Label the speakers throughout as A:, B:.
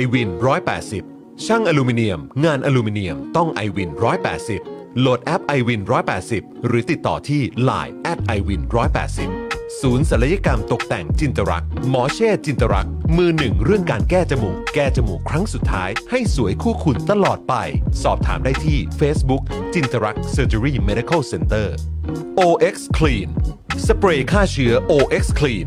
A: i w วิน180 ช่างอลูมิเนียม งานอลูมิเนียมต้อง i w วิน180 โหลดแอป i w วิน180 หรือติดต่อที่ Line at i w วิน180 ศูนย์ศัลยกรรมตกแต่งจินตรัก หมอเช่จินตรัก มือหนึ่งเรื่องการแก้จมูก แก้จมูกครั้งสุดท้าย ให้สวยคู่คุณตลอดไป สอบถามได้ที่ Facebook จินตรัก Surgery Medical Center OX Clean สเปรย์ฆ่าเชื้อ OX Clean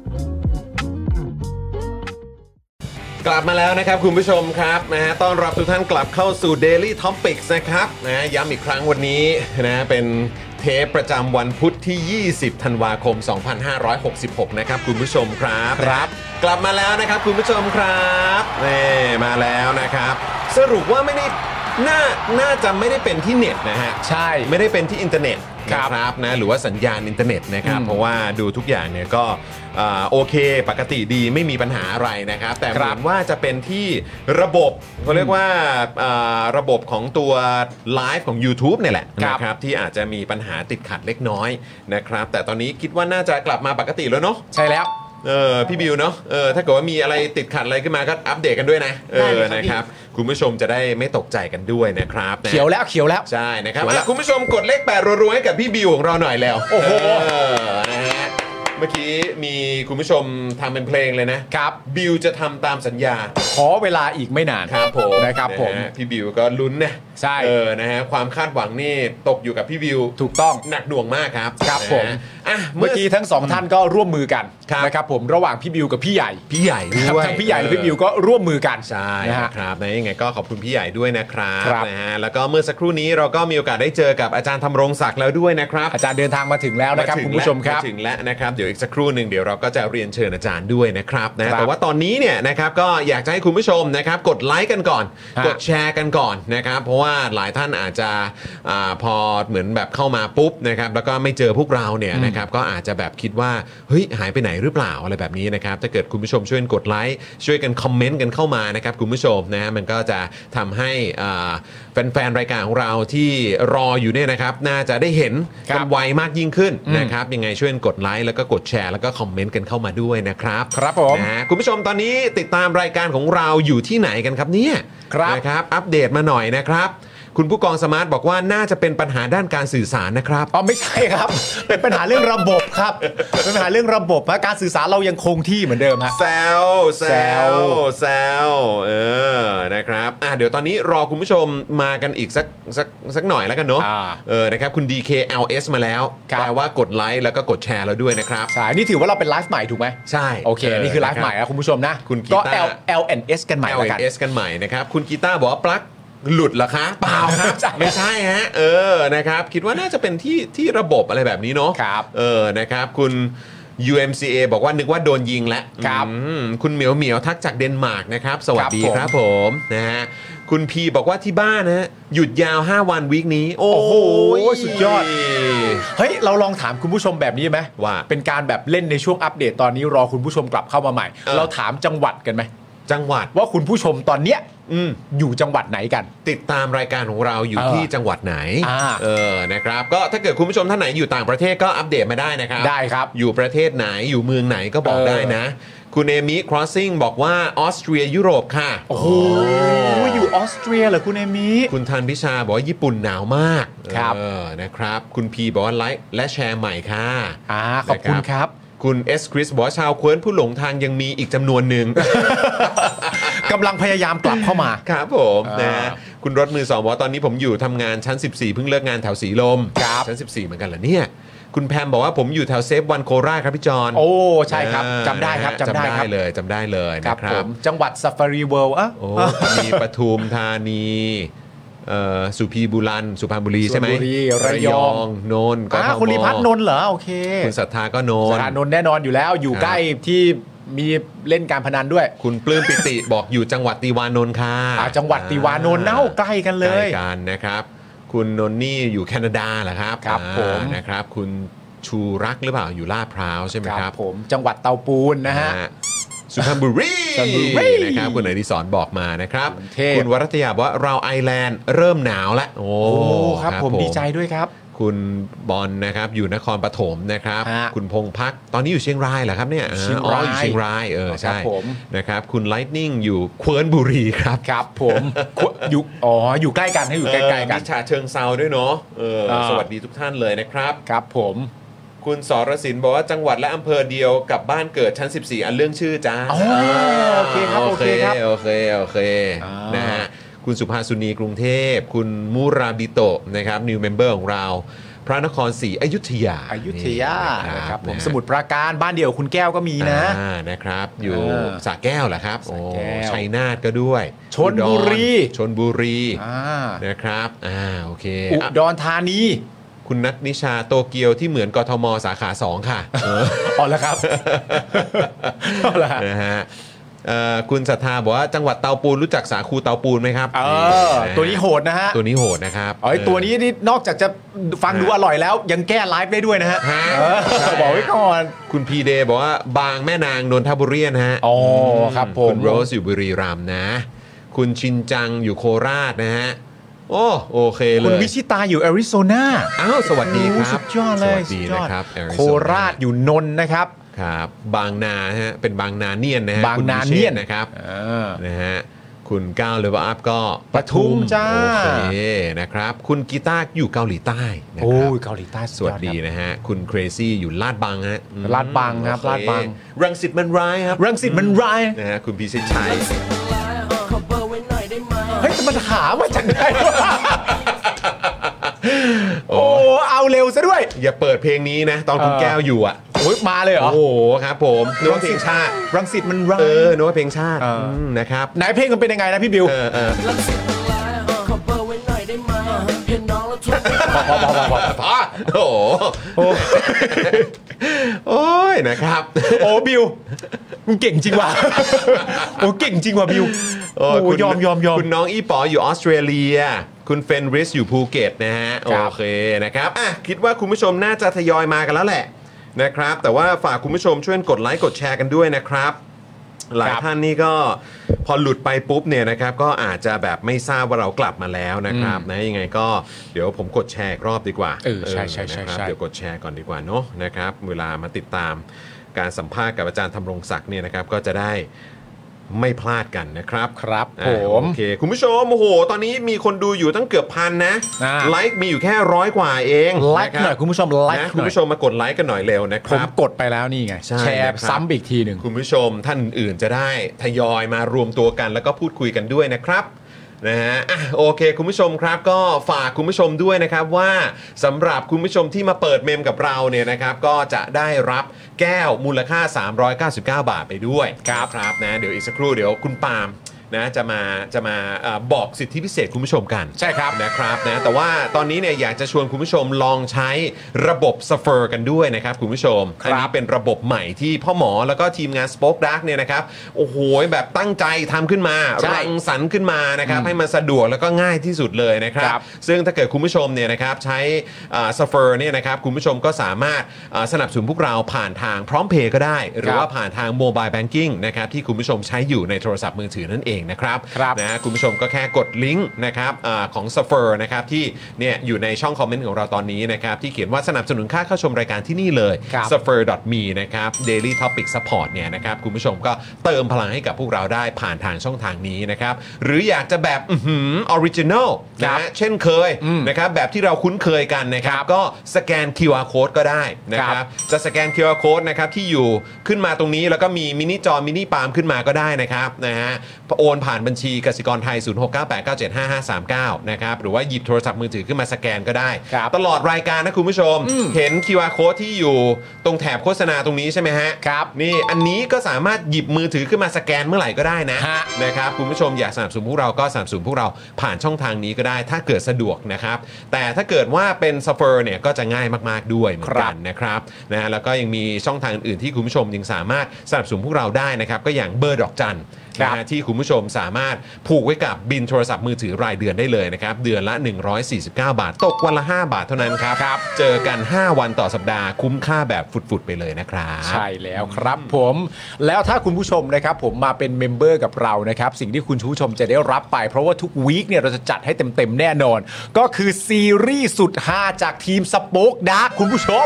B: กลับมาแล้วนะครับคุณผู้ชมครับนะฮะต้อนรับทุกท่านกลับเข้าสู่ Daily Topics นะครับนะฮะย้ำอีกครั้งวันนี้นะฮะเป็นเทปประจำวันพุธที่ 20 ธันวาคม 2566 นะครับคุณผู้ชมครับครับ กลับมาแล้วนะครับคุณผู้ชมครับนี่มาแล้วนะครับ สรุปว่าไม่ได้น่าน่าจะไม่ได้เป็นที่เน็ตนะฮะ
C: ใช่
B: ไม่ได้เป็นที่อินเทอร์เน็ต
C: ครั
B: นะ
C: บ
B: ครับนะหรือว่าสัญญาณอินเทอร์เน็ตนะครับ
C: อืม
B: เพราะว่าดูทุกอย่างเนี่ยก็อ่าโอเคปกติดีไม่มีปัญหาอะไรนะครับ แต่เห
C: ค
B: มื
C: รั
B: อบ นว่าจะเป็นที่ระบบเขาเรียกว่าอ่าระบบของตัวไลฟ์ของ YouTube เนี่ยแหละ
C: ครับ
B: นะครับที่อาจจะมีปัญหาติดขัดเล็กน้อยนะครับ แต่ตอนนี้คิดว่าน่าจะกลับมาปกติแล้วเนาะ
C: ใช่แล้ว
B: เออพี่บิวเนาะเออถ้าเกิดว่ามีอะไรติดขัดอะไรขึ้นมาก็อัปเดตกันด้วยนะเอ
C: ได้
B: อ
C: เลยครับ
B: นะครับ คุณผู้ชมจะได้ไม่ตกใจกันด้วยนะครับนะ
C: เขียวแล้วเขียวแล้ว
B: ใช่นะครับ
C: ชัวร์ละ
B: อ่ะคุณผู้ชมกดเลขแปดรัวๆให้กับพี่บิวของเราหน่อยแล้ว
C: โอ้โห
B: เออนะฮะเมื่อกี้มีคุณผู้ชมทำเป็นเพลงเลยนะครับ บิวจะทำตามสัญญา
C: ขอเวลาอีกไม่นาน
B: ครับผม
C: นะครับผม
B: นะฮะพี่บิวก็ลุ้นนะ
C: ใช่
B: เออนะฮะความคาดหวังนี่ตกอยู่กับพี่บิว
C: ถูกต้อง
B: หนักหน่วงมากครับ
C: ครับผม
B: นะฮะอ่ะ
C: เมื่
B: เมื่
C: อ
B: อ
C: กี้
B: กี้
C: ทั้งสองท่านก็ร่วมมือกัน
B: ครับ
C: นะครับผมระหว่างพี่บิวกับพี่ใหญ่
B: พี่ใหญ่
C: ค
B: ด้
C: รับ
B: วย
C: ทั้งพี่ใหญ่และพี่บิว
B: เออ
C: ก็ร่วมมือกัน
B: ใช่
C: นะฮะ
B: นะครับนะยังไงก็ขอบคุณพี่ใหญ่ด้วยนะครับ
C: ครับ
B: นะฮะแล้วก็เมื่อสักครู่นี้เราก็มีโอกาสได้เจอกับอาจารย์ธำรงศักดิ์แล้วด้วยนะครับ
C: อาจารย์เดินทางมาถึงแล้วนะครั
B: า
C: บ
B: ถึง
C: คุณผู้ชมครับ
B: าถึงแล้วนะครับเดี๋ยวอีกสักครู่หนึ่งเดี๋ยวเราก็จะเรียนเชิญอาจารย์ด้วยนะครับนะครับ แต่ว่าตอนนี้เนี่ยนะครับก็อยากจะให้คุณผู้ชมนะครับกดไลค์กันก่อน
C: ฮะ
B: กดแชร์กันก่อนนะครับเพราะว่าหลายท่านอาจจะอาพอเหมือนแบบเข้ามาปุ๊บนะครับแล้วก็ไม่เจอพวกเราเนี่ยนะครับก็อาจจะแบบคิดว่าเฮ้ยหายไปไหนหรือเปล่าอะไรแบบนี้นะครับถ้าเกิดคุณผู้ชมช่วยกดไลค์ช่วยกันคอมเมนต์กันเข้ามานะครับคุณผู้ชมนะฮะมันก็จะทำให้อ่าแฟนๆรายการของเราที่รออยู่เนี่ยนะครับน่าจะได้เห็น
C: ครั
B: กับ น ไวมากยิ่งขึ้น
C: อืม
B: นะครับยังไงช่วยกดไลค์แล้วก็กดแชร์แล้วก็คอมเมนต์กันเข้ามาด้วยนะครับ
C: ครับผม
B: นะฮะคุณผู้ชมตอนนี้ติดตามรายการของเราอยู่ที่ไหนกันครับเนี่ย
C: ครับ
B: นะครับอัปเดตมาหน่อยนะครับ คุณผู้กองสมาร์ทบอกว่าน่าจะเป็นปัญหาด้านการสื่อสารนะครับ
D: อ๋อไม่ใช่ครับ เป็นปัญหาเรื่องระบบครับเป็นปัญหาเรื่องระบบฮะการสื่อสารเรายังคงที่เหมือนเดิมฮะ
B: แซวแซ
D: แซ
B: ว
D: ว
B: แซวเออนะครับอ่ะเดี๋ยวตอนนี้รอคุณผู้ชมมากันอีกสักสักสักหน่อยแล้วกันเนาะ
C: อ่า
B: เออนะครับคุณ DKLS มาแล้ว
C: ครับ
B: แปลว่ากดไลค์แล้วก็กดแชร์แล้วด้วยนะครับ
C: ใช่นี่ถือว่าเราเป็นไลฟ์ใหม่ถูกไหม
B: ใช่
C: โอเค นี่คือไล
B: เออ
C: ฟ์ใหม่แล้วคุณผู้ชมนะ
B: คุณกี
C: ก็
B: ตาร์
C: L L N S กันใหม่แล้วกัน
B: LNS กันใหม่นะครับ คุณกีตาร์บอกว่าปลั๊กหลุดเหรอคะเปล่าครับ ไม่ใช่ฮะเออนะครับคิดว่าน่าจะเป็นที่ที่ระบบอะไรแบบนี้เนาะ
C: ครับ
B: เออนะครับคุณ UMCA บอกว่านึกว่าโดนยิงแล้ว
C: ครับ
B: อืมคุณเหมียวเหมียวทักจากเดนมาร์กนะครับ สวัสดี
C: ครับผม
B: ครับผมนะฮะคุณพีบอกว่าที่บ้านนะฮะหยุดยาว 5 วันวีคนี้ โอ้โห
C: สุดยอด เฮ้ย เราลองถามคุณผู้ชมแบบนี้ไหม
B: ว่า
C: เป็นการแบบเล่นในช่วงอัปเดตตอนนี้รอคุณผู้ชมกลับเข้ามาใหม่ เราถามจังหวัดกันไหม
B: จังหวัด
C: ว่าคุณผู้ชมตอนเนี้ย
B: อืม
C: อยู่จังหวัดไหนกัน
B: ติดตามรายการของเราอยู่
C: เออ
B: ที่จังหวัดไหน
C: อ่า
B: เออ นะครับ ก็ถ้าเกิดคุณผู้ชมท่านไหนอยู่ต่างประเทศก็อัปเดตมาได้นะครับ
C: ได้ครับ
B: อยู่ประเทศไหน อยู่เมืองไหนก็บอก
C: เออ
B: ได้นะ คุณเอมิ crossing บอกว่าออสเตรียยุโรปค่ะ
C: โอ้โห
D: โอ้ยอยู่ออสเตรียเหรอคุณเอมิ
B: คุณธันพิชาบอกว่าญี่ปุ่นหนาวมาก
C: ครับ
B: เออ นะครับ คุณพีบอกว่าไลค์และแชร์ใหม่ค่ะ
C: อ่าขอบคุณครับ
B: คุณเอสคริสบอกว่าชาวเคว้นผู้หลงทางยังมีอีกจำนวนหนึ่ง
C: กำลังพยายามกลับเข้ามา
B: ครับผม
C: อ่า
B: นะคุณรถมือสองบอกว่าตอนนี้ผมอยู่ทำงานชั้น 14 เพิ่งเลิกงานแถวสีลม
C: ครับ
B: ชั้น 14 เหมือนกันเหรอเนี่ย คุณแพมบอกว่าผมอยู่แถวเซฟวันโคราชครับพี่จอน
C: โอ้ ใช่ครับ
B: เออ
C: จำได้ครับ
B: นะฮะ
C: จำได้ครับ
B: เลยจำได้เลย
C: ครับ
B: นะค
C: ผ
B: รับ
C: มจังหวัดซัฟารีเวิลด์อ่ะ
B: โอ้มีปทุมธานีเอ่อสุพีบุรันสุพรรณบุรีใช่ไหม
C: สุพรรณบุรีระยอง
B: นนท์กท
C: อ่าม คุณรีพัฒน์นนท์เหรอ โอเค
B: คุณศรัทธาก็น
C: ส
B: นท์
C: ถานนนท์แน่นอนอยู่แล้วอยู่
B: ครับ
C: ใกล้ที่มีเล่นการพนันด้วย
B: คุณปลื้มปิติ บอกอยู่จังหวัดตีวานนท์ค่ะ
C: อ่าจังหวัดติวานนท์เน่าใกล้กันเลย
B: ใกล้กันนะครับ คุณนนนี่อยู่แคนาดาเหรอครับ
C: ครับ
B: อ่า
C: ผม
B: นะครับ คุณชูรักหรือเปล่าอยู่ลาดพร้าวใช่ไหมครับ
C: ผมจังหวัดเตาปูนนะฮะ
B: นะฮะสุพรรณบุรี
C: สุพรรณบุรี
B: นะครับคุณอดิศรบอกมานะครับ
C: เทพ
B: คุณวรัตยาบอกว่าเราไอแลนด์เริ่มหนาวแล้วโอ้
C: โอ้ครับผมดีใจด้วยครับ
B: คุณบอลนะครับอยู่นครปฐมนะครับ
C: ฮะ
B: คุณพงพักตอนนี้อยู่เชียงรายเหรอครับเนี่ย
C: เชียง
B: อ๋อ
C: ราย
B: อยู่เชียงรายเออ
C: ครั
B: ใช่
C: บผม
B: นะครับคุณไลท์นิ่งอยู่เควิร์นบุรีครับ
C: ครับผมคุ อยู่อ๋ออยู่ใกล้กันให้อยู่ใกล้ๆกัน
B: มีฉาเชิงเซาด้วยเนาะเออ
C: อ่า
B: สวัสดีทุกท่านเลยนะครับ
C: ครับผม
B: คุณสรศินบอกว่าจังหวัดและอำเภอเดียวกับบ้านเกิดชั้น 14 อันเรื่องชื่อจ้า
C: อ๋อโอเคครับโอเคครับ
B: โอเคโอเค
C: อ่าน
B: นะฮะคุณสุภาสุนีกรุงเทพ คุณมูราบิโตะนะครับนิวเมมเบอร์ของเรา พระนครศรีอยุธยา
C: อยุธยา
B: นี่นะ
C: นะ
B: ค
C: ค
B: รั
C: รั
B: บบ
C: ผม
B: นะ
C: สมุทรปราการบ้านเดียวคุณแก้วก็มีนะ
B: อ่านะครับ อยู่
C: เออ
B: สระแก้วเหรอครับ
C: ส
B: โอ้
C: ระแก้ว
B: ชัยนาทก็ด้วย
C: ชลบุรี
B: อุดชนบุรี
C: อ่า
B: นะครับอ่าโอเค
C: อุดรธานี
B: คุณนัทนิชาโตเกียวที่เหมือนกทมสาขา 2 ค่ะ
C: อ๋อแล้วครับเอาละ
B: นะฮะเอ่อคุณศรัทธาบอกว่าจังหวัดเตาปูนรู้จักสาคูเตาปูนไหมครับ
C: เออ
B: ะฮะ
C: ตัวนี้โหดนะฮะ
B: ตัวนี้โหดนะครับ
C: อ๋อไอ้ตัวนี้นี่นอกจากจะฟังดูอร่อยแล้ว ยังแก้ไลฟ์ได้ด้วยนะฮะ
B: ฮะ
C: เออบอกไว้ก่อน
B: คุณพีเดย์บอกว่าบางแม่นางนนทบุรีนะฮะ
C: อ๋อครับผม
B: คุณโรสอยู่บุรีรัมย์นะ คุณชินจังอยู่โคราชนะฮะ โอ้โอเคเล
C: คุณ
B: ย
C: วิชิตาอยู่แอริโซนา
B: อ้าวสวัสดีค
C: โอ้
B: รับ
C: สุดยอดเลย
B: สวัสดี
C: สุดยอ
B: นะ
C: ด
B: ครับ Arizona
C: โคราชอยู่นนท์นะครับ
B: ครับบางนาฮะเป็นบางนาเนียนนะฮะ
C: บาง
B: คุณ
C: นา
B: วิ
C: เนี
B: เนี
C: ย
B: ย
C: น
B: นนะครับ
C: เออ
B: นะฮะคุณก้าวเลเวลอัพก็
C: ปทุมจ้า
B: โอเคนะครับ คุณกีตาร์อยู่เกาหลีใต้นะ
C: โอ้
B: ครับ
C: ยเกาหลีใต้
B: ส
C: ยอ
B: วัส
C: ครับ
B: ดีนะฮะ คุณเครซี่อยู่ลาดบังฮะอืม
C: ลาดบังครับ
B: โอเ
C: ลาดบัง
B: รังสิตมันร้ายครับ
C: รังสิตมันร้าย
B: นะฮะคุณพิชิตชัย
C: เฮ้ยแต่มันหามาจากไหนวะ
B: โอ้
C: โอ้เอาเร็วซะด้วย
B: อย่าเปิดเพลงนี้นะ ตอนคุณ
C: เออ
B: แก้วอยู่อ่ะ
C: โอ้ยมาเลยเหรอ
B: โอ้โหครับผมนึกว่าเพลงชาติ
C: รังสิตมันร้าย
B: เออนึกว่าเพลงชาติ
C: เอออื
B: มนะครับ
C: ไหนเพลงมันเป็นยังไงนะพี่บิว
B: เออเออพอพอพอพอโอ้โหโอ้ยนะครับ
C: โอ้บิวมึงเก่งจริงว่ะโอ้เก่งจริงว่ะบิว
B: โอ้
C: โอ้
B: คุณ
C: ยอมยอมยอม
B: คุณน้องอีป๋ออยู่ออสเตรเลีย คุณเฟนริสอยู่ภูเก็ตนะฮะ โอ
C: ครับ
B: เคนะครับอ่ะคิดว่าคุณผู้ชมน่าจะทยอยมากันแล้วแหละนะครับ แต่ว่าฝากคุณผู้ชมช่วยกดไลค์กดแชร์กันด้วยนะครับ หลาย
C: ครับ
B: ท่านนี่ก็พอหลุดไปปุ๊บเนี่ยนะครับ ก็อาจจะแบบไม่ทราบว่าเรากลับมาแล้วนะครับนะยังไงก็เดี๋ยวผมกดแชร์อีกรอบดีกว่า
C: เออใช่ใช่
B: นะ
C: ใช่
B: ครับ
C: ใช่
B: เดี๋ยวกดแชร์ก่อนดีกว่าเนาะนะครับเวลามาติดตามการสัมภาษณ์กับอาจารย์ธำรงศักดิ์เนี่ยนะครับก็จะได้ ไม่พลาดกันนะครับ
C: ครับ
B: อ่า
C: ผม
B: โอเค คุณผู้ชมโอ้โห ตอนนี้มีคนดูอยู่ตั้งเกือบพันนะ
C: อ่า
B: ไลค์มีอยู่แค่ร้อยกว่าเอง
C: ไลค์หน่อยคุณผู้ชมไล
B: นะ
C: ค์
B: คุณผู้ชมมากดไลค์กันหน่อยเร็วนะค
C: ผม
B: รับ
C: กดไปแล้วนี่ไง
B: ใช่
C: แชร์
B: นะครับ
C: ซ้ำอีกทีหนึ่ง
B: คุณผู้ชมท่านอื่นๆจะได้ทยอยมารวมตัวกันแล้วก็พูดคุยกันด้วยนะครับนะฮะอ่ะโอเค คุณผู้ชมครับ ก็ฝากคุณผู้ชมด้วยนะครับว่าสำหรับคุณผู้ชมที่มาเปิดเมมกับเราเนี่ยนะครับ ก็จะได้รับแก้วมูลค่า 399 บาทไปด้วยครับครับนะเดี๋ยวอีกสักครู่เดี๋ยวคุณปาล์มนะจะมาจะมาเอ่อบอกสิทธิพิเศษคุณผู้ชมกันใช่ครับนะครับนะแต่ว่าตอนนี้เนี่ยอยากจะชวนคุณผู้ชมลองใช้ระบบสเฟอร์กันด้วยนะครับคุณผู้ชมอันนี้เป็นระบบใหม่ที่พ่อหมอแล้วก็ทีมงาน Spoke Dark เนี่ยนะครับโอ้โหแบบตั้งใจทำขึ้นมา
C: ใช่
B: รังสรรค์ขึ้นมานะครับ ให้มันสะดวกแล้วก็ง่ายที่สุดเลยนะครับ
C: ครับ
B: ซึ่งถ้าเกิดคุณผู้ชมเนี่ยนะครับใช้สเฟอร์เนี่ยนะครับคุณผู้ชมก็สามารถอ่าสนับสนุนพวกเราผ่านทางพร้อมเพย์ก็ได้ หรือว่าผ่านทางโมบายแบงกิ้งนะครับที่คุณผู้ชมใช้อยู่ในโทรศัพท์มือถือนั่นเองนะครับ
C: ครับ
B: นะคุณผู้ชมก็แค่กดลิงก์นะครับอาของสเฟอร์นะครับที่เนี่ยอยู่ในช่องคอมเมนต์ของเราตอนนี้นะครับที่เขียนว่าสนับสนุนค่าเข้าชมรายการที่นี่เลย
C: ครับ
B: s u f f e r m e นะครับ daily topic support เนี่ยนะครับคุณผู้ชมก็เติมพลังให้กับพวกเราได้ผ่านทางช่องทางนี้นะครับ หรืออยากจะแบบออริจินอลนะฮะเช่นเคยนะครับแบบที่เราคุ้นเคยกันนะครับ ก็สแกน QR code ก็ได้นะครับ จะสแกน QR code นะครับที่อยู่ขึ้นมาตรงนี้แล้วก็มีมินิจอมินิปาล์มขึ้นมาก็ได้นะครับนะฮะโอนผ่านบัญชีกสิกรไทย 0698975539 นะครับหรือว่าหยิบโทรศัพท์มือถือขึ้นมาสแกนก็ได้
C: ครับ
B: ตลอดรายการนะคุณผู้ชม เห็น QR code ที่อยู่ตรงแถบโฆษณาตรงนี้ใช่ไหมฮะ
C: ครับ
B: นี่อันนี้ก็สามารถหยิบมือถือขึ้นมาสแกนเมื่อไหร่ก็ได้นะ
C: ฮะ
B: นะครับคุณผู้ชมอยากสนับสนุนพวกเราก็สนับสนุนพวกเราผ่านช่องทางนี้ก็ได้ ถ้าเกิดสะดวกนะครับ แต่ถ้าเกิดว่าเป็นซัฟเฟอร์เนี่ยก็จะง่ายมากๆด้วยเหมือนกันนะครับนะแล้วก็ยังมีช่องทางอื่นที่คุณผู้ชมยังสามารถสนับสนุนพวกเราได้นะครับก็อย่างเบอร์ดอกจัน
C: ครับ
B: นะฮะ ที่คุณผู้ชมสามารถผูกไว้กับบินโทรศัพท์มือถือรายเดือนได้เลยนะครับ เดือนละ 149 บาท ตกวันละ 5 บาทเท่านั้นครับ เจอกัน 5 วันต่อสัปดาห์คุ้มค่าแบบฟุดๆไปเลยนะครับ
C: ใช่แล้วครับผมแล้วถ้าคุณผู้ชมนะครับผมมาเป็นเมมเบอร์กับเรานะครับสิ่งที่คุณผู้ชมจะได้รับไป เพราะว่าทุกวีคเนี่ยเราจะจัดให้เต็มๆแน่นอน ก็คือซีรีส์สุดฮาจากทีมสป็อกดาร์คุณผู้ชม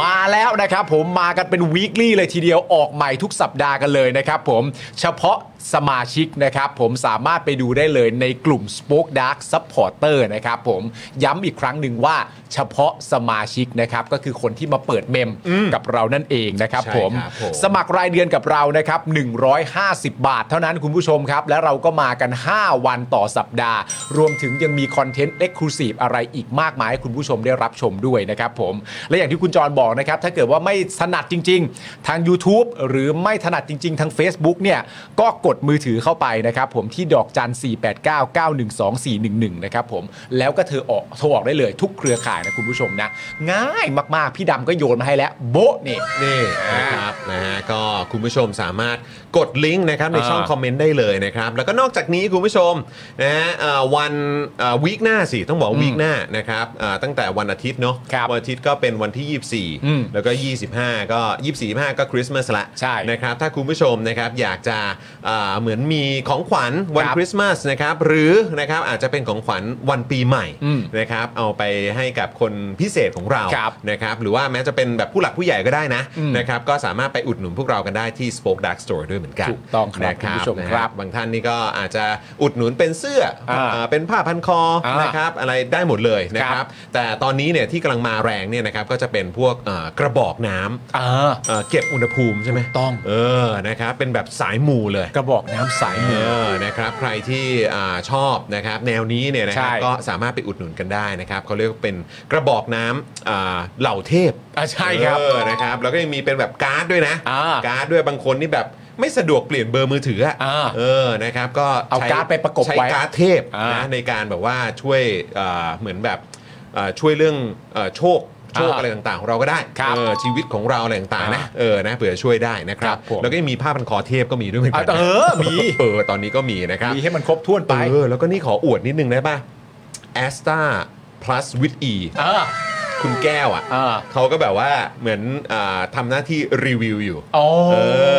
C: มาแล้วนะครับผมมากันเป็นวีคลี่เลยทีเดียวออกใหม่ทุกสัปดาห์กันเลยนะครับผมเฉพาะสมาชิกนะครับผมสามารถไปดูได้เลยในกลุ่ม Spoke Dark Supporter นะครับผมย้ำอีกครั้งหนึ่งว่าเฉพาะสมาชิกนะครับก็คือคนที่มาเปิดเมมกับเรานั่นเองนะครับ
B: ใช่
C: ผม
B: ครับผม
C: สมัครรายเดือนกับเรานะครับ150 บาท เท่านั้นคุณผู้ชมครับ และเราก็มากัน 5 วันต่อสัปดาห์ รวมถึงยังมีคอนเทนต์เอ็กซ์คลูซีฟอะไรอีกมากมายให้คุณผู้ชมได้รับชมด้วยนะครับผมและอย่างที่คุณจรบอกนะครับ ถ้าเกิดว่าไม่ถนัดจริง ๆ ทาง YouTube หรือไม่ถนัดจริง ๆ ทาง Facebook เนี่ยก็กดมือถือเข้าไปนะครับผมที่ดอกจัน 4 8 9 9 1 2 4 1 1 นะครับผมแล้วก็เธอออกโทรออกได้เลยทุกเครือข่ายนะคุณผู้ชมนะง่ายมากๆพี่ดำก็โยนมาให้แล้วโบ๊ะนี่
B: นี่นะครับนะฮะก็คุณผู้ชมสามารถกดลิงก์นะครับในช่องคอมเมนต์ได้เลยนะครับ แล้วก็นอกจากนี้คุณผู้ชมนะฮะเอ่อวันวีคหน้าสิต้องบอกวีคหน้านะครับเอ่อตั้งแต่วันอาทิตย์เนาะ
C: ครับ
B: วันอาทิตย์ก็เป็นวันที่
C: อืม
B: 24 แล้วก็ 25 ก็ 24 25 ก็คริสต์มาสละ
C: ใช่
B: นะครับถ้าคุณผู้ชมนะครับอยากจะเอ่อเหมือนมีของขวัญวัน
C: ครับ
B: คริสต์มาสนะครับหรือนะครับอาจจะเป็นของขวัญวันปีใหม่
C: อืม
B: นะครับเอาไปให้กับคนพิเศษของเรา
C: ครับ
B: นะครับหรือว่าแม้จะเป็นแบบผู้หลักผู้ใหญ่ก็ได้นะ
C: อืม
B: นะครับก็สามารถไปอุดหนุนพวกเรากันได้ที่ Spoke Dark Store ด้วยเหมือนกัน
C: ถูกต้องครับ
B: นะ
C: คุณผู้ชม
B: นะฮะ
C: ครับ
B: บางท่านนี่ก็อาจจะอุดหนุนเป็นเสื้ออา อ่าเป็นผ้าพันคอ
C: อ่าน
B: นะครับอะไรได้หมดเลยนะค
C: ค
B: รั
C: รับ บ
B: แต่ตอนนี้เนี่ยที่กำลังมาแรงเนี่ยนะครับก็จะเป็นพวกเอ่อกระบอกน้ำ
C: อ่า
B: เอ่อเก็บอุณหภูมิใช่ไหม
C: ถูกต้อง
B: เออนะครับเป็นแบบสายมูเลย
C: กระบอกน้ำใส
B: เอ
C: เนื้อ
B: อนะครับใครที่อ่าชอบนะครับแนวนี้เนี่ยนะครับ
C: ใช่
B: ก็สามารถไปอุดหนุนกันได้นะครับเขาเรียกว่าเป็นกระบอกน้ำอ่าเหล่าเทพ
C: อ่ะใช่ครับ
B: เออนะครับ แล้วก็ยังมีเป็นแบบการ์ดด้วยนะ
C: อ่า
B: การ์ดด้วยบางคนนี่แบบไม่สะดวกเปลี่ยนเบอร์มือถืออะ
C: อ่า
B: เออ นะครับ ก็ใช้
C: เอาการ์ดไปประกบไว้
B: ใช้การ์ดเทพ
C: อ่าน
B: นะในการแบบว่าช่วยเอ่อเหมือนแบบเอ่อช่วยเรื่องเอ่อโชค โชค
C: อ่า
B: อะไรต่างๆของเราก็ได้
C: ครับ
B: เออชีวิตของเราอะไรต่างๆนะ
C: อ่า
B: เออ นะ เผื่อช่วยได้นะครับ
C: ครับผม
B: แล้วก็ยังมีผ้าพันคอเทพก็มีด้วยเหมือนกั
C: อ่ะ
B: น
C: เออมี
B: เออ ตอนนี้ก็มีนะครับ
C: มีให้มันครบถ้วนไป
B: เออ แล้วก็นี่ขออวดนิดนึงได้ป่ะ a s t a plus with e
C: เออ
B: คุณแก้วอ่ะ
C: เออ
B: เขาก็แบบว่าเหมือนอาทำหน้าที่รีวิวอยู่
C: อ๋อ
B: เอ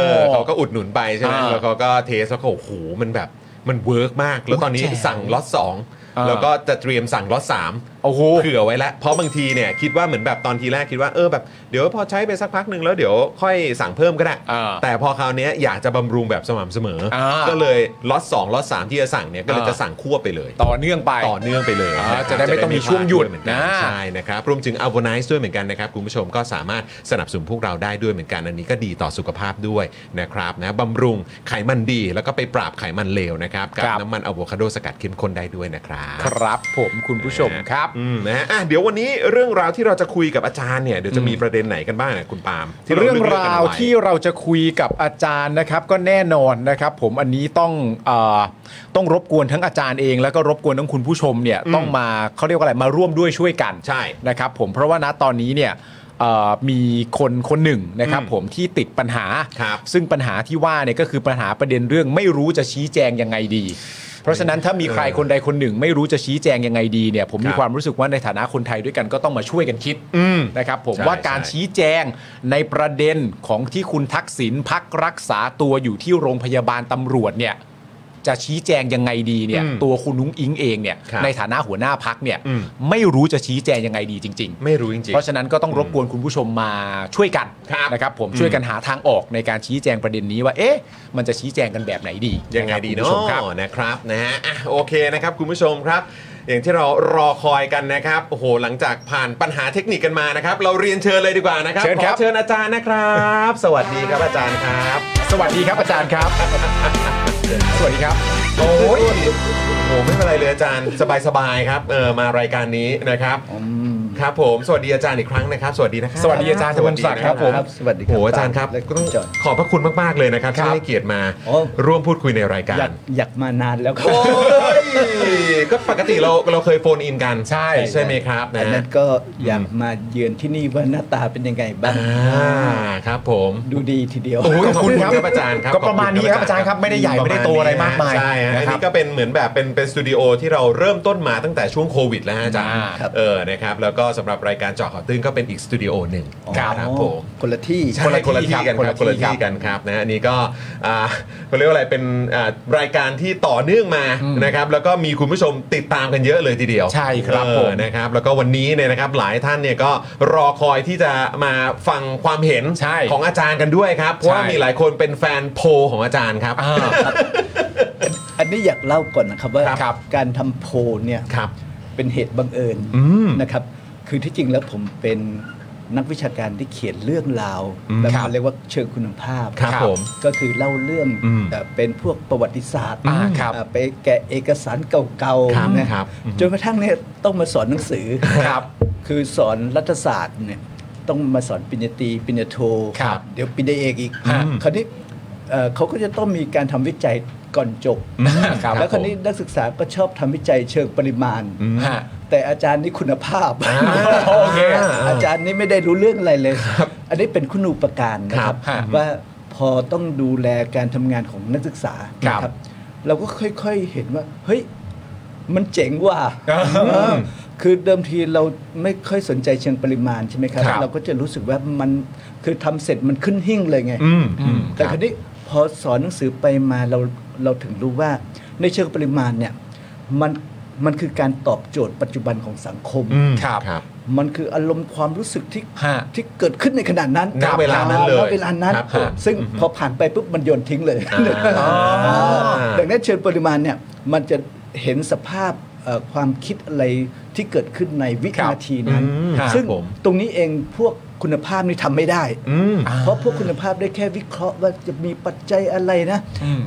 B: อเขาก็อุดหนุนไปใช่ไหม
C: อ่า
B: แล้วเขาก็เทสแล้วเขาโอ้โหมันแบบมันเวิร์กมาก แล้วตอนนี้
C: โอ้ยแจ๋ว
B: สั่งล็อตสอง
C: อ่า
B: แล้วก็จะเตรียมสั่งล็อตสาม
C: โอ้โห
B: เผื่อไว้แล้วเพราะบางทีเนี่ยคิดว่าเหมือนแบบตอนทีแรกคิดว่าเออแบบเดี๋ยวพอใช้ไปสักพักหนึ่งแล้วเดี๋ยวค่อยสั่งเพิ่มก็ได้
C: อ่า
B: แต่พอคราวเนี้ยอยากจะบำรุงแบบสม่ำเสมออา ก็เลยล็อตสองล็อตสามที่จะสั่งเนี่ยก็เลย
C: อ่า
B: จะสั่งควบไปเลย
C: ต่อเนื่องไป
B: ต่อเนื่องไปเลย
C: อ่าน
B: ครับ
C: จะได้ไม่ต้องมีช่วงหยุด
B: จะไไม่พา
C: นะ
B: วเหมือกัใช่นะครับรวมถึง a v o n i z e ด้วยเหมือนกันนะครับ คุณผู้ชมก็สามารถสนับสนุนพวกเราได้ด้วยเหมือนกัน อันนี้ก็ดีต่อสุขภาพด้วยนะครับนะบำรุงไขมันดีแล้วก็ไปปราบไขมันเลวนะครับ กับน้ำมันอะโวคาโดสกัดเข้มข้นได้ด้วยนะครับ
C: ครับผมคุณผู้ชมครับ
B: อืมนะฮะอ่ะเดี๋ยววันนี้เรื่องราวที่เราจะคุยกับอาจารย์เนี่ยเดี๋ยวจะมีประเด็นไหนกันบ้างนะคุณปาล์มที่
C: เรื่อง
B: ลืกๆกัน
C: ราว
B: ไ
C: ที่เราจะคุยกับอาจารย์นะครับ ก็แน่นอนนะครับ ผมอันนี้ต้องเออต้องรบกวนทั้งอาจารย์เอง แล้วก็รบกวนทั้งคุณผู้ชมเนี่ยต้องมาเขาเรียกว่าอะไรมาร่วมด้วยช่วยกัน
B: ใช่
C: นะครับ ผมเพราะว่าณตอนนี้เนี่ยเอ่อมีคนคนหนึ่งนะครับ ผมที่ติดปัญหา
B: ครับ
C: ซึ่งปัญหาที่ว่าเนี่ยก็คือปัญหาประเด็นเรื่องไม่รู้จะชี้แจงยังไงดี เพราะฉะนั้นถ้ามีใครคนใดคนหนึ่ง ไม่รู้จะชี้แจงยังไงดีเนี่ยผม
B: ค
C: มี
B: รับ
C: ความรู้สึกว่าในฐานะคนไทยด้วยกันก็ต้องมาช่วยกันคิด
B: อืม
C: นะครับผม
B: ใช่
C: ว่าการ
B: ใช่
C: ชี้แจงในประเด็นของที่คุณทักษิณพักรักษาตัวอยู่ที่โรงพยาบาลตำรวจเนี่ยจะชี้แจงยังไงดีเนี่ยตัวคุณนุ้งอิงเองเนี่ยในฐานะหัวหน้าพักเนี่ยไม่รู้จะชี้แจงยังไงดีจริง ๆ
B: ไม่รู้จริง
C: เพราะฉะนั้นก็ต้องรบกวนคุณผู้ชมมาช่วยกัน
B: ครับ
C: นะครับผมช่วยกันหาทางออกในการชี้แจงประเด็นนี้ว่าเอ๊ะมันจะชี้แจงกันแบบไหนดี
B: ยังไงดี
C: ค
B: เนาะ
C: รับคุณผู้ชมครับ
B: นะครับนะฮะอ่ะโอเคนะครับคุณผู้ชมครับ อย่างที่เรารอคอยกันนะครับโอ้โหหลังจากผ่านปัญหาเทคนิคกันมานะครับ เราเรียนเชิญเลยดีกว่านะครับ
C: เชิญครับ
B: ขอเชิญอาจารย์นะครับ สวัสดีครับอาจารย์ครับ
C: สวัสดีครับอาจารย์ครับ สวัสดีครับ
B: โอ้ยโอ้ไม่เป็นไรเลยอาจารย์สบายๆครับเออมารายการนี้นะครับครับผมสวัสดีอาจารย์อีกครั้งนะครับ สวัสดีนะครับ
C: สวัสดีอาจารย์ธวัชศักดิ์ครับผม
E: สวัสดีครับ
B: โอ้อาจารย์ครับ
E: และคุ
B: ก็
E: ณ
B: ต้อง
E: จอย
B: ขอบพระคุณมากๆเลยนะครับที่ให้เกียรติมา
E: โอ้
B: ร่วมพูดคุยในรายกา
E: อยาร กอยากมานานแล้วครั
B: โอ้
E: บ
B: ยก็ปกติเราเราเคยโฟนอินกัน
C: ใช่
B: ใช่ไหมครับ
E: อั
B: นะ
E: นนั้นก็อยากมาเยือนที่นี่ว่าหน้าตาเป็นยังไงบ้าง
B: อ่าครับผม
E: ดูดีทีเดียว
B: โอ้ยขอบคุณครับ
C: ขอบคุณครับ
B: อาจารย์ครับ
C: ก็ประมาณนี้ครับอาจารย์ครับไม่ได้ใหญ่ไม่ได้โตอะไรมากมาย
B: ใช่ฮะอัน
C: นะครับ
B: นี้ก็เป็นเหมือนแบบเป็นเป็นสตูดิโอที่เราเริ่มต้นมาตั้งแต่ช่วงโควิดแล้วฮะอาจารย์
C: อ่า
E: ครับ
B: เออนะครับแล้วก็สำหรับรายการเจาะข่าวตื้นก็เป็นอีกสตูดิโอหนึ่ง
C: ครับ
B: ครับผม
E: คนละที่
B: คนละคนละที่กันครับค
C: คน น
B: ละ
C: ละที่
B: ที่
C: ครับ
B: กันครับนะฮะอันนี้ก็อ่าเขาเรียกว่าอะไรเป็นอ่ารายการที่ต่อเนื่องมานะครับแล้วก็มีคุณผู้ชมติดตามกันเยอะเลยทีเดียว
C: ใช่ครับ
B: เออ
C: ผม
B: นะครับแล้วก็วันนี้เนี่ยนะครับหลายท่านเนี่ยก็รอคอยที่จะมาฟังความเห็น
C: ใช่
B: ของอาจารย์กันด้วยครับ เพราะว่ามีหลายคนเป็นแฟนโพลของอาจารย์ครับ
C: อ่า
E: อันนี้อยากเล่าก่อนนะครับว่า
C: ครับ
E: การทำโพลเนี่ย
B: ครับ
E: เป็นเหตุบังเอิญ
B: อืม
E: นะครับ คือที่จริงแล้วผมเป็นนักวิชาการที่เขียนเรื่องราวแบบ
C: ครับ
E: เขาเรียกว่าเชิงคุณภาพ
B: ครับผม
E: ก็คือเล่าเรื่อง
B: อืม
E: เอ่อเป็นพวกประวัติศาสตร์
C: อ่าครับ
E: อ่าไปแกะเอกสารเก่า
B: ครับ
E: ๆนะครับ
B: อืม
E: จนกระทั่งเนี่ยต้องมาสอนหนังสือ
C: ครับ
E: คือสอนรัฐศาสตร์เนี่ยต้องมาสอนปริญญาตรีปริญญาโท
C: ครับ
E: เดี๋ยวปริญญาเอกอีก
C: ฮะ
E: คราวนี้เอ่อเขาก็จะต้องมีการทำวิจัยก่อนจบ
C: ครับ
E: แล้วคราวนี้นักศึกษาก็ชอบทำวิจัยเชิงปริมาณ
C: ฮะ
E: แต่อาจารย์นี่คุณภาพ
C: โอเค
E: อาจารย์นี่ไม่ได้รู้เรื่องอะไรเลย อันนี้เป็นคุณูปการนะค
C: ครั
E: รั
C: บบ ฮะ
E: ว่าพอต้องดูแลการทำงานของนักศึกษา
C: ครับ
E: นะเราก็ค่อยๆเห็นว่า เฮ้ย มันเจ๋งว่ะเออคือเดิมทีเราไม่ค่อยสนใจเชิงปริมาณใช่ไหมครับ
C: ครับ
E: เราก็จะรู้สึกว่ามันคือทำเสร็จมันขึ้นหิ้งเลยไง
C: อืม
E: แต่คราวนี้พอสอนหนังสือไปมาเราเราถึงรู้ว่าในเชิงปริมาณเนี่ยมันมันคือการตอบโจทย์ปัจจุบันของสังคม
C: ครับ
B: ครับ
E: มันคืออารมณ์ความรู้สึกที่
C: ฮะ
E: ที่เกิดขึ้นในขณะนั้น
B: ณเวลานั้นเลย
E: ณเวลานั้น
B: ครับผม
E: ซึ่งพอผ่านไปปุ๊บมันโยนทิ้งเลย
B: อ่า
E: ดังนั้นเชิงปริมาณเนี่ยมันจะเห็นสภาพเอ่อความคิดอะไรที่เกิดขึ้นในวินาทีนั้น
B: อืมครับ
E: ซึ่ง
B: ผม
E: ตรงนี้เองพวกคุณภาพนี่ทำไม่ได้
B: อืม
E: เพราะพวกคุณภาพได้แค่วิเคราะห์ว่าจะมีปัจจัยอะไรนะ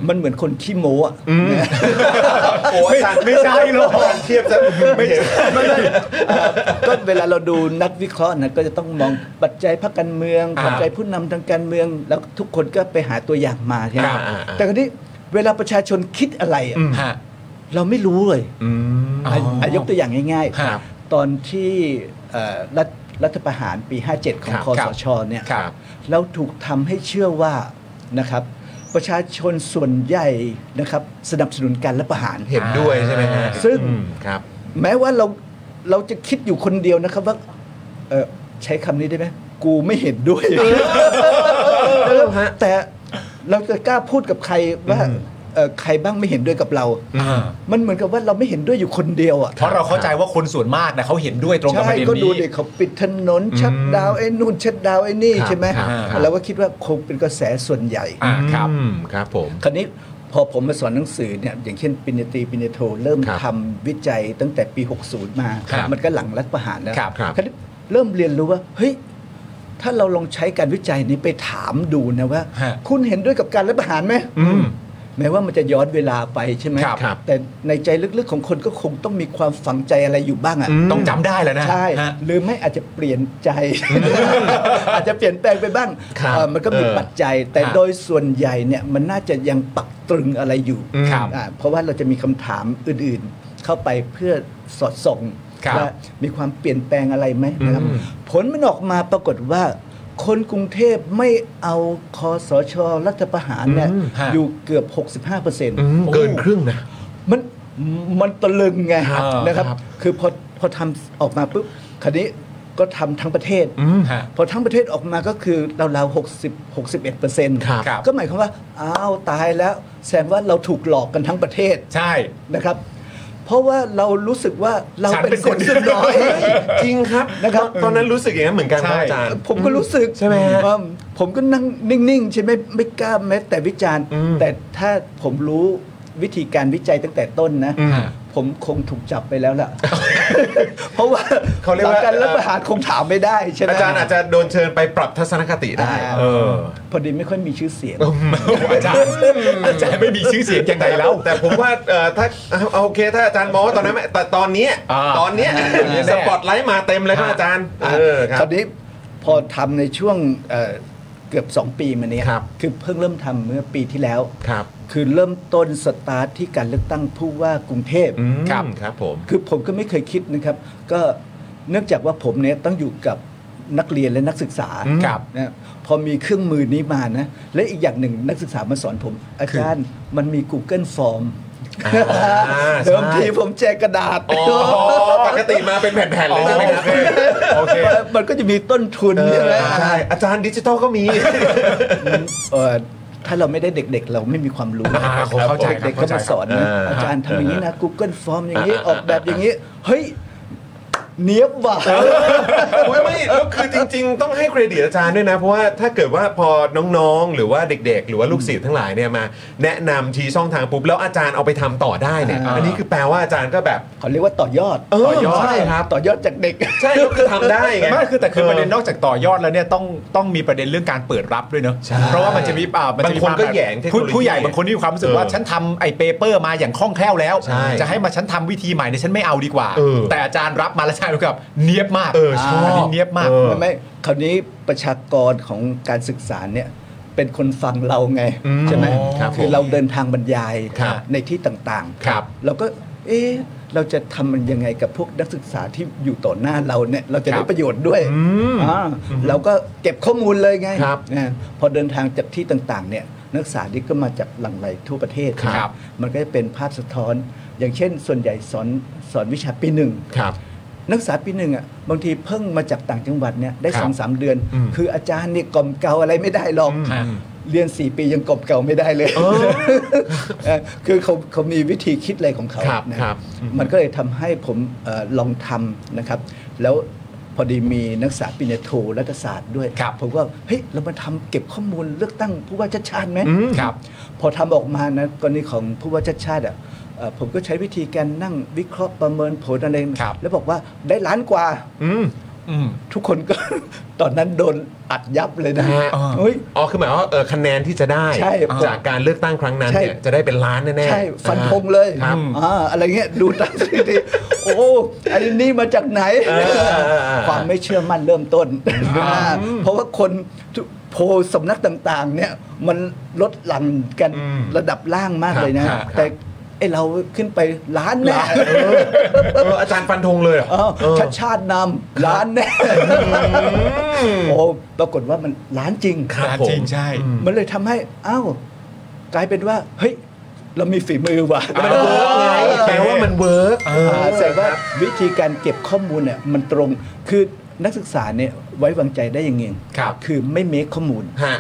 E: มันเหมือนคนขี้โม้อะนะ
B: โอ้ยอาจารย์ไม่ใช่หรอกอาจารย์เทียบจะไม่ใช่
E: ก็เวลาเราดูนักวิเคราะห์นะก็จะต้องมองปัจจัยพรรคการเมือง
B: ครับ
E: ปัจจัยผู้นำทางการเมือง แล้วทุกคนก็ไปหาตัวอย่างมาใช่ไหม
B: ครับอ่าอ่า
E: แต่คราวนี้เวลาประชาชนคิดอะไรอะ
C: ฮะ
E: เราไม่รู้เลย
B: อืม
E: ะะยกตัวอย่างง่าย
C: ครับ
E: ๆ ตอนที่เอ่อรัฐรัฐประหารปี 57 ของ
B: ครับ
E: คอสชเนี่ย
B: ครับ
E: เราถูกทำให้เชื่อว่านะครับประชาชนส่วนใหญ่นะครับสนับสนุนการรัฐประหาร
B: เห็นด้วยใช่ไหมฮะ
E: ซึ่ง
B: อืมครับ
E: แม้ว่าเราเราจะคิดอยู่คนเดียวนะครับว่าเอ่อใช้คำนี้ได้ไหมกูไม่เห็นด้วย แต่เราจะกล้าพูดกับใครว่า เอ่อใครบ้างไม่เห็นด้วยกับเรา มันเหมือนกับว่าเราไม่เห็นด้วยอยู่คนเดียวอ่ะ
C: เพราะเราเข้าใจว่าคนส่วนมากนะเขาเห็นด้วยตรงกับประเด็น
E: ใช่ก็ดู
C: นี้
E: เด็กเขาปิดถนนชัดดาวน์ไอ้นู่นชัดดาวน์ไอ้นี่
B: ครับ
E: ใช่ไหม
B: ครับครับ
E: เราก็คิดว่าคงเป็นกระแสส่วนใหญ่
C: อ่าครับ
B: อืมครับผม
E: คราวนี้พอผมมาสอนหนังสือเนี่ยอย่างเช่นปริญญาตรีปริญญาโทเริ่ม
B: ครับ
E: ทำวิจัยตั้งแต่ปี 60 มา
C: ครับ
E: มันก็หลังรัฐประหารแล้ว
C: ครับครับ
E: วนี้เริ่มเรียนรู้ว่าเฮ้ยถ้าเราลองใช้การวิจัยนี้ไปถามดูนะว่า
C: ฮะ
E: คุณเห็นด้วยกับการรัฐประหารไหม
C: อืม
E: แม้ว่ามันจะย้อนเวลาไปใช่ไหม
C: ครับครับ
E: แต่ในใจลึกๆของคนก็คงต้องมีความฝังใจอะไรอยู่บ้างอ่ะ
C: ต้องจำได้แล้วนะ
E: ใช่
C: ฮะ
E: หรือไม่อาจจะเปลี่ยนใจ อาจจะเปลี่ยนแปลงไปบ้าง
B: ครับ
E: เอ่อมันก็มี
B: เออ
E: ปัจจัย แต่
C: ฮะ
E: โดยส่วนใหญ่เนี่ยมันน่าจะยังปักตรึงอะไรอยู่
C: ครับ
E: อ่าเพราะว่าเราจะมีคำถามอื่นๆ เข้าไปเพื่อสอดส่อง
C: ครับ
E: ว่ามีความเปลี่ยนแปลงอะไรไหมนะครับ ผลมันออกมาปรากฏว่า คนกรุงเทพไม่เอาคอสช รัฐประหารเนี่ย
B: อืมฮะ
E: อยู่เกือบ 65%อ
B: อืมเกินครึ่งนะ
E: มันมันตะลึงไง
C: ครับ
E: นะครับ
C: ครับ
E: คือพอพอทำออกมาปุ๊บคราวนี้ก็ทำทั้งประเทศ
C: ฮะ
E: พอทั้งประเทศออกมาก็คือเราวๆหกสิบหกสิบเอ็ดเปอร์เซ็นต์
C: ครับครับ
E: ก็หมายความว่าอ้าวตายแล้ว แสดงว่าเราถูกหลอกกันทั้งประเทศ
C: ใช่
E: นะครับ เพราะว่าเรารู้สึกว่าเรา
C: ฉัน
E: เป็น
C: เป็น
E: ค
C: คน น
E: สุดน้อย
B: จริงครับ
E: นะครับ
B: ตอนนั้นรู้สึกอย่างนั้นเหมือนกันครับ
C: ใช่
B: อาจารย์
E: ผมก็รู้สึก
B: ใช่ไหมฮะ
E: เอิ่ผมก็นั่งนิ่ง ๆ ใช่ไหมไม่กล้าแม้แต่วิจารณ์
B: อืม
E: แต่ถ้าผมรู้วิธีการวิจัยตั้งแต่ต้นนะ
B: อืม
E: ผมคงถูกจับไป แล้วล่ะ เพราะว่า
B: เขาเรียกว่า
E: หลังการรัฐประหารคงถามไม่ได้ใช่ไหม
B: อาจารย์อาจจะโดนเชิญไปปรับทัศนคติได้
E: อ่า
B: เออ
E: พอดีไม่ค่อยมีชื่อเสียง
C: อาจารย์อาจารย์ไม่มีชื่อเสียงยังไงแล้ว
B: แต่ผมว่าเอ่อถ้าเอาโอเคถ้าอาจารย์มองว่าตอนนั้นไม่แต่ตอนเนี้ย
C: อ่า
B: ตอนเนี้ย
C: แน่ๆ
B: สปอตไลท์มาเต็มเลยครับอาจารย์เออค
E: ค
B: รั
E: รา
B: บ
E: วนี้พอทำในช่วงเอ่อเกือบ 2 ปีมาเนี้ย
B: ครับ
E: คือเพิ่งเริ่มทำเมื่อปีที่แล้ว
B: ครับ
E: คือเริ่มต้นสตาร์ทที่การเลือกตั้งผู้ว่ากรุงเทพ
B: อืม
C: ครับ
B: ครับผม
E: คือผมก็ไม่เคยคิดนะครับ ก็เนื่องจากว่าผมเนี่ยต้องอยู่กับนักเรียนและนักศึกษา
C: ครับ
E: นะพอมีเครื่องมือนี้มานะ และอีกอย่างหนึ่งนักศึกษามาสอนผม อาจารย์มันมี Google Form เดิมทีผมแจกกระดาษ
B: อ๋อปกติมาเป็นแผ่นๆเลยใช่ไหมครับโอเค
E: มันก็จะมีต้นทุนใช่ไหม
B: ใช่อาจารย์ดิจิตอลก็มี
E: เอ่อถ้าเราไม่ได้เด็กๆ เราไม่มีความรู้
C: อ่าผมเข้าใจครับ
E: เด็กๆก็
C: เข้าใจ
E: มาสอน
B: ครั
E: นะ
B: บ
E: อาจารย์ทำอย่างนี้นะ Google Form อย่างนี้
B: อ่า
E: ออกแบบอย่างนี้เฮ้ยเนียบว่ะ
B: อุ๊ยไม่แล้วคือจริง ๆ ต้องให้เครดิตอาจารย์ด้วยนะ เพราะว่าถ้าเกิดว่าพอน้องๆ หรือว่าเด็ก ๆ หรือว่าลูกศิษย์ทั้งหลายเนี่ยมาแนะนำชี้ช่องทางปุ๊บแล้วอาจารย์เอาไปทำต่อได้เนี่ย
E: อ่า
B: อันนี้คือแปลว่าอาจารย์ก็แบบ
E: เขาเรียกว่าต่อยอด
B: เออ
E: ต่อยอด
B: ใช่ครับ
E: ต่อยอดจากเด็ก
B: ใช่ก็คือทำได้ไง
C: ไม่คือแต่คือประเด็นนอกจากต่อยอดแล้วเนี่ยต้องต้องมีประเด็นเรื่องการเปิดรับด้วยเนาะเพราะว่ามันจะมีอ่ามัจะ
B: บา
C: มี
B: งคนก็
C: วามบบ
B: แหยงเทคโน
C: ผู้
B: โลยี
C: ผู้ใหญ่บางคนที่มีความรู้สึกว่า
B: เออ
C: ฉันทำไอ้เปเปอร์มาอย่างคล่องแคล่วแล้ว
B: ใช่
C: จะให้มาฉันทำวิธีใหม่เนี่ยฉันไม่เอาดีกว่า
B: เออ
C: แต่อาจารย์รับมาแล้วอาจารย์รู้สึกแบบเนียบมาก
B: เออชอบ
C: นนี้เนียบมาก
B: เออ
E: ไม่ไม่คราวนี้ประชากรของการศึกษาเนี่ยเป็นคนฟังเราไงใช่ไหม
C: ครับ
E: คื
C: ผ
E: อ
C: ม
E: เราเดินทางบรรยาย
C: ครับ
E: ในที่ต่างๆ
C: ครับ
E: เราก็เอ๊ะเราจะทำมันยังไงกับพวกนักศึกษาที่อยู่ต่อหน้าเราเนี่ยเราจะ
C: ครั
E: ได้
C: บ
E: ประโยชน์ด้วยอ่าเราก็เก็บข้อมูลเลยไง
B: ครับ
E: นะพอเดินทางจากที่ต่างๆเนี่ยนักศึกษาที่ก็มาจากหลังไหลทั่วประเทศ
C: ครับ
E: มันก็จะเป็นภาพสะท้อน อย่างเช่น ส่วนใหญ่สอนสอนวิชาปีหนึ่ง
B: ครับ
E: นักศึกษาปีหนึ่งอ่ะบางทีเพิ่งมาจากต่างจังหวัดเนี่ยได้สองสามเดือน คืออาจารย์เนี่ยกล่อมเกลาอะไรไม่ได้หรอก
C: อืม
E: เรียน 4 ปียังกล่อมเกลาไม่ได้เลยเออคือเขาเขามีวิธีคิดอะไรของเขา
B: ครับ
E: นะครับ มันก็เลยทำให้ผมเอ่อลองทำนะครับ แล้วพอดีมีนักศึกษาปริญญาโทรัฐศาสตร์ด้วย
C: ครับ
E: ผมก็เฮ้ยเรามาทำเก็บข้อมูลเลือกตั้งผู้ว่าชาติชาติไหม
C: ครับ
E: พอทำออกมานะกรณีของผู้ว่าชาติชาติอ่ะเอ่อผมก็ใช้วิธีการนั่งวิเคราะห์ประเมินผลอะไร
C: ครับ
E: แล้วบอกว่าได้ล้านกว่า
C: อืม
E: ทุกคนก็ ตอนนั้นโดนอัดยับเลยนะ
B: นะฮะ
E: เฮ้ย
B: อ๋อคือหมายว่าเออคะแนนที่จะได้
E: ใช่
B: จากการเลือกตั้งครั้งนั้น
E: ใช่
B: เนี่ยจะได้เป็นล้านแน่ๆ
E: ใช่ ฟันธงเลย
B: ครับ
E: อ่าอะไรเงี้ยดูตามสถิติโอ้อันนี้มาจากไหน
B: เออเออเออ
E: ความไม่เชื่อมั่นเริ่มต้นอ่าเพราะว่าคนทุกโพลสำนักต่าง ๆ เนี่ย มันลดหลั่นกันระดับล่างมากเลยนะ
B: ครับครับ
E: แต่ไอเราขึ้นไปล้านแน่
B: เอออาจารย์ฟันธงเลยเหรอ
E: เออชาติชาตินำล้านแน่โอ้ปรากฏว่ามันล้านจริง
B: ครับ
C: จริงใช่
E: มันเลยทำให้อ้าวกลายเป็นว่า เฮ้ย เรามีฝีมือว่ะ
B: มันเวิร์กไงแปลว่ามันเวิร์ก
E: เออแสดงว่าวิธีการเก็บข้อมูลเนี่ยมันตรงคือนักศึกษาเนี่ยไว้วางใจได้อย่างไง
B: ครับ
E: คือไม่เมคข้อมูล
B: ฮะ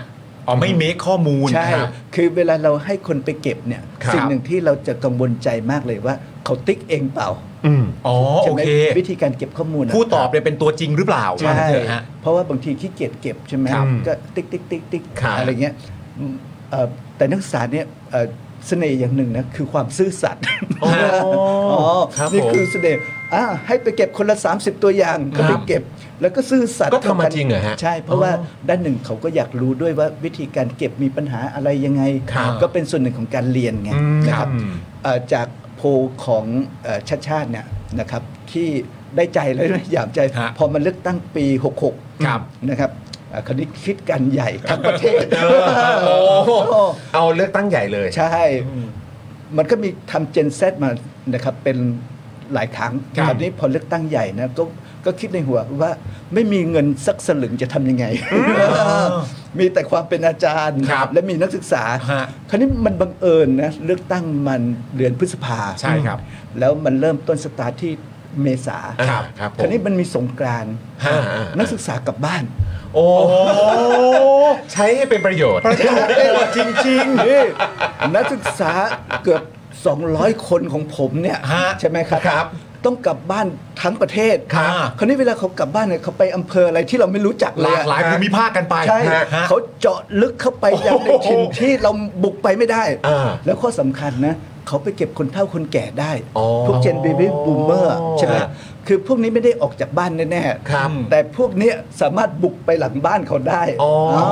C: อ๋อไม่เมคข้อมูล
E: ใช่
C: ครับ
E: คือเวลาเราให้คนไปเก็บเนี่ย
C: ครับ
E: สิ่งหนึ่งที่เราจะกังวลใจมากเลยว่าเขาติ๊กเองเปล่า
C: อ๋อ
E: ใช่
C: โอ
E: ไหม
C: เค
E: วิธีการเก็บข้อมูลอะ
C: ผู้ตอบเนี่ยเป็นตัวจริงหรือเปล่า
E: ใช่
C: ว่าเถอะฮะ
E: เพราะว่าบางทีขี้เกียจเก็บใช่ไหม
C: ครับ
E: ก็ติ๊กติ๊กติ๊กติ๊ก
C: ครับ
E: อะไรเงี้ยอืมเอ่อแต่นักศึกษาเนี่ยเอ่อเสน่ห์อย่างหนึ่งนะคือความซื่อสัตย์
C: อ๋อ
E: อ๋อ
C: ครับ
E: นี่
C: ผม
E: คือเสน่ห์อ่าให้ไปเก็บคนละ 30 ตัวอย่างก็
C: ค
E: ไป
C: รับ
E: เก็บ แล้วก็ซื่อสัตย์
C: ก็ทำมาจริงเหรอฮะ
E: ใช่ เพราะว่าด้านหนึ่งเขาก็อยากรู้ด้วยว่าวิธีการเก็บมีปัญหาอะไรยังไง
C: ครับ
E: ก็เป็นส่วนหนึ่งของการเรียนไงนะครับ เอ่อจากโพลของเอ่อชาติชาติเนี่ยนะครับที่ได้ใจแล้ว นะหยามใจ
C: ฮะ
E: พอมันเลือกตั้งปี 66
C: ครับ
E: นะครับเอ่อคราวนี้คิดกันใหญ่ทั้งประเทศ
C: โอ้โห
E: โอ้
B: เอาเลือกตั้งใหญ่เลย
E: ใช่ มันก็มีทำเจนเซมานะครับเป็นหลายครั้ง
C: ครับ
E: วนี้พอเลือกตั้งใหญ่นะก็ก็คิดในหัวว่าไม่มีเงินสักสลึงจะทำยังไง มีแต่ความเป็นอาจารย์
C: ครับ
E: และมีนักศึกษา
C: ฮะ
E: คราวนี้มันบังเอิญนะเลือกตั้งมันเดือนพฤษภา
C: ใช่ครับ
E: แล้วมันเริ่มต้นสตาร์ทที่เมษา
C: ครับ
B: ครับผม
E: ราวนี้มันมีสงกรานต์
C: ฮะ
E: นักศึกษากลับบ้าน
C: โอ้โห
B: ใช้ให้เป็นประโยชน์
C: ประโยชน์ได้หมดจริง
E: นี่นักศึกษาเกือบ 200 คนของผมเนี่ย
C: ฮะ
E: ใช่ไหมครับ
C: ครับ
E: ต้องกลับบ้านทั้งประเทศ
C: ครับ
E: คราวนี้เวลาเขากลับบ้านเนี่ยเขาไปอำเภออะไรที่เราไม่รู้จัก
C: ๆ ห
E: เล
C: ลาย ก
E: อะ
C: หลายภูมิภาคกันไป
E: ใช่
C: ฮะ
E: เขาเจาะลึกเข้าไปยังในถิ่น
C: โอ้โห
E: ที่เราบุกไปไม่ได้
B: อ่า
E: แล้วข้อสำคัญนะเขาไปเก็บคนเฒ่าคนแก่ได้
B: อ๋อ
E: พวกเจนบีบีบูมเมอร์ใช่ไหม
B: ฮะ
E: คือพวกนี้ไม่ได้ออกจากบ้านแน่ๆ
B: ครับ
E: แต่พวกเนี้ยสามารถบุกไปหลังบ้านเขาได้
B: อ๋ออ๋
E: อ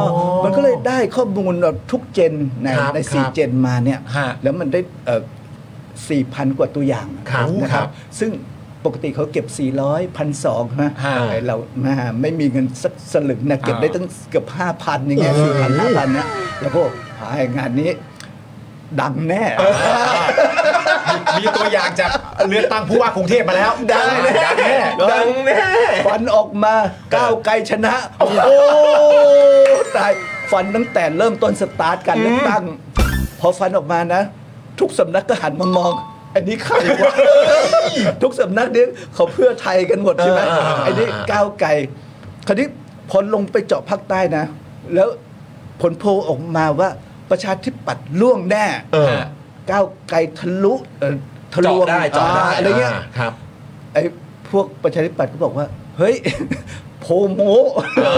E: มันก็เลยได้ข้อมูลทุกเจนใน
B: ครับ
E: ในสี่
B: ครับ
E: เจนมาเนี่ย
C: ฮะ
E: แล้วมันได้สี่พันกว่าตัวอย่าง
B: ครับ
E: นะ
B: ค
E: ค
B: รั
E: รั
B: บบ
E: ซึ่งปกติเขาเก็บ 400 1 2 0 0นะ
C: ฮะ
E: ไอ้เรามาไม่มีเงินสักสลึงนะเก็บได้ตั้งเกือบ 5,000อย่างเงี้ยสี่พันห้าพันนะแล้วพวกหายงานนี้ดังแน่
C: มีตัวอย่างจากเลือกตั้งผู้ว่ากรุงเทพมาแล้ว
E: ดังแน่
C: ดังแน่
B: ดังแน่
E: ฟันออกมาก้าวไกลชนะ โอ้โหตายฟันตั้งแต่เริ่มต้นสตาร์ทการเลือกตั้ง พอฟันออกมานะ ทุกสำนักก็หันมามอง อันนี้ใครวะทุกสำนักเนี้เขาเพื่อไทยกันหมดใช่ไหม
B: เออเออเออ
E: อันนี้ก้าวไกลคราวนี้พอลงไปเจาะภาคใต้นะ แล้วผลโพลออกมาว่าประชาธิปัตย์ล่วงแน่
B: เออ
E: ก้าวไกลทะลุเอ่อทะล
B: เจาะ
E: วง
B: ได้เจาะได้
E: าอะไรเงี้ย
B: าครับ
E: ไอ้พวกประชาธิปัตย์ก็บอกว่า เฮ้ย โพโม
B: เอ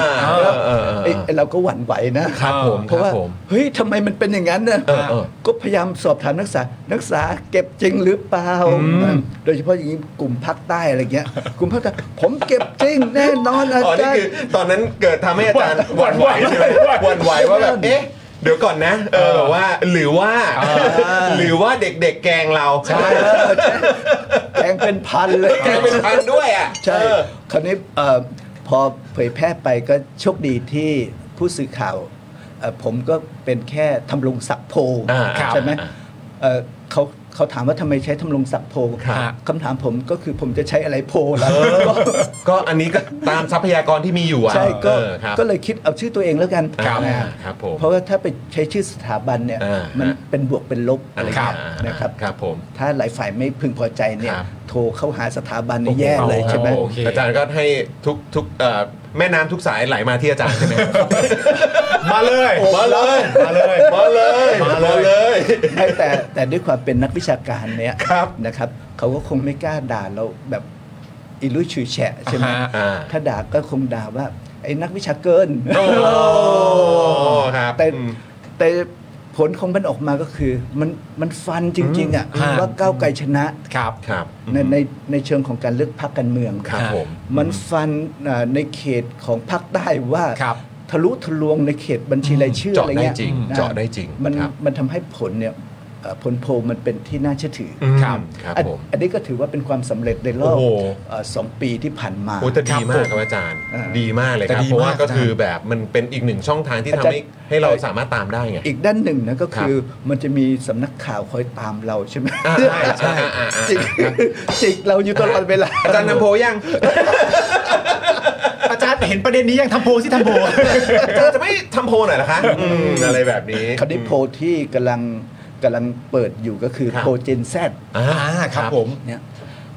B: อเออเออ
E: ไอ้ไอ้เราก็หวั่นไหวนะครับ
B: ผม
E: เพราะว่า
B: ครับผม
E: เฮ้ยทำไมมันเป็นอย่างนั้นนะ
B: เออเออ
E: ก็พยายามสอบถามนักศึกษานักศึกษาเก็บจริงหรือเปล่าโดยเฉพาะอย่างนี้กลุ่มภาคใต้อะไรเงี้ยกลุ่มภาคใต้ผมเก็บจริงแน่นอนอา
B: อ๋อนี่
E: จาร
B: คือ
E: ย์
B: ตอนนั้นเกิดทำให้อาจารย์หวั่นไหวใช่ไหมหวั่นไหวว่าแบบเอ๊ะเดี๋ยวก่อนนะเออว่าหรือว่า หรือว่าเด็กๆแกล้งเรา
E: ใช่แกงเป็นพันเลย
B: แกล้งเป็นพันด้วยอ่ะ
E: ใช่
B: เออ
E: คราวนี้เอ่อพอเผยแพร่ไปก็โชคดีที่ผู้สื่อข่าวเอ่อผมก็เป็นแค่ทำลงศักดิ์โพล
B: อ่าครับ
E: ใช่ไหมเอ่อเขาเขาถามว่าทำไมใช้ทำลงศักดิ์โพล
B: ครับ
E: คำถามผมก็คือผมจะใช้อะไรโพลล่ะ
B: ก็อันนี้ก็ตามทรัพยากรที่มีอยู่อ่ะ
E: ใช่ก็
B: เออครับ
E: ก็เลยคิดเอาชื่อตัวเองแล้วกัน
B: ครับ
E: นะฮะ
B: ครับผม
E: เพราะว่าถ้าไปใช้ชื่อสถาบันเนี่ย
B: อ่ามั
E: มันเป็นบวกเป็นลบอะไร
B: ค
E: เงี้
B: รับ
E: ยนะครับ
B: ครับผม
E: ถ้าหลายฝ่ายไม่พึงพอใจเนี่ย
B: ครับ
E: โทรเข้าหาสถาบันนี่แย่เลยใช่ไหม
C: โอเค
B: อาจารย์ก็ให้ทุกทุกเอ่อแม่น้ำทุกสายไหลมาที่อาจารย์ใช่ไหม
C: มาเลย
B: มาเลย
C: มาเลย
B: มาเลย
C: มาเลย
B: ย
E: ไม่แต่แต่ด้วยความเป็นนักวิชาการเนี้ย
B: ครับ
E: นะครับเขาก็คงไม่กล้าด่าเราแบบอิลุยชุยแฉะใช่ไหม
C: อ่าฮะ
B: อ่า
E: ถ้าด่าก็คงด่าว่า ไอ้นักวิชาเกิน
B: โอ้ครับ
E: แต่
B: อืม
E: แต่ผลของมันออกมาก็คือ มันมันฟันจริง ๆ อ่ะ
C: ฮะ
E: ว่าก้าวไกลชนะครับ
B: ครับ
E: ในในในเชิงของการเลือกพรรคการเมือง
B: ครับผม
E: มันฟันอ่าในเขตของภาคใต้ว่า
C: ครับ
E: ทะลุทะลวงในเขตบัญชีรายชื่อ
B: เจาะ
E: อะไรเงี้ย
B: ได้จริง
E: อ่
B: เจาะได้จริง
E: มัน
B: ครับ
E: มันทำให้ผลเนี่ยเอ่อผลโพลมันเป็นที่น่าเชื่อถืออ
B: ครับครับ
E: อัน
B: ผม
E: อันนี้ก็ถือว่าเป็นความสำเร็จในรอบ
B: โอ้โห
E: เอ่อสองปีที่ผ่านมา
B: โอ้แต่ดีมากครับอาจารย์
E: อ่า
B: ดีมากเลยค
C: แต่
B: รับ
C: ดี
B: เพราะว่า
C: าก
B: ก็
C: อาจารย์
B: คือแบบมันเป็นอีกหนึ่งช่องทางที่ทำให้ให้เราสามารถตามได้ไง
E: อีกด้านหนึ่งนะก็คือ
B: ค
E: มันจะมีสำนักข่าวคอยตามเราใช่ไหม
B: อ่าใช่ใช่อ่าอ่า
E: จิกจิกเราอยู่ตลอดเวลา
B: อาจารย์นำโพ ยัง
C: อาจารย์เห็นประเด็นนี้ยังทำโพลสิทำโพล
B: อาจารย์จะไม่ทำโพลหน่อยเหรอคะอืมอะไรแบบนี้
E: คราวนี้โพลที่กำลังกำลังเปิดอยู่ก็คือ
B: ครับ
E: โพลเจนแซ
B: อ่า
C: ครับผม
E: เนี่ย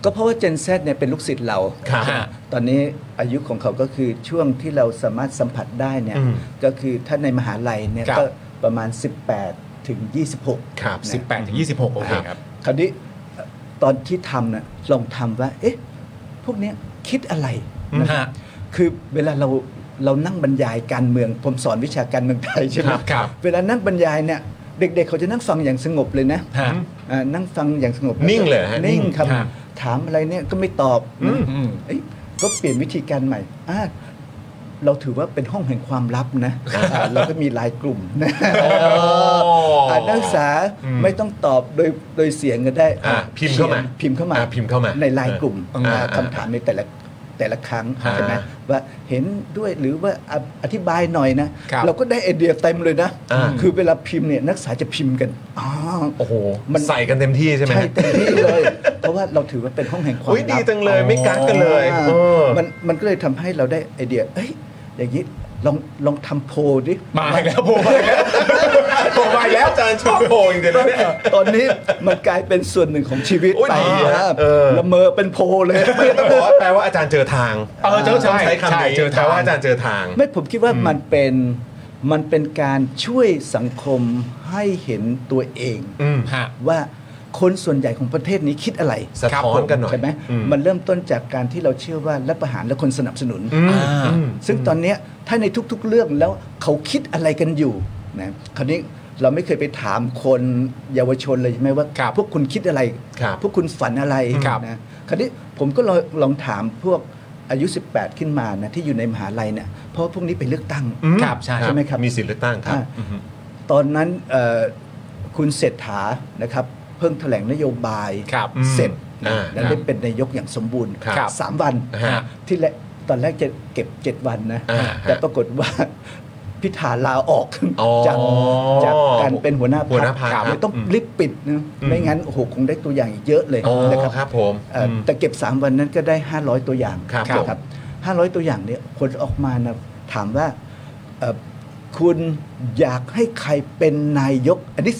E: ก็เพราะว่าเจน Z เนี่ยเป็นลูกศิษย์เรา
B: ครับ
E: ตอนนี้อายุของเขาก็คือช่วงที่เราสามารถสัมผัสได้เนี่ยก็คือถ้าในมหาลัยเนี่ย
C: ครับ
E: ก็ประมาณ 18 ถึง 26
B: ครับ
E: นะ
C: 18ถึง26โอเคครับ
E: คราวนี้เอ่อตอนที่ทำน่ะลองทำว่า เอ๊ะ พวกเนี้ยคิดอะไรนะ
C: ฮะ
E: คือเวลาเราเรานั่งบรรยายการเมือง ผมสอนวิชาการเมืองไทยใช่ไหม
C: ครับครับ
E: เวลานั่งบรรยายเนี่ย เด็ก ๆ เขาจะนั่งฟังอย่างสงบเลยนะ
C: ฮะ
E: อ่านั่งฟังอย่างสงบ
B: นิ่งเลยฮะนิ่
E: นิ่
B: ง
E: งครับ
C: ครับ
E: ถามอะไรเนี่ยก็ไม่ตอบ
B: อืม
C: อืม
E: เอ้ยก็เปลี่ยนวิธีการใหม่อ่าเราถือว่าเป็นห้องแห่งความลับนะอ่าเราก็มีหลายกลุ่มนะ อ่านนักศึกษา
B: อืม
E: ไม่ต้องตอบโดยโดยเสียงก็ได้
B: อ่ะพิมพ์เข้ามา
E: สียงพิมพ์เข้ามา
B: อ่ะพิมพ์เข้ามา
E: ในไลน์กลุ่ม
B: เอออ่ะ
E: อ่ะคำถามในแต่ละแต่ละครั้ง
B: อ่า
E: ใช่ไหมว่าเห็นด้วยหรือว่าออธิบายหน่อยนะ
C: ครับ
E: เราก็ได้ไอเดียเต็มเลยนะ
B: อ่า
E: คือเวลาพิมพ์เนี่ยนักศึกษาจะพิมพ์กันอ๋อ
B: โอ้โห
E: มัน
B: ใส่กันเต็มที่ใช่ไหม
E: ใช่เต็มที่เลย เพราะว่าเราถือว่าเป็นห้องแห่งความ
B: อุ้ยดี
E: ลับ
B: จังเลยไม่กักกันเลย
E: อ่า
B: เออ
E: มันมันก็เลยทำให้เราได้ไอเดีย เอ้ย อย่างนี้ลองลองทำโพลดิ
C: มาอีกแล้วโผล่มาอีกแล้วโผล่มาอีกแล้ว
B: อาจารย์ชอบโพลจริงๆนะเนี่ย
E: ตอนนี้มันกลายเป็นส่วนหนึ่งของชีวิต
B: โอ้ย
E: ไป
B: ดีนะ
E: นะ
B: เออ
E: ละเมอเป็นโพลเลย
B: ไม่ต้องบอกว่าแปลว่าอาจารย์เจอทาง
C: เออเจอ
B: ต้
C: ใช่
B: องใช้คำ
C: ใช่
B: นี้
C: เจอ
B: แปล
C: ทาง
B: ว่าอาจารย์เจอทาง
E: ไม่ผมคิดว่ามันเป็นมันเป็นการช่วยสังคมให้เห็นตัวเอง
B: อืม
C: ฮะ
E: ว่าคนส่วนใหญ่ของประเทศนี้คิดอะไร
B: สะท้อนกันหน่อย
E: ใช่ไหม
B: อืม
E: มันเริ่มต้นจากการที่เราเชื่อว่ารัฐประหารและคนสนับสนุน
B: อืม
C: อ่า
B: อืม
E: ซึ่งตอนเนี้ยถ้าในทุกๆเรื่องแล้วเขาคิดอะไรกันอยู่นะคราวนี้เราไม่เคยไปถามคนเยาวชนเลยใช่ไหมว่า
C: ครับ
E: พวกคุณคิดอะไร
B: ครับ
E: พวกคุณฝันอะไร
C: ครับ
E: นะคราวนี้ผมก็ลองลองถามพวกอายุ 18 ขึ้นมานะที่อยู่ในมหาลัยเนี่ยเพราะพวกนี้ไปเลือกตั้ง
B: อืม
C: ครับใช่
E: ใช่ไหมครับ
B: มีสิทธิ์เลือกตั้งครับ
E: อ่า ตอนนั้นเอ่อคุณเศรษฐานะครับเพิ่งแถลงนโยบาย
C: ครับ
E: เสร็จ
B: อ่า
E: นะและได้เป็นนายกอย่างสมบูรณ์
B: ครับ
E: สามวัน
B: ฮะ
E: ที่แรกตอนแรกจะเก็บเจ็ดวันนะ
B: อ่าฮะ
E: แต่ปรากฏว่า พิธาลาออก
B: อ๋อ
E: จากจากการเป็นหัวหน้าพ
B: หัวหน้าพรรค
E: ค
B: ครั
E: รับบไม่ต้อง
B: อืม
E: รีบปิดนะ
B: อืม
E: ไม่งั้นโอ้โหคงได้ตัวอย่างอีกเยอะเลย
B: อ๋อ
E: นะครับ
B: ครับผม
E: เอ่ออ
B: ม
E: แต่เก็บ 3 วันนั้นก็ได้ 500 ตัวอย่าง
B: ครับผม
E: 500 ตัวอย่างเนี่ยผลออกมานะถามว่าเอ่อคุณอยากให้ใครเป็นนายก อันนี้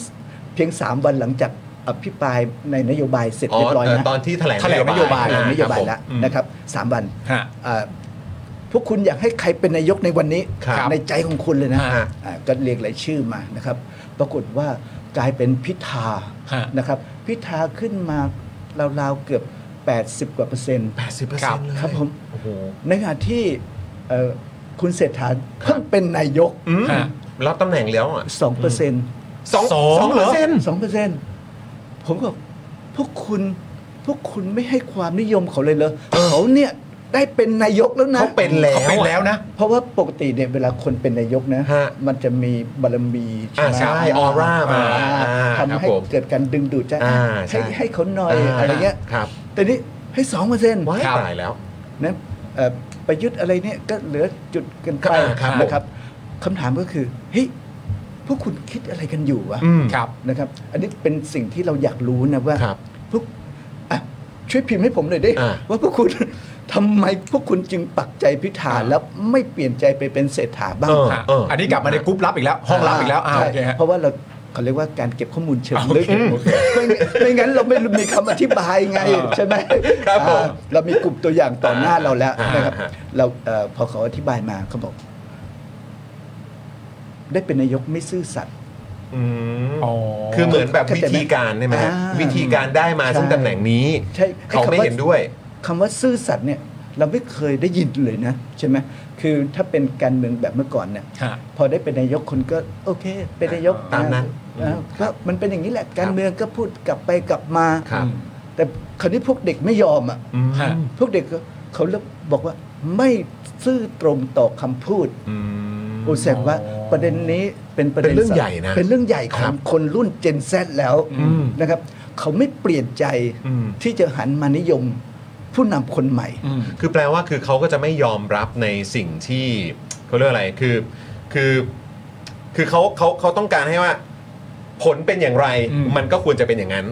E: เพียง 3 วันหลังจากอภิปรายในนโยบายเสร็จเรียบร้อย
B: เอ่อ
E: นะ
B: ตอนที่แถลง
C: แถลงนโยบาย
E: แถลงนโยบาย
B: ค
E: แล้
B: รั
E: ว
B: ผม
E: นะครับสามวัน
C: ฮะ
E: เอ่อพวกคุณอยากให้ใครเป็นนายกในวันนี้
B: ครับ
E: ในใจของคุณเลยนะ
C: ฮะ
E: อ่าก็เรียกรายชื่อมานะครับ ปรากฏว่ากลายเป็นพิธา
C: ฮะ
E: นะครับ พิธาขึ้นมาราวๆเกือบ 80 กว่าเปอร์เซ็นต์
B: แปดสิบเปอร์
C: ครั
B: เซ็น
C: บ
B: ต์เลย
E: ครับผม
B: โอ้โห
E: ในขณะที่เอ่อคุณเศรษฐาเพิ่งเป็นนายก
B: อืม
C: ฮะ
B: รับตำแหน่งแล้วอ่ะ
E: 2 เปอร์เซ็นต์
B: สอง
C: สองเหรอ
E: สองเปอร์เซ็นต์ผมก็บอกพวกคุณพวกคุณไม่ให้ความนิยมเขาเลยเหรอเขาเนี่ยได้เป็นนายกแล้วนะ
B: เขาเป็นแล้ว
C: เขาเป็นแล้วนะ
E: เพราะว่าปกติเนี่ยเวลาคนเป็นนายกนะ
B: ฮะ
E: มันจะมีบารมี
B: อ่าใช่ออร่ามา
E: อ่
B: อ่า
E: ทำ
B: ค
E: ให้
B: รับผม
E: เกิดการดึงดูดใจ
B: อ่าใช่
E: ให้ให้เขาหน่อยอะไรเงี้ย
B: ครับ
E: แต่นี่ให้สองเปอร์เซ็นต์
B: ว้าย
C: ครับ
B: ตายแล้ว
E: นะเอ่อประยุทธ์อะไรเนี่ยก็เหลือจุดกันไป
B: อ่าครับ
E: นะครับคำถามก็คือเฮ้ยพวกคุณคิดอะไรกันอยู่วะ
B: อืม
C: ครับ
E: นะครับ อันนี้เป็นสิ่งที่เราอยากรู้นะว่า
B: ครับ
E: พวกอ่ะช่วยพิมพ์ให้ผมหน่อยได้
B: อ่า
E: ว่าพวกคุณ ทำไมพวกคุณจึงปักใจพิธาแล้วไม่เปลี่ยนใจไปเป็นเศรษฐาบ้าง
B: เออ
C: ฮะ
B: เอออั
C: อันนี้กลับมาในกรุ๊ปลับอีกแล้ว ห้องลับอีกแล้วอ่า
E: ใช่
C: โอเคฮะ
E: เพราะว่าเราเขาเรียกว่าการเก็บข้อมูลเชิงลึก
C: โอเคโอเค
E: ไม่ไม่งั้นเราไม่มีคำอธิบายไง ใช่ไหม
B: ครับผม
E: อ่าเรามีกลุ่มตัวอย่างต่อหน้าเราแล้ว
B: อ่าน
E: นะครับ
B: ฮะ
E: เราเอ่อพอเขาอธิบายมาเขาบอก ได้เป็นนายกไม่ซื่อสัตย์
B: อืมคือเหมือนแบบวิธีการใช่ไหมฮะ
E: อ่า
B: วิธีการได้มาซึ่ง
E: ใช่
B: ตำแหน่งนี้
E: ใช่อ้
B: เขาไม่
E: คำ
B: เห็นด้วย
E: คำว่าซื่อสัตย์เนี่ย เราไม่เคยได้ยินเลยนะ ใช่ไหมคือถ้าเป็นการเมืองแบบเมื่อก่อนเนี่ย
C: ฮะ
E: พอได้เป็นนายกคนก็โอเค เป็นนายก
B: ตามนั้น
E: อ่าก็มันเป็นอย่างนี้แหละ การเมืองก็พูดกลับไปกลับมา
B: ครับ
E: แต่คราวนี้พวกเด็กไม่ยอมอ่ะ
B: อืม
C: ฮะ
E: พวกเด็กก็เขาเริ่มบอกว่าไม่ซื่อตรงต่อคำพูด
B: อืม
E: โอแสดงว่าประเด็นนี้เป็นประเด็น
B: เป็นเรื่อง
E: สำ
B: ใหญ่นะ
E: เป็นเรื่องใหญ่ข
B: ค
E: อ
B: รั
E: ง
B: บ
E: คนรุ่น Gen Z แล้ว
B: อืม
E: นะครับ เขาไม่เปลี่ยนใจ
B: อืม
E: ที่จะหันมานิยมผู้นำคนใหม่
C: อืม
B: คือแปลว่าคือเขาก็จะไม่ยอมรับในสิ่งที่เขาเรียกอะไรคือคือคือเขาเขาเขาต้องการให้ว่า ผลเป็นอย่างไร
C: อืม
B: มันก็ควรจะเป็นอย่างนั้น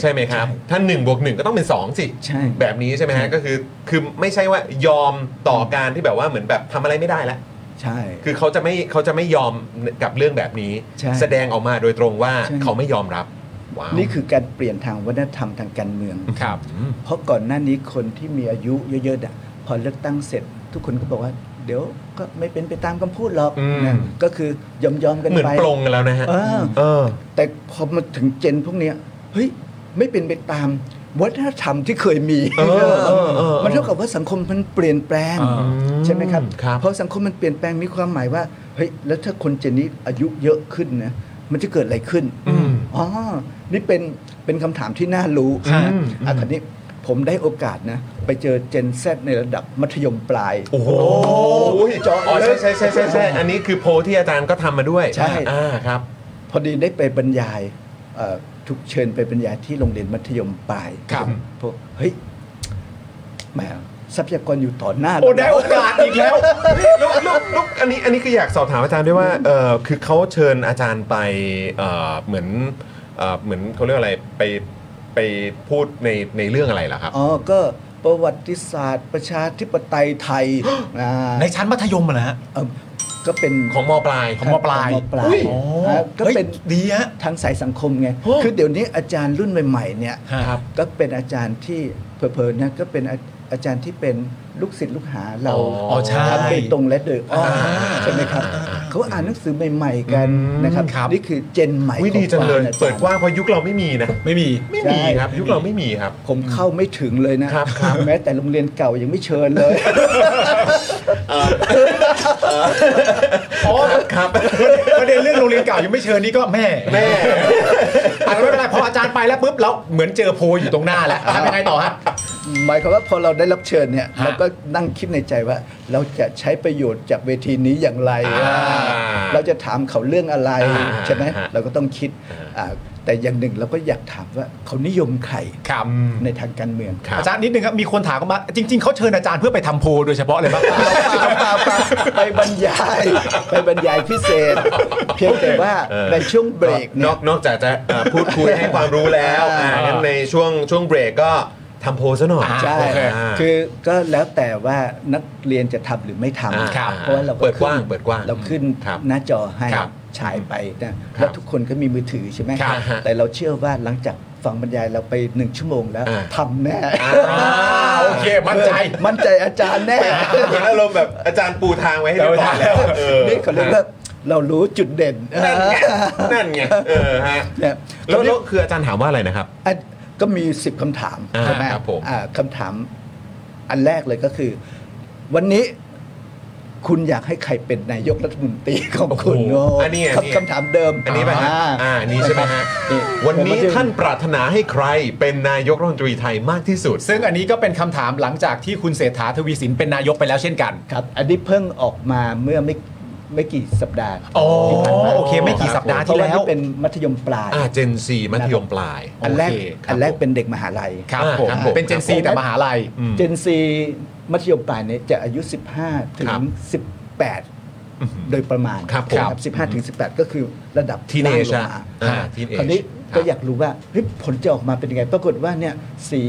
E: ใช่
B: ไหมครับ
E: ใช่
B: ถ้า1นบวกหก็ต้องเป็น2สิ
E: ใช่
B: แบบนี้ใช่ไหมฮะก็คือคือไม่ใช่ว่ายอมต่อการที่แบบว่าเหมือนแบบทำอะไรไม่ได้แล้ว
E: ใช่
B: คือเขาจะไม่เขาจะไม่ยอมกับเรื่องแบบนี้
E: ใช่
B: แสดงออกมาโดยตรงว่า
E: ใช่
B: เขาไม่ยอมรับ ว้าว
E: นี่คือการเปลี่ยนทางวัฒนธรรมทางการเมือง
C: ครับ
E: เพราะก่อนหน้านี้คนที่มีอายุเยอะๆอะพอเลือกตั้งเสร็จ ทุกคนก็บอกว่า เดี๋ยวก็ไม่เป็นไปตามคำพูดหรอก
B: อืม
E: นะก็คือยอมยอมๆกัน
B: เหมือน
E: ไป
B: ปรงกันแล้วนะฮะ
E: เออ
B: เออ
E: แต่พอมาถึงเจนพวกเนี้ยเฮ้ย ไม่เป็นไปตามวัฒนธรรมที่เคยมี
B: เออเออเออ
E: มันเท่ากับว่าสังคมมันเปลี่ยนแปลง
C: อืม
E: ใช่ไหมครับ
B: ครับ
E: เพราะสังคมมันเปลี่ยนแปลงมีความหมายว่าเฮ้ยแล้วถ้าคนเจนนี้อายุเยอะขึ้นนะมันจะเกิดอะไรขึ้นอ๋อนี่เป็นเป็นคำถามที่น่ารู้นะอ่ะคันนี้ผมได้โอกาสนะ ไปเจอเจนแซในระดับมัธยมปลาย
B: โอ้โห
E: เจาะ
B: อ๋อ
E: ลึ
B: ใช่
E: ก
B: ใช่ใช่ใช่ใช่อันนี้คือโพลที่อาจารย์ก็ทำมาด้วย
E: ใช่
B: อ่าครับ
E: พอดีได้ไปบรรยายเอ่อถูกเชิญไปบรรยายที่โรงเรียนมัธยมปลาย
C: ครับ
E: พวกเฮ้ยแหมทรัพยากรอยู่ต่อหน้า
C: โอ้ได้โอกาสอีกแล้ว
B: ลูกลูกลูกอันนี้อันนี้คืออยากสอบถามอาจารย์ด้วยว่าเออคือเขาเชิญอาจารย์ไปเออเหมือนเออเหมือนเขาเรียกอะไรไปไปพูดในในเรื่องอะไรล่ะครับ
E: อ๋อก็ประวัติศาสตร์ ประชาธิปไตยไทยอ่า
D: ในชั้นมัธยมเหรอฮะ
E: เอิ่มก็เป็น
B: ของมปลาย
D: ของมปลาย
E: ของมปลาย
D: อ๋อ
E: อ่าก็
D: ฮ้ย
E: เป็น
D: ดีฮะ
E: ทางสายสังคมไง คือเดี๋ยวนี้อาจารย์รุ่นใหม่ๆเนี่ย
D: ครับ
E: ก็เป็นอาจารย์ที่เผลอๆนะก็เป็นอาอาจารย์ที่เป็นลูกศิษย์ลูกหาเรา
D: อ๋อใช่
E: ครับโดยตรงและโดยอ้อม
D: อ่า
E: ใช่ไหมครับ เขาอ่านหนังสือใหม่ ๆ กันนะครับ
D: ครับ
E: นี่คือเจนใหม่
B: วิดี
E: ของ
B: จังเลย
E: ควมอจร
B: เปิดกว้างเพราะยุคเราไม่มีนะ
D: ไม่มี
B: ไม่มีครับ
E: ใช่
B: ยุคเราไม่มีครับ
E: ผมเข้าไม่ถึงเลยนะครับ
B: ครับ
E: แม้แต่โรงเรียนเก่ายังไม่เชิญเลย
B: อ๋อครับ
C: ประเด็นเรื่องโรงเรียนเก่ายังไม่เชิญนี่ก็แม่แม่อาจจะไม่เป็นไรพออาจารย์ไปแล้วปุ๊บเราเหมือนเจอโพลอยู่ตรงหน้าแล้วทำยังไงต่อฮะ
E: หมายความว่าพอเราได้รับเชิญเนี่ย
C: ฮะ
E: เราก็นั่งคิดในใจว่า เราจะใช้ประโยชน์จากเวทีนี้อย่างไร
B: อ่า
E: เราจะถามเขาเรื่องอะไร
B: อ่า
E: ใช่ไหม
B: ฮะ
E: เราก็ต้องคิดอ่าแต่อย่างหนึ่งเราก็อยากถามว่าเขานิยมใคร
C: ครับ
E: ในทางการเมือง
B: ครับ
C: อาจารย์นิดนึงครับมีคนถามเข้ามา จริง ๆเขาเชิญอาจารย์เพื่อไปทำโพลโดยเฉพาะเลยปะ
E: เปล่าเปล่าเปล่าไปบรรยายไปบรรยายพิเศษ เพียงแต่ว่า
B: เออ
E: ในช่วงเบรก
B: นอ
E: เนี่
B: ย กนอกจากจะเอ่อพูดคุยให้ความรู้แล้วอ่างั้นในช่วงช่วงเบรกก็ทำโพลซะหน่อย
E: ใช่
B: โอเค
E: คือก็แล้วแต่ว่านักเรียนจะทำหรือไม่ทำ
B: อ่า
C: ครับ
E: เพราะว่าเรา
B: เปิดกว้างเปิดกว้าง
E: เราขึ้น
B: ครับ
E: หน้าจอให้
B: ครับ
E: ฉายไปนะแล้วทุกคนก็มีมือถือใช่ไหม
B: ครับฮะ
E: แต่เราเชื่อว่าหลังจากฟังบรรยายเราไปหนึ่งชั่วโมงแล้ว
B: อ่า
E: ทำแน่
C: อ่าโอเคมั่นใจ
E: มั่นใจอาจารย์แน่
B: เหมือนอารมณ์แบบอาจารย์ปูทางไว้ให้เรียบร้อยแล้วออ
E: นี่เขาเรียกว่าเรารู้จุดเด่น
B: นั่นไง นั่นไง เออฮะ
E: เนี่ย
B: แล้วแล้วคืออาจารย์ถามว่าอะไรนะครับ
E: อ่ะก็มี 10คำถาม
B: อ่า
E: ใช่ไหม
B: ครับผม
E: อ่าคำถามอันแรกเลยก็คือ วันนี้คุณอยากให้ใครเป็นนายกรัฐมนตรี ของคุณโอ้
B: อันนี้อันนี้
E: คำคำถามเดิม
B: อันนี้ป่ะฮะ
E: า
B: อ่าอันนี้ใช่ไหมฮะ
E: นี่
B: วันนี้ท่านปรารถนาให้ใครเป็นนายกรัฐมนตรีไทยมากที่สุด
C: ซึ่งอันนี้ก็เป็นคำถามหลังจากที่คุณเศรษฐาทวีสินเป็นนายกไปแล้วเช่นกัน
E: ครับ อันนี้เพิ่งออกมาเมื่อไม่ไม่กี่สัปดาห์
C: อ๋อ
E: ที่ผ่านมา
C: โอเคไม่กี่สัปดาห์ที่แล้ว
E: เพระนี่เป็นมัธยมปลาย
B: อ่าเจนซีมัธยมปลาย
E: อันแรก
C: โอเคครับ
E: อันแรกเป็นเด็กมหาลัย
C: ครับ
B: อ่า
C: ผม
B: ครับผม
C: เป็นเจนซีแต่มหาลัย
E: เจนซีมัธยมปลายเนี่ยจะอายุ 15 ถึง
B: ครับ
E: 18 โดยประมาณ
B: ครับผม
E: 15 ถึง 18 ก็คือระดับ
B: Teenage
E: ล่างลง
B: อะ
E: มา
B: อ่า Teenage
E: คราวนี้
B: ครับ
E: ก็อยากรู้ว่าเฮ้ยผลจะออกมาเป็นยังไง ปรากฏว่าเนี่ยสี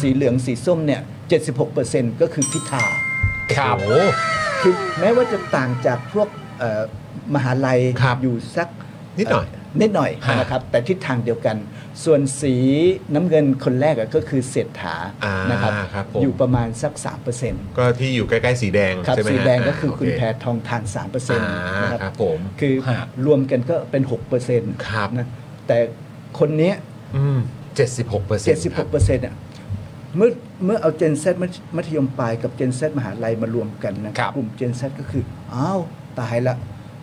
E: สีเหลืองสีส้มเนี่ย 76 ก็คือพิธา
C: ครับ
B: โอ้
E: คือแม้ว่าจะต่างจากพวกเอ่อมหาลัย
B: ครับ
E: อยู่สัก
B: นิดหน่อย
E: เนิดหน่อยนะครับแต่ทิศทางเดียวกัน ส่วนสีน้ำเงินคนแรกอะก็คือเศรษฐา
B: อ่า
E: นะครับ
B: ครับผม
E: อยู่ประมาณสัก 3%
B: ก็ที่อยู่ใกล้ๆสีแดง
E: ครับ
B: ใช่ไหม
E: สี
B: ฮะ
E: แดงก็คือคุณ
B: โเ
E: แพทองทาน3%
B: อ่า
E: นะครับ
B: ครับผม
E: คือ
C: ฮะ
E: รวมกันก็เป็น6%
B: ครับ
E: นะแต่คนเนี้ย
B: อืม76เปอร์เซ็นต์
E: 76เปอร์เซ็นต์อ่ะเมื่อเมื่อเอาเจน Z มัธมัธยมปลายกับเจน Z มหาลัยมารวมกันนะครับ กลุ่มเจน Z ก็คืออ้าวตายละ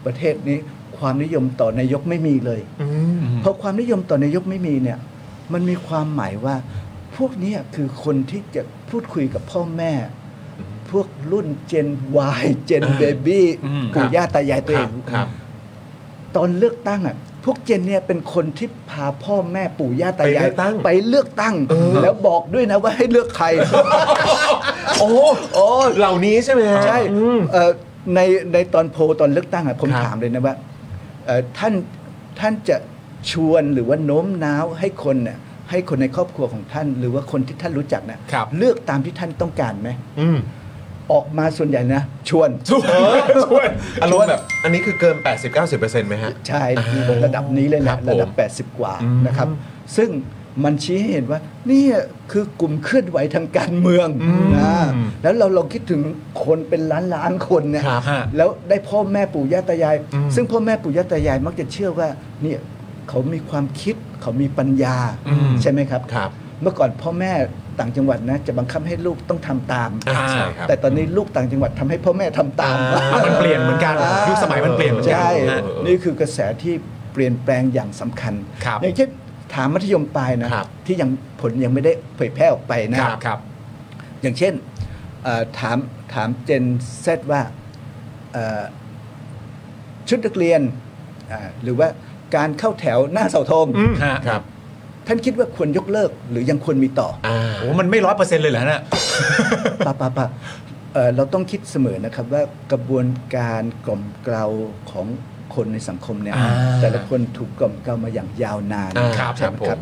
E: ประเทศนี้ความนิยมต่อนายกไม่มีเลย เพราะความนิยมต่อนายกไม่มีเนี่ย มันมีความหมายว่า พวกเนี้คือคนที่จะพูดคุยกับพ่อแม่ พวกรุ่นเจน Y เจ นเบบี้ปู่ย่าตายายตัวเอง
B: ครับ
E: ตอนเลือกตั้งอ่ะพวกเจนเนี่ยเป็นคนที่พาพ่อแม่ปู่ย่าตายา
B: ไปเลือ
E: ย
B: กตั้ง
E: ไปเลือกตั้ง แล้วบอกด้วยนะว่าให้เลือกใคร
B: โอ้
E: โอ้
B: เหล่านี้ใช่ไหมฮะ
E: ใช่เอ่อในในตอนโพลตอนเลือกตั้งอ่ะผม
B: ครับ
E: ถามเลยนะว่าเอ่อท่านท่านจะชวนหรือว่าโน้มน้าวให้คนน่ะให้คนในครอบครัวของท่าน หรือว่าคนที่ท่านรู้จักน่ะ
C: ครับ
E: เลือกตามที่ท่านต้องการไหม
B: อืม
E: ออกมาส่วนใหญ่นะ ชวน
B: อารมณ์แบบ อันนี้คือเกิน 80-90%ไหมฮะ
E: ใช่ระดับนี้เลย
B: ครั
E: นะ
B: บผม
E: ระดับ 80 กว่านะครับ ซึ่งมันชี้ให้เห็นว่านี่คือกลุ่มเคลื่อนไหวทางการเมืองนะแล้วเราลองคิดถึงคนเป็นล้านล้านๆคนเนี่ย
B: ครับฮะ
E: แล้วได้พ่อแม่ปู่ย่าตายาย ซึ่งพ่อแม่ปู่ย่าตายายมักจะเชื่อว่าเนี่ยเขามีความคิดเขามีปัญญา
B: อืม
E: ใช่ไหมครับ
B: ครับ
E: เมื่อก่อนพ่อแม่ต่างจังหวัดนะจะบังคับให้ลูกต้องทำตาม
B: อ่าใช่ครับ
E: แต่ตอนนี้ลูกต่างจังหวัดทำให้พ่อแม่ทำตาม
D: อ่ะมันเปลี่ยนเหมือนกัน
E: อ่ายุ
D: ยุคสมัยมันเปลี่ยนเหมือนกั
E: ใช่
D: ฮะ
E: นี่คือกระแสที่เปลี่ยนแปลงอย่างสำคัญ
D: ครับ
E: อย่างเช่นถามมัธยมปลายนะครับ ที่ยังผลยังไม่ได้เผยแพร่ออกไปนะครับ
D: ครับ
E: อย่างเช่นเอ่อถามถามเจนเซว่าเอ่อชุดนักเรียนอ่าหรือว่าการเข้าแถวหน้าเสาธง
D: ฮะ
B: ครับ
E: ท่านคิดว่าควรยกเลิกหรือยังควรมีต่อ
B: อ่า
D: โอ้มันไม่ร้อยเปอร์เซ็นต์เลยเหรอฮะเนี่ย
E: ปะปะปะเอ่อเราต้องคิดเสมอนะครับว่ากระบวนการกล่อมเกลาของคนในสังคมเนี่ย
D: อ่า
E: แต่ละคนถูกกล่อมเกลามาอย่างยาวนาน
B: อ่าครับ
E: ใช่ไหม
B: ครับ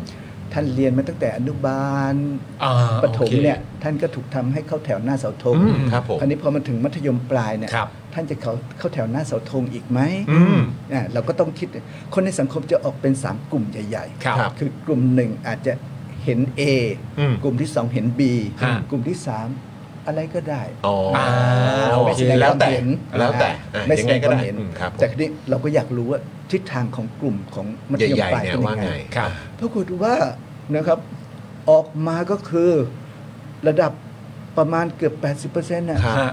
B: ผม
E: ท่านเรียนมาตั้งแต่อนุบาล
D: อ่า
E: ประถ
D: โอ
E: ม
D: เค
E: เนี่ยท่านก็ถูกทำให้เข้าแถวหน้าเสาธง
B: อืมครับผม
E: อันนี้พอมาถึงมัธยมปลายเนี่ย
D: ครับ
E: ท่านจะเขาเข้าแถวหน้าเสาธงอีกไหม
B: อืม
E: อ่าเราก็ต้องคิดคนในสังคมจะออกเป็น 3 กลุ่มใหญ่ ๆ
B: ครับ
E: คือกลุ่มหนึ่งอาจจะเห็น A
B: อืม
E: กลุ่มที่สองเห็น B
D: ฮะ
E: กลุ่มที่สามอะไรก็ได้
B: อ๋ออา โอเคแล้วแต่แล้วแต่อ่ะ
E: ไม่
B: ยั
E: แส
B: ง
E: ด
B: ไง
E: ง
B: ก็
E: ความ
B: ได้
E: เห็น
B: อืมครับผม
E: แต่ทีนี้เราก็อยากรู้ว่าทิศทางของกลุ่มของมัธยม
B: ใหญ่ๆ
E: ปลาย
B: เนี่ย
E: เป็น
B: ว่า
E: ยัง
B: ไง
E: ไง
D: ครับ
E: ปรากฏว่านะครับออกมาก็คือระดับประมาณเกือบ 80%นะครับ
D: ฮะ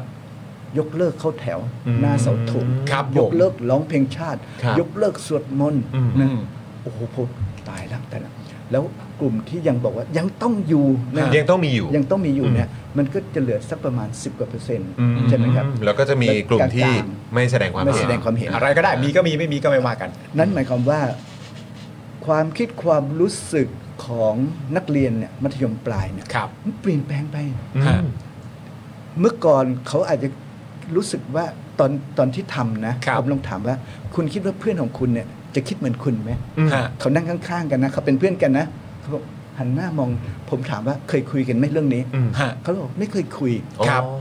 E: ยกเลิกเข้าแถวหน้าเสาธง
D: ครับผม
E: ยกเลิกร้องเพลงชาติ
B: ครับ
E: ยกเลิกสวดมนต์
B: อืม
D: อืม
E: โอ้โหผมตายแล้วแต่ละแล้วกลุ่มที่ยังบอกว่ายังต้องอยู่นะ
B: ยังต้องมีอยู่
E: ยังต้องมีอยู่เนี่ยมันก็จะเหลือสักประมาณ 10กว่าเปอร์เซ็นต์
B: อืม
E: ใช่ไหมครับ
B: แล้วก็จะมีกลุ่มที่ไม่แสดงความ
E: ไม่
B: เห็น
E: แสดงความเห็น
D: อะไรก็ได้มีก็มีไม่มีก็ไม่ว่ากัน
E: นั่นหมายความว่า ความคิดความรู้สึกของนักเรียนเนี่ยมัธยมปลายเนี่ย
D: ครับ
E: มันเปลี่ยนแปลงไป
D: ฮะ
E: เมื่อก่อนเขาอาจจะรู้สึกว่าตอนตอนที่ทำนะครับ ผมลองถามว่า คุณคิดว่าเพื่อนของคุณเนี่ยจะคิดเหมือนคุณไหม
D: ฮะ
E: เขานั่งข้างๆกันนะเขาเป็นเพื่อนกันนะเขาบอกหันหน้ามองผมถามว่าเคยคุยกันไหมเรื่องนี้
B: อืม
D: ฮะ
E: เขาบอกไม่เคยคุย
D: ครับ
B: อ๋อ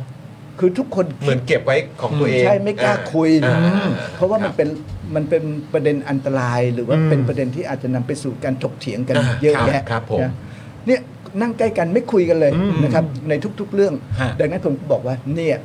E: คือทุกคน
B: เหมือนเก็บไว้ของตัวเอง
E: ใช่ไม่กล้า
B: อ่
E: คุย
B: อ่า
E: เพราะว่ามัน
B: คบ
E: เป็นมันเป็นประเด็นอันตรายหรือว่า
B: อืม
E: เป็นประเด็นที่อาจจะนำไปสู่การถกเถียงกัน
B: อ่า
E: เยอะ
B: ครับ
E: แยะ
B: ครับผม
E: นะเนี่ยนั่งใกล้กันไม่คุยกันเลย
B: อืม
E: นะครับ ในทุกๆเรื่อง
D: ฮะ
E: ดังนั้นผมบอกว่าเนี่ย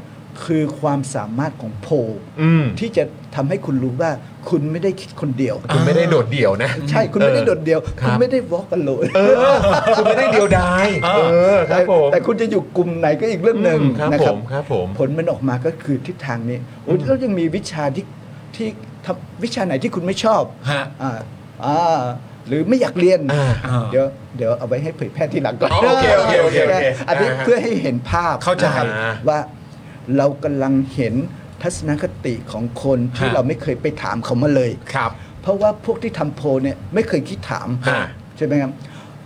E: คือความสามารถของโพล
B: อืม
E: ที่จะทำให้คุณรู้ว่าคุณไม่ได้คิดคนเดียว
B: คุณไม่ได้โดดเดี่ยวนะ
E: ใช่คุณไม่ได้โดดเดียว
B: ครับ
E: คุณไม่ได้วอล์กกันเลย
B: เออคุณไม่ได้เดียวดายเออครับผม
E: แต่คุณจะอยู่กลุ่มไหนก็อีกเรื่องหนึ่ง
B: อืมครับ
E: นะ
B: ผ
E: ครับ
B: มครับผม
E: ผลมันออกมาก็คือทิศทางนี้โอ้ยแล้วยังมีวิชาที่ที่ทำวิชาไหนที่คุณไม่ชอบ
D: ฮะ
E: อ่าอ่าหรือไม่อยากเรียน
B: อ่า
D: อ่า
E: เดี๋ยวเดี๋ยวเอาไว้ให้เผยแพร่ทีหลังก่อน
B: อ๋อโอเคโอเคโอเคโอเค
E: อันนี้
B: อ่าฮะ
E: เพื่อให้เห็นภาพ
D: เข้าใจ
E: นะครับ
B: อ่า
E: ว่าเรากำลังเห็นทัศนคติของคนที่
D: ฮะ
E: เราไม่เคยไปถามเขามาเลย
D: ครับ
E: เพราะว่าพวกที่ทำโพลเนี่ยไม่เคยคิดถาม
B: ฮะ
E: ใช่ไหมครับ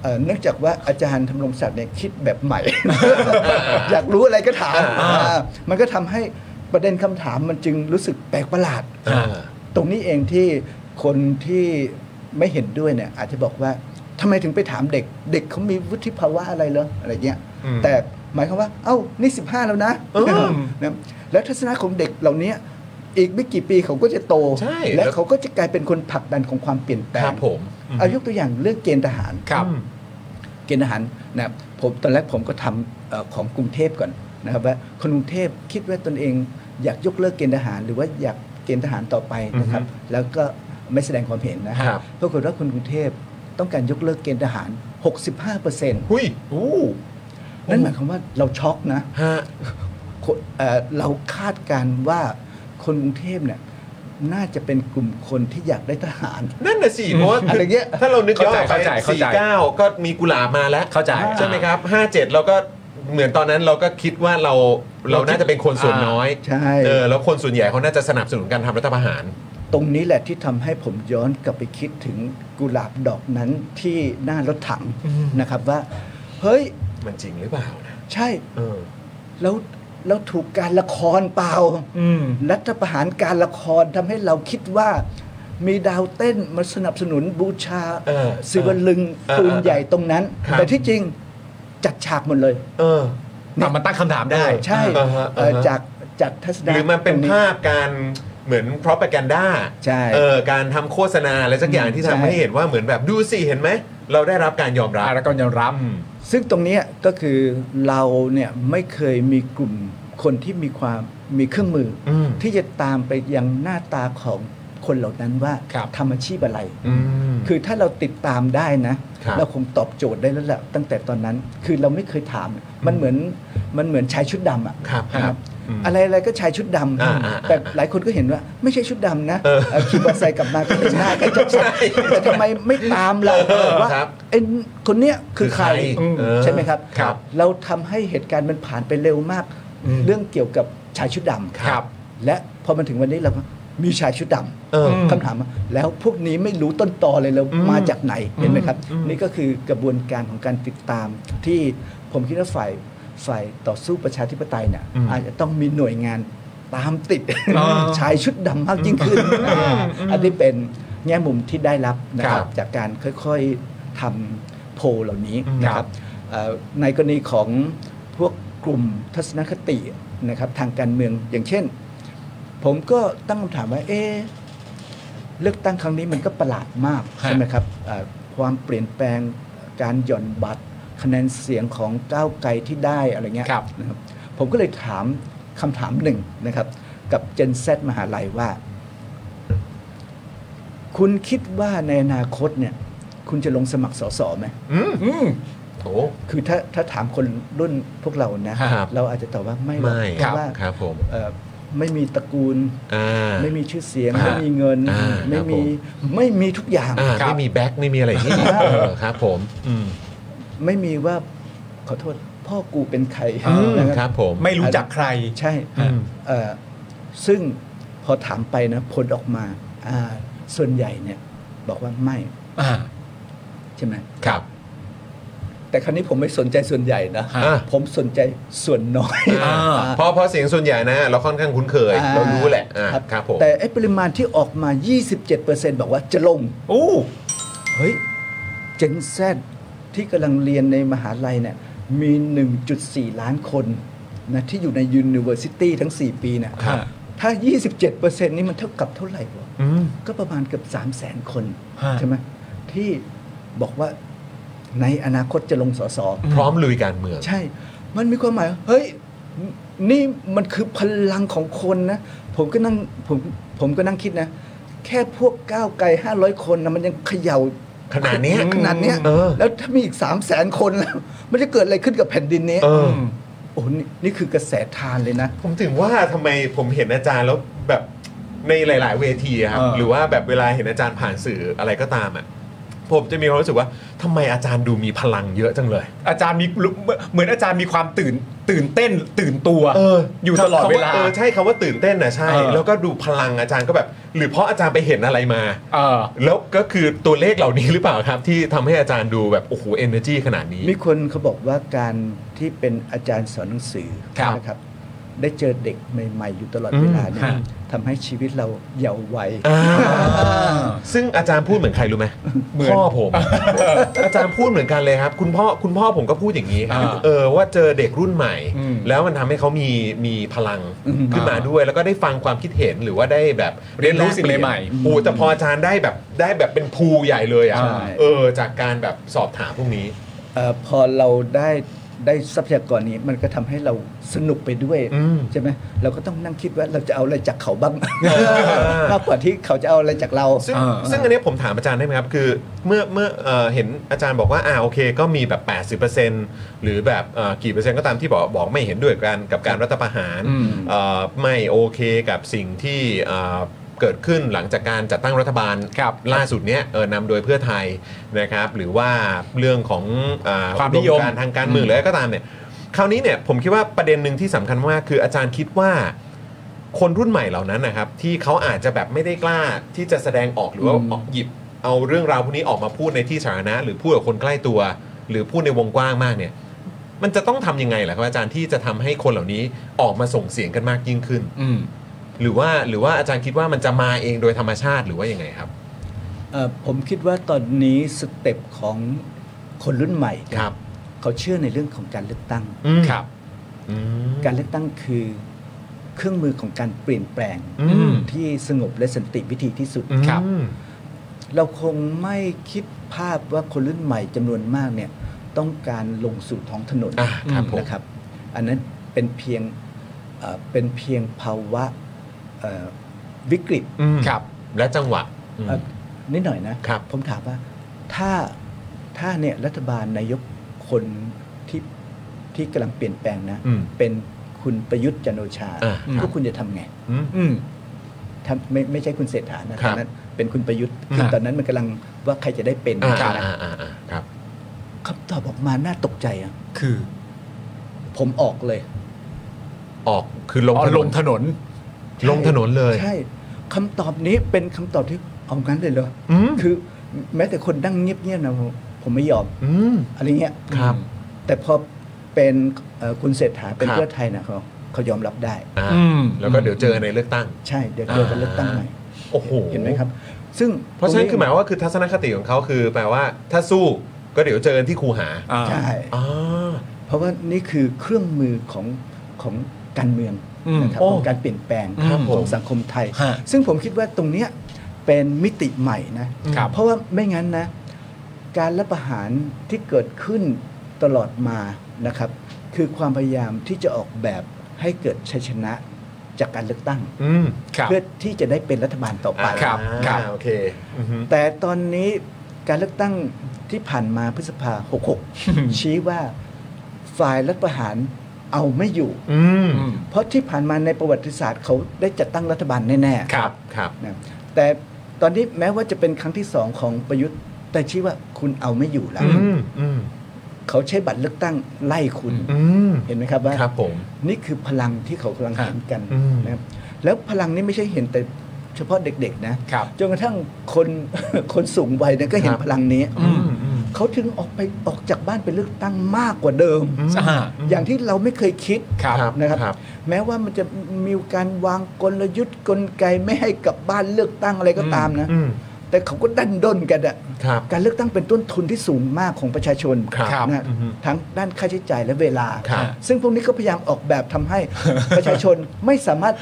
E: เอ่อเนื่องจากว่าอาจารย์ธำรงศักดิ์เนี่ยคิดแบบ ใหม่ อยากรู้อะไรก็ถาม
B: อ่า
E: อ่ามันก็ทำให้ประเด็นคำถามมันจึงรู้สึกแปลกประหลาด
B: อ่า
E: ตรงนี้เองที่คนที่ไม่เห็นด้วยเนี่ยอาจจะบอกว่าทำไมถึงไปถามเด็ก เด็กเขามีวุฒิภาวะอะไรเหรออะไรเงี้ย
B: อืม
E: แต่หมายความว่า เอ้า นี่ 15 แล้วนะ
B: อืม
E: นะแล้วทัศนะของเด็กเหล่านี้อีกไม่กี่ปีเขาก็จะโต
B: ใช่
E: และเขาก็จะกลายเป็นคนผลักดันของความเปลี่ยนแปล
B: ครั
E: ง
B: บผมอืม
E: เอายกตัวอย่างเรื่องเกณฑ์ทหาร
D: ครับ
E: เกณฑ์อาหารนะครับผมตอนแรกผมก็ทำเอ่อของกรุงเทพก่อนนะครับว่าคนกรุงเทพคิดว่าตนเองอยากยกเลิกเกณฑ์ทหาร หรือว่าอยากเกณฑ์ทหารต่อไปนะครับแล้วก็ไม่แสดงความเห็นนะค
B: ครั
E: รับบ ปรากฏว่าคนกรุงเทพต้องการยกเลิกเกณฑ์ทหาร 65%
B: หุ้ย
E: นั่นหมายความว่าเราช็อกนะ
B: ฮะ
E: คนเอ่อเราคาดการณ์ว่าคนกรุงเทพเนี่ยน่าจะเป็นกลุ่มคนที่อยากได้ทหาร
B: นั่นน่ะสิเพราะว่า
E: อะไรเงี้ย
B: ถ้าเรานึกย้อนไป
D: เข้าใจเข้า
B: สี่
D: ใจ
B: เก้าก็มีกุหลาบมาแล้ว
D: เข้าใจ
B: ใช่ไหมครับห้าเจ็ดเราก็เหมือนตอนนั้นเราก็คิดว่าเราเราน่าจะเป็นคนส่วน
D: อ่า
B: น้อย
E: ใช่
B: เออแล้วคนส่วนใหญ่เขาน่าจะสนับสนุนการทำรัฐประหาร
E: ตรงนี้แหละที่ทำให้ผมย้อนกลับไปคิดถึงกุหลาบดอกนั้นที่หน้ารถถังนะครับว่า เฮ้ย
B: มันจริงหรือเปล่านะ
E: ใช่
B: เออ
E: แล้วเราถูกการละครเปล่ารัฐประหารการละครทำให้เราคิดว่า มีดาวเต้นมาสนับสนุนบูชา
B: เออ
E: ศิวลึง
B: เออ
E: ปืนใหญ่ตรงนั้น
B: ครับ
E: แต่ที่จริงจัดฉากหมดเลย
B: เออ
C: แต่มันตั้งคำถามได้
E: ใช่
B: อ่าฮะ
E: เอ่อ
B: อ่าฮะ
E: จากจากทัศนะ
B: หรือมันเป็น
E: ตง
B: ภาพการเหมือน propaganda
E: ใช่
B: เออการทำโฆษณาอะไรสักอย่างที่ทำ
E: ใช่
B: ให้เห็นว่าเหมือนแบบดูสิเห็นไหม เราได้รับการยอมรับ
C: อ่าแล้วก็ยอมรับ
E: ซึ่งตรงเนี้ยก็คือเราเนี่ยไม่เคยมีกลุ่มคนที่มีความมีเครื่องมืออ
B: ม
E: ที่จะตามไปยังหน้าตาของคนเหล่านั้นว่า
C: ครับ
E: ทำอาชีพอะไร
B: อืม
E: คือถ้าเราติดตามได้นะ
B: ครับ
E: เราคงตอบโจทย์ได้แล้วแหละตั้งแต่ตอนนั้นคือเราไม่เคยถาม มันเหมือนมันเหมือนชายชุดดำอ่ะ
B: ครับค
E: นะค
B: รั
E: รับ บอะไรอะไรก็ชายชุดด
B: อ่าอ่า
E: ำแต่หลายคนก็เห็นว่า ไม่ใช่ชุดดำนะ
B: เออ
E: เอ่อขี่มอเตอร์ไซค์กลับมาก็เห็นหน้ากัน
B: ใช่
E: แต่ทำไมไม่ตามเราว่า
B: ครับ
E: ไอ้คนเนี้ยคือ
B: คือใค
E: ใคร
B: ร
E: อืม
B: เออ
E: ใช่ไหมครับ
B: ครับ
E: เราทำให้เหตุการณ์มันผ่านไปเร็วมาก
B: อืม
E: เรื่องเกี่ยวกับชายชุดด
B: ครับ
E: ำและพอมันถึงวันนี้เราก็มีชายชุดดำ
B: เออ
E: คำถามว่าแล้วพวกนี้ไม่รู้ต้นตอเลยแล้ว
B: อืม
E: มาจากไหนเห็นไหมครับ
B: อืม
E: นี่ก็คือกระบวนการของการติดตาม ที่ผมคิดว่าฝ่ายฝ่ายต่อสู้ประชาธิปไตยเนี่ยอาจจะต้องมีหน่วยงานตามติดชายชุดดำมากยิ่งขึ้นอ่าอันนี้เป็นแง่มุมที่ได้รับนะครับจากการค่อยๆทำโพลเหล่านี้นะครับเอ่อในกรณีของพวกกลุ่มทัศนคตินะครับทางการเมืองอย่างเช่น ผมก็ตั้งคำถามว่าเอ๊ะ เลือกตั้งครั้งนี้มันก็ประหลาดมาก ใช่ไหมครับเอ่อความเปลี่ยนแปลงการหย่อนบัตร คะแนนเสียงของก้าวไกลที่ได้อะไรเงี้ย
C: ครับ
E: นะครับ ผมก็เลยถามคำถามหนึ่งนะครับ กับเจน Z มหาลัยว่า คุณคิดว่าในอนาคตเนี่ย คุณจะลงสมัครสสไหม
C: อืม
B: โอ้
E: คือถ้าถ้าถามคนรุ่นพวกเรานะครับ เราอาจจะตอบว่าไม่หรอก
B: ไม่
E: เพราะว่า
B: ครับผม
E: เอ่อไม่มีตระกูล
B: อ่า
E: ไม่มีชื่อเสียง
B: อ่า
E: ไม่มีเงิน
B: อ่าค
E: ไม่
B: รับผ
E: มี
B: ม
E: ไม่มีทุกอย่าง
B: อ่า
C: ครับ
B: ไม่มีแบ็คไม่มีอะไรที่
E: อ่า
B: เออครับผมอืม
E: ไม่มีว่าขอโทษพ่อกูเป็นใครนะ
B: ค
E: ค
B: รั
E: รั
B: บบ ผม
C: ไม่รู้จักใคร
E: ใช่
B: อืม
E: เอ่อซึ่งพอถามไปนะผลออกมาอ่าส่วนใหญ่เนี่ย บอกว่าไม่
C: อ่า
E: ใช่ไหม
B: ครับ
E: แต่ครั้นี้ผมไม่สนใจส่วนใหญ่นะ
C: ฮะ
E: ผมสนใจส่วนน้อย
B: อ่า
E: อ่า
B: เพราะเพราะเสียงส่วนใหญ่นะ เราค่อนข้างคุ้นเคย
E: อ่
B: เรารู้แหละอ่าครับผม
E: แต่ไอ้ปริมาณที่ออกมา 27%บอกว่าจะลง
C: โอ้
E: เฮ้ย เจนแซที่กำลังเรียนในมหาลัยเนี่ยมี 1.4 ล้านคนนะที่อยู่ใน University ทั้ง 4 ปีเนี่ย
B: ครับ
E: ถ้า 27%นี่มันเท่ากับเท่าไหร่วะ
B: อืม
E: ก็ประมาณเกือบ 3 0 0 0 0 0 คน ใช่ไหมที่บอกว่าในอนาคตจะลงสส
B: พร้อมลุยการเมือง
E: ใช่ มันมีความหมายว่าเฮ้ย นี่มันคือพลังของคนนะ ผมก็นั่งผมผมก็นั่งคิดนะ แค่พวกก้าวไกล500 คนนะมันยังเขย่า
B: ขนาดเนี้ย
E: ขนาดเนี้ย
B: เออ
E: แล้วถ้ามีอีก 3 0 0แสนคนแล้ว มันจะเกิดอะไรขึ้นกับแผ่นดินนี้
B: เออ
E: โอ้นี่นี่คือกระแสทานเลยนะ
B: ผมถึงว่าทำไมผมเห็นอาจารย์แล้วแบบในหลาย ๆ เวทีอะครับ หรือว่าแบบเวลาเห็นอาจารย์ผ่านสื่ออะไรก็ตามอ่ะผมจะมีความรู้สึกว่าทำไมอาจารย์ดูมีพลังเยอะจังเลย
C: อาจารย์มีเหมือนอาจารย์มีความตื่นตื่นเต้นตื่นตัว
B: เออ
C: อ
B: อยู่
C: ตลอดเวลา
B: เออใช่คำว่าตื่นเต้นนะใช่
C: เออ
B: แล้วก็ดูพลังอาจารย์ก็แบบ หรือเพราะอาจารย์ไปเห็นอะไรมา
C: เออ
B: แล้วก็คือตัวเลขเหล่านี้หรือเปล่าครับ ที่ทำให้อาจารย์ดูแบบโอ้โหเอเนอร์จีขนาดนี้
E: มีคนเขาบอกว่าการที่เป็นอาจารย์สอนหนังสือ
B: ครับ
E: นะครับ ได้เจอเด็กใหม่ ๆ อยู่ตลอดเวลาเนี่ยทำให้ชีวิตเราเยาว์วัย
B: อ่าซึ่งอาจารย์พูดเหมือนใครรู้ไหม
C: เหมือน
B: พ่อผม อาจารย์พูดเหมือนกันเลยครับ คุณพ่อคุณพ่อผมก็พูดอย่างนี้ครับ
C: อ่า
B: เออว่าเจอเด็กรุ่นใหม่
C: อืม
B: แล้วมันทำให้เขามีมีพลัง
E: อืม
B: ขึ้นมาด้วย แล้วก็ได้ฟังความคิดเห็นหรือว่าได้แบบ
C: เรียนรู้สิ่งใหม่ๆ
B: โอ้แต่พออาจารย์ได้แบบได้แบบเป็นภูใหญ่เลยอ่ะ
C: ใช่
B: เออ จากการแบบสอบถามพวกนี้
E: เออพอเราได้ได้ทรัพยากรนี้มันก็ทำให้เราสนุกไปด้วย
B: อืม
E: ใช่ไหมเราก็ต้องนั่งคิดว่าเราจะเอาอะไรจากเขาบ้าง
B: อ
E: มากกว่าที่เขาจะเอาอะไรจากเรา
B: ซึ่ง
C: อ่า
B: ซึ่งอันเนี้ยผมถามอาจารย์ได้ไหมครับ คือเมื่อเมื่อเอ่อเห็นอาจารย์บอกว่าอ่าโอเค ก็มีแบบ 80%หรือแบบเอ่อกี่เปอร์เซ็นต์ก็ตามที่บอกบอกไม่เห็นด้วยกันกับการรัฐประหารเอ่อไม่โอเคกับสิ่งที่เอ่อเกิดขึ้นหลังจากการจัดตั้งรัฐบาล
C: ครับ
B: ล่าสุดเนี้ยเออนำโดยเพื่อไทยนะครับ หรือว่าเรื่องของเอ่อ
C: ความนิยม
B: อุดการณ์ทางการเมืองหรืออะไรก็ตามเนี่ยคราวนี้เนี่ยผมคิดว่าประเด็นหนึ่งที่สำคัญมากคืออาจารย์คิดว่า คนรุ่นใหม่เหล่านั้นนะครับ ที่เขาอาจจะแบบไม่ได้กล้าที่จะแสดงออกหรือว่าออกหยิบ เอาเรื่องราวพวกนี้ออกมาพูดในที่สาธารณะ หรือพูดกับคนใกล้ตัว หรือพูดในวงกว้างมากเนี่ย มันจะต้องทำยังไงล่ะครับอาจารย์ที่จะทำให้คนเหล่านี้ออกมาส่งเสียงกันมากยิ่งขึ้น
C: อืม
B: หรือว่าหรือว่าอาจารย์คิดว่ามันจะมาเองโดยธรรมชาติหรือว่ายังไงครับ
E: เอ่อผมคิดว่าตอนนี้สเต็ปของคนรุ่นใหม่เนี่ย
B: ครับ
E: เขาเชื่อในเรื่องของการเลือกตั้ง
B: อืม
C: ครับ
E: การเลือกตั้งคือเครื่องมือของการเปลี่ยนแปลงที่สงบและสันติวิธีที่สุด
C: ครับ
E: เราคงไม่คิดภาพว่าคนรุ่นใหม่จำนวนมากเนี่ยต้องการลงสู่ท้องถนน
B: อ่ะครับผม
E: นะครับ อันนั้นเป็นเพียงเอ่อเป็นเพียงภาวะเอ่อวิกฤต
C: ครับ
B: และจังหวะ
E: เอ่อนิดหน่อยนะครับ ผมถามว่าถ้าถ้าเนี่ยรัฐบาลนายกคนที่ที่กำลังเปลี่ยนแปลงนะ
B: อืม
E: เป็นคุณประยุทธ์จันทร์โอชา
B: อ่าครับ
E: พวกคุณจะทำไง
B: อืม
C: อืม
E: ทำไม่ไม่ใช่คุณเศรษฐานะครับ ตอนนั้นเป็นคุณประยุทธ์
C: ค
E: คือ
C: รับ
E: ตอนนั้นมันกำลังว่าใครจะได้เป็น
B: อ่า
E: ใช่ไหม
B: อ่าอ่าอ่าครับ
E: คำตอบออกมาน่าตกใจอ่ะ
C: คือ
E: ผมออกเลย
B: ออกคือลง
C: อ๋อ
B: ถน
C: ล
B: น
C: งถนน
B: ลงถนนเลย
E: ใช่คำตอบนี้เป็นคำตอบที่เอางั้นเลยเหรออ
B: ม
E: คือแม้แต่คนนั่งเงียบๆนะผมผมไม่ยอม
B: อืม
E: อะไรเงี้ย
B: ครับ
E: แต่พอเป็นเอ่อคุณเศรษฐาเป็น
B: ครับ
E: เพื่อไทยนะเขาเขายอมรับได้
B: อ่า
C: อืม
B: แล้วก็เดี๋ยวเจอในเลือกตั้ง
E: ใช่เดี๋ยวเกิดการเลือกตั้งใหม่
B: โอ้โห
E: เห็นไหมครับ ซึ่ง
B: เพราะฉะนั้นคือหมายว่าคือทัศนคติของเขาคือแปลว่าถ้าสู้ก็เดี๋ยวเจอกันที่คูหา
C: อ่า
E: ใช่
B: อ่า
E: เพราะว่านี่คือเครื่องมือของของการเมือง
C: อืม
E: นะครับ
B: โอ้
E: ของการเปลี่ยนแปลง
B: ครับผม
E: ของสังคมไทย
C: ฮะ
E: ซึ่งผมคิดว่าตรงเนี้ยเป็นมิติใหม่นะ
C: ครับ
E: เพราะว่าไม่งั้นนะ การรัฐประหารที่เกิดขึ้นตลอดมานะครับ คือความพยายามที่จะออกแบบให้เกิดชัยชนะจากการเลือกตั้ง
B: อืม
C: ครับ
E: เพื่อที่จะได้เป็นรัฐบาลต่อไป
B: อ่า
C: ครับ
B: โอเคอือฮึ
E: แต่ตอนนี้การเลือกตั้งที่ผ่านมาพฤษภา 66 ชี้ว่าฝ่ายรัฐประหารเอาไม่อยู่
B: อืม
C: อืม
E: เพราะที่ผ่านมาในประวัติศาสตร์เขาได้จัดตั้งรัฐบาลแน่ๆ
B: ครับ ครับ
E: นะแต่ตอนนี้แม้ว่าจะเป็นครั้งที่สองของประยุทธ์ แต่ชี้ว่าคุณเอาไม่อยู่แล้ว
B: อืม อืม
E: เขาใช้บัตรเลือกตั้งไล่คุณ
B: อืม
E: เห็นไหมครับว่า
B: ครับผม
E: นี่คือพลังที่เขากำลังเห็นกัน
B: อืม
E: นะครับแล้วพลังนี้ไม่ใช่เห็นแต่เฉพาะเด็กๆนะครับ จนกระทั่งคน คนสูงวัยเนี่ยก็เห็นพลังนี้
C: อืม
E: เขาถึงออกไปออกจากบ้านไปเลือกตั้งมากกว่าเดิม
C: อ่า
E: อย่างที่เราไม่เคยคิด
C: ครับ
E: นะครับ
B: ครับ
E: แม้ว่ามันจะมีการวางกลยุทธ์กลไกไม่ให้กลับบ้านเลือกตั้งอะไรก็ตามนะ
B: อืม
E: แต่เขาก็ดันด้นกันอะ
B: ครับ
E: การเลือกตั้งเป็นต้นทุนที่สูงมากของประชาชน
C: ครับ
E: นะ
B: อือฮึ
E: ทั้งด้านค่าใช้จ่ายและเวลา
B: ครับ
E: ซึ่งพวกนี้ก็พยายามออกแบบทำให้ ประชาชนไม่สามารถ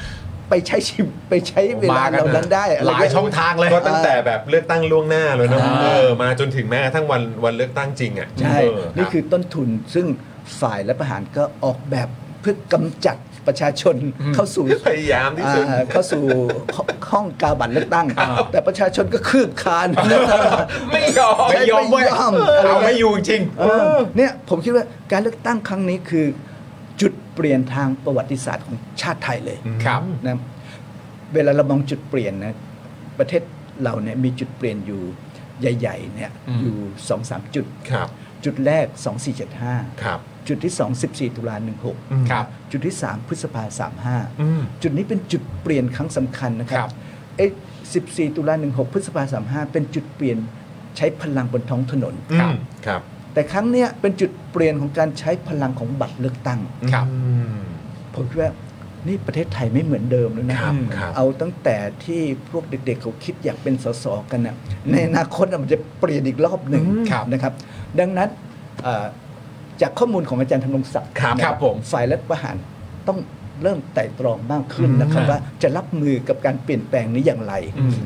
E: ไปใช้ชีวิตไปใช้เวลา
C: มากัน
E: เหล่านั้นได้ะไร
C: หลาย
E: เงี้
C: ช่องทางเลย
B: ก็ตั้งแต่แบบเลือกตั้งล่วงหน้าเลยเนอะ
E: อ่า
B: เออ มาจนถึงแม้กระทั้งวันวันเลือกตั้งจริงอ่ะ
E: ใช่
B: เออ
E: นี่
B: รับ
E: คือต้นทุนซึ่งฝ่ายรัฐประหารก็ออกแบบเพื่อกำจัดประชาชนเข้าสู่
B: พยายามที่สุด
E: อ่าเข้าสู่ห้องห้องกาบัตรเลือกตั้ง แต่ประชาชนก็คืบคลาน
C: ไม่ยอม
E: ไม่ยอมเว้ย
C: เอาไม่อยู่จริง
E: เออเนี่ยผมคิดว่าการเลือกตั้งครั้งนี้คือ จุดเปลี่ยนทางประวัติศาสตร์ของชาติไทยเลย
C: ครับ
E: นะเวลาเรามองจุดเปลี่ยนนะประเทศเราเนี่ยมีจุดเปลี่ยนอยู่ใหญ่ๆเนี่ยอยู่สองสามจุด
B: ครับ
E: จุดแรก 2475
B: ครับ
E: จุดที่ 2 14 ตุลา16
C: ครับ
E: จุดที่ 3 พฤษภา
B: อืม
E: 35 จุดนี้เป็นจุดเปลี่ยนครั้งสำคัญนะครั
C: ครับ บ
E: เอ้14 ตุลา16 พฤษภา35 เป็นจุดเปลี่ยนใช้พลังบนท้องถนน
B: อืมครับ
E: แต่ครั้งเนี้ยเป็นจุดเปลี่ยนของการใช้พลังของบัตรเลือกตั้ง
C: ครับ
B: อืม
E: ผมคิดว่านี่ประเทศไทยไม่เหมือนเดิมแล้วนะครับ
B: ครับ
E: เอาตั้งแต่ที่พวกเด็กๆเขาคิดอยากเป็นสสกันนะในอนาคตน่ะมันจะเปลี่ยนอีกรอบหนึ่ง
B: อืมครับ
E: นะครับ ดังนั้นเอ่อจากข้อมูลของอาจารย์ธนงศักดิ์
B: ครับ
E: นะครับ
C: ผม
E: ฝ่ายรัฐประหารต้องเริ่มไต่ตรองมากขึ้นนะครับ
C: อืม
E: ว่าจะรับมือกับการเปลี่ยนแปลงนี้อย่างไร
C: อืม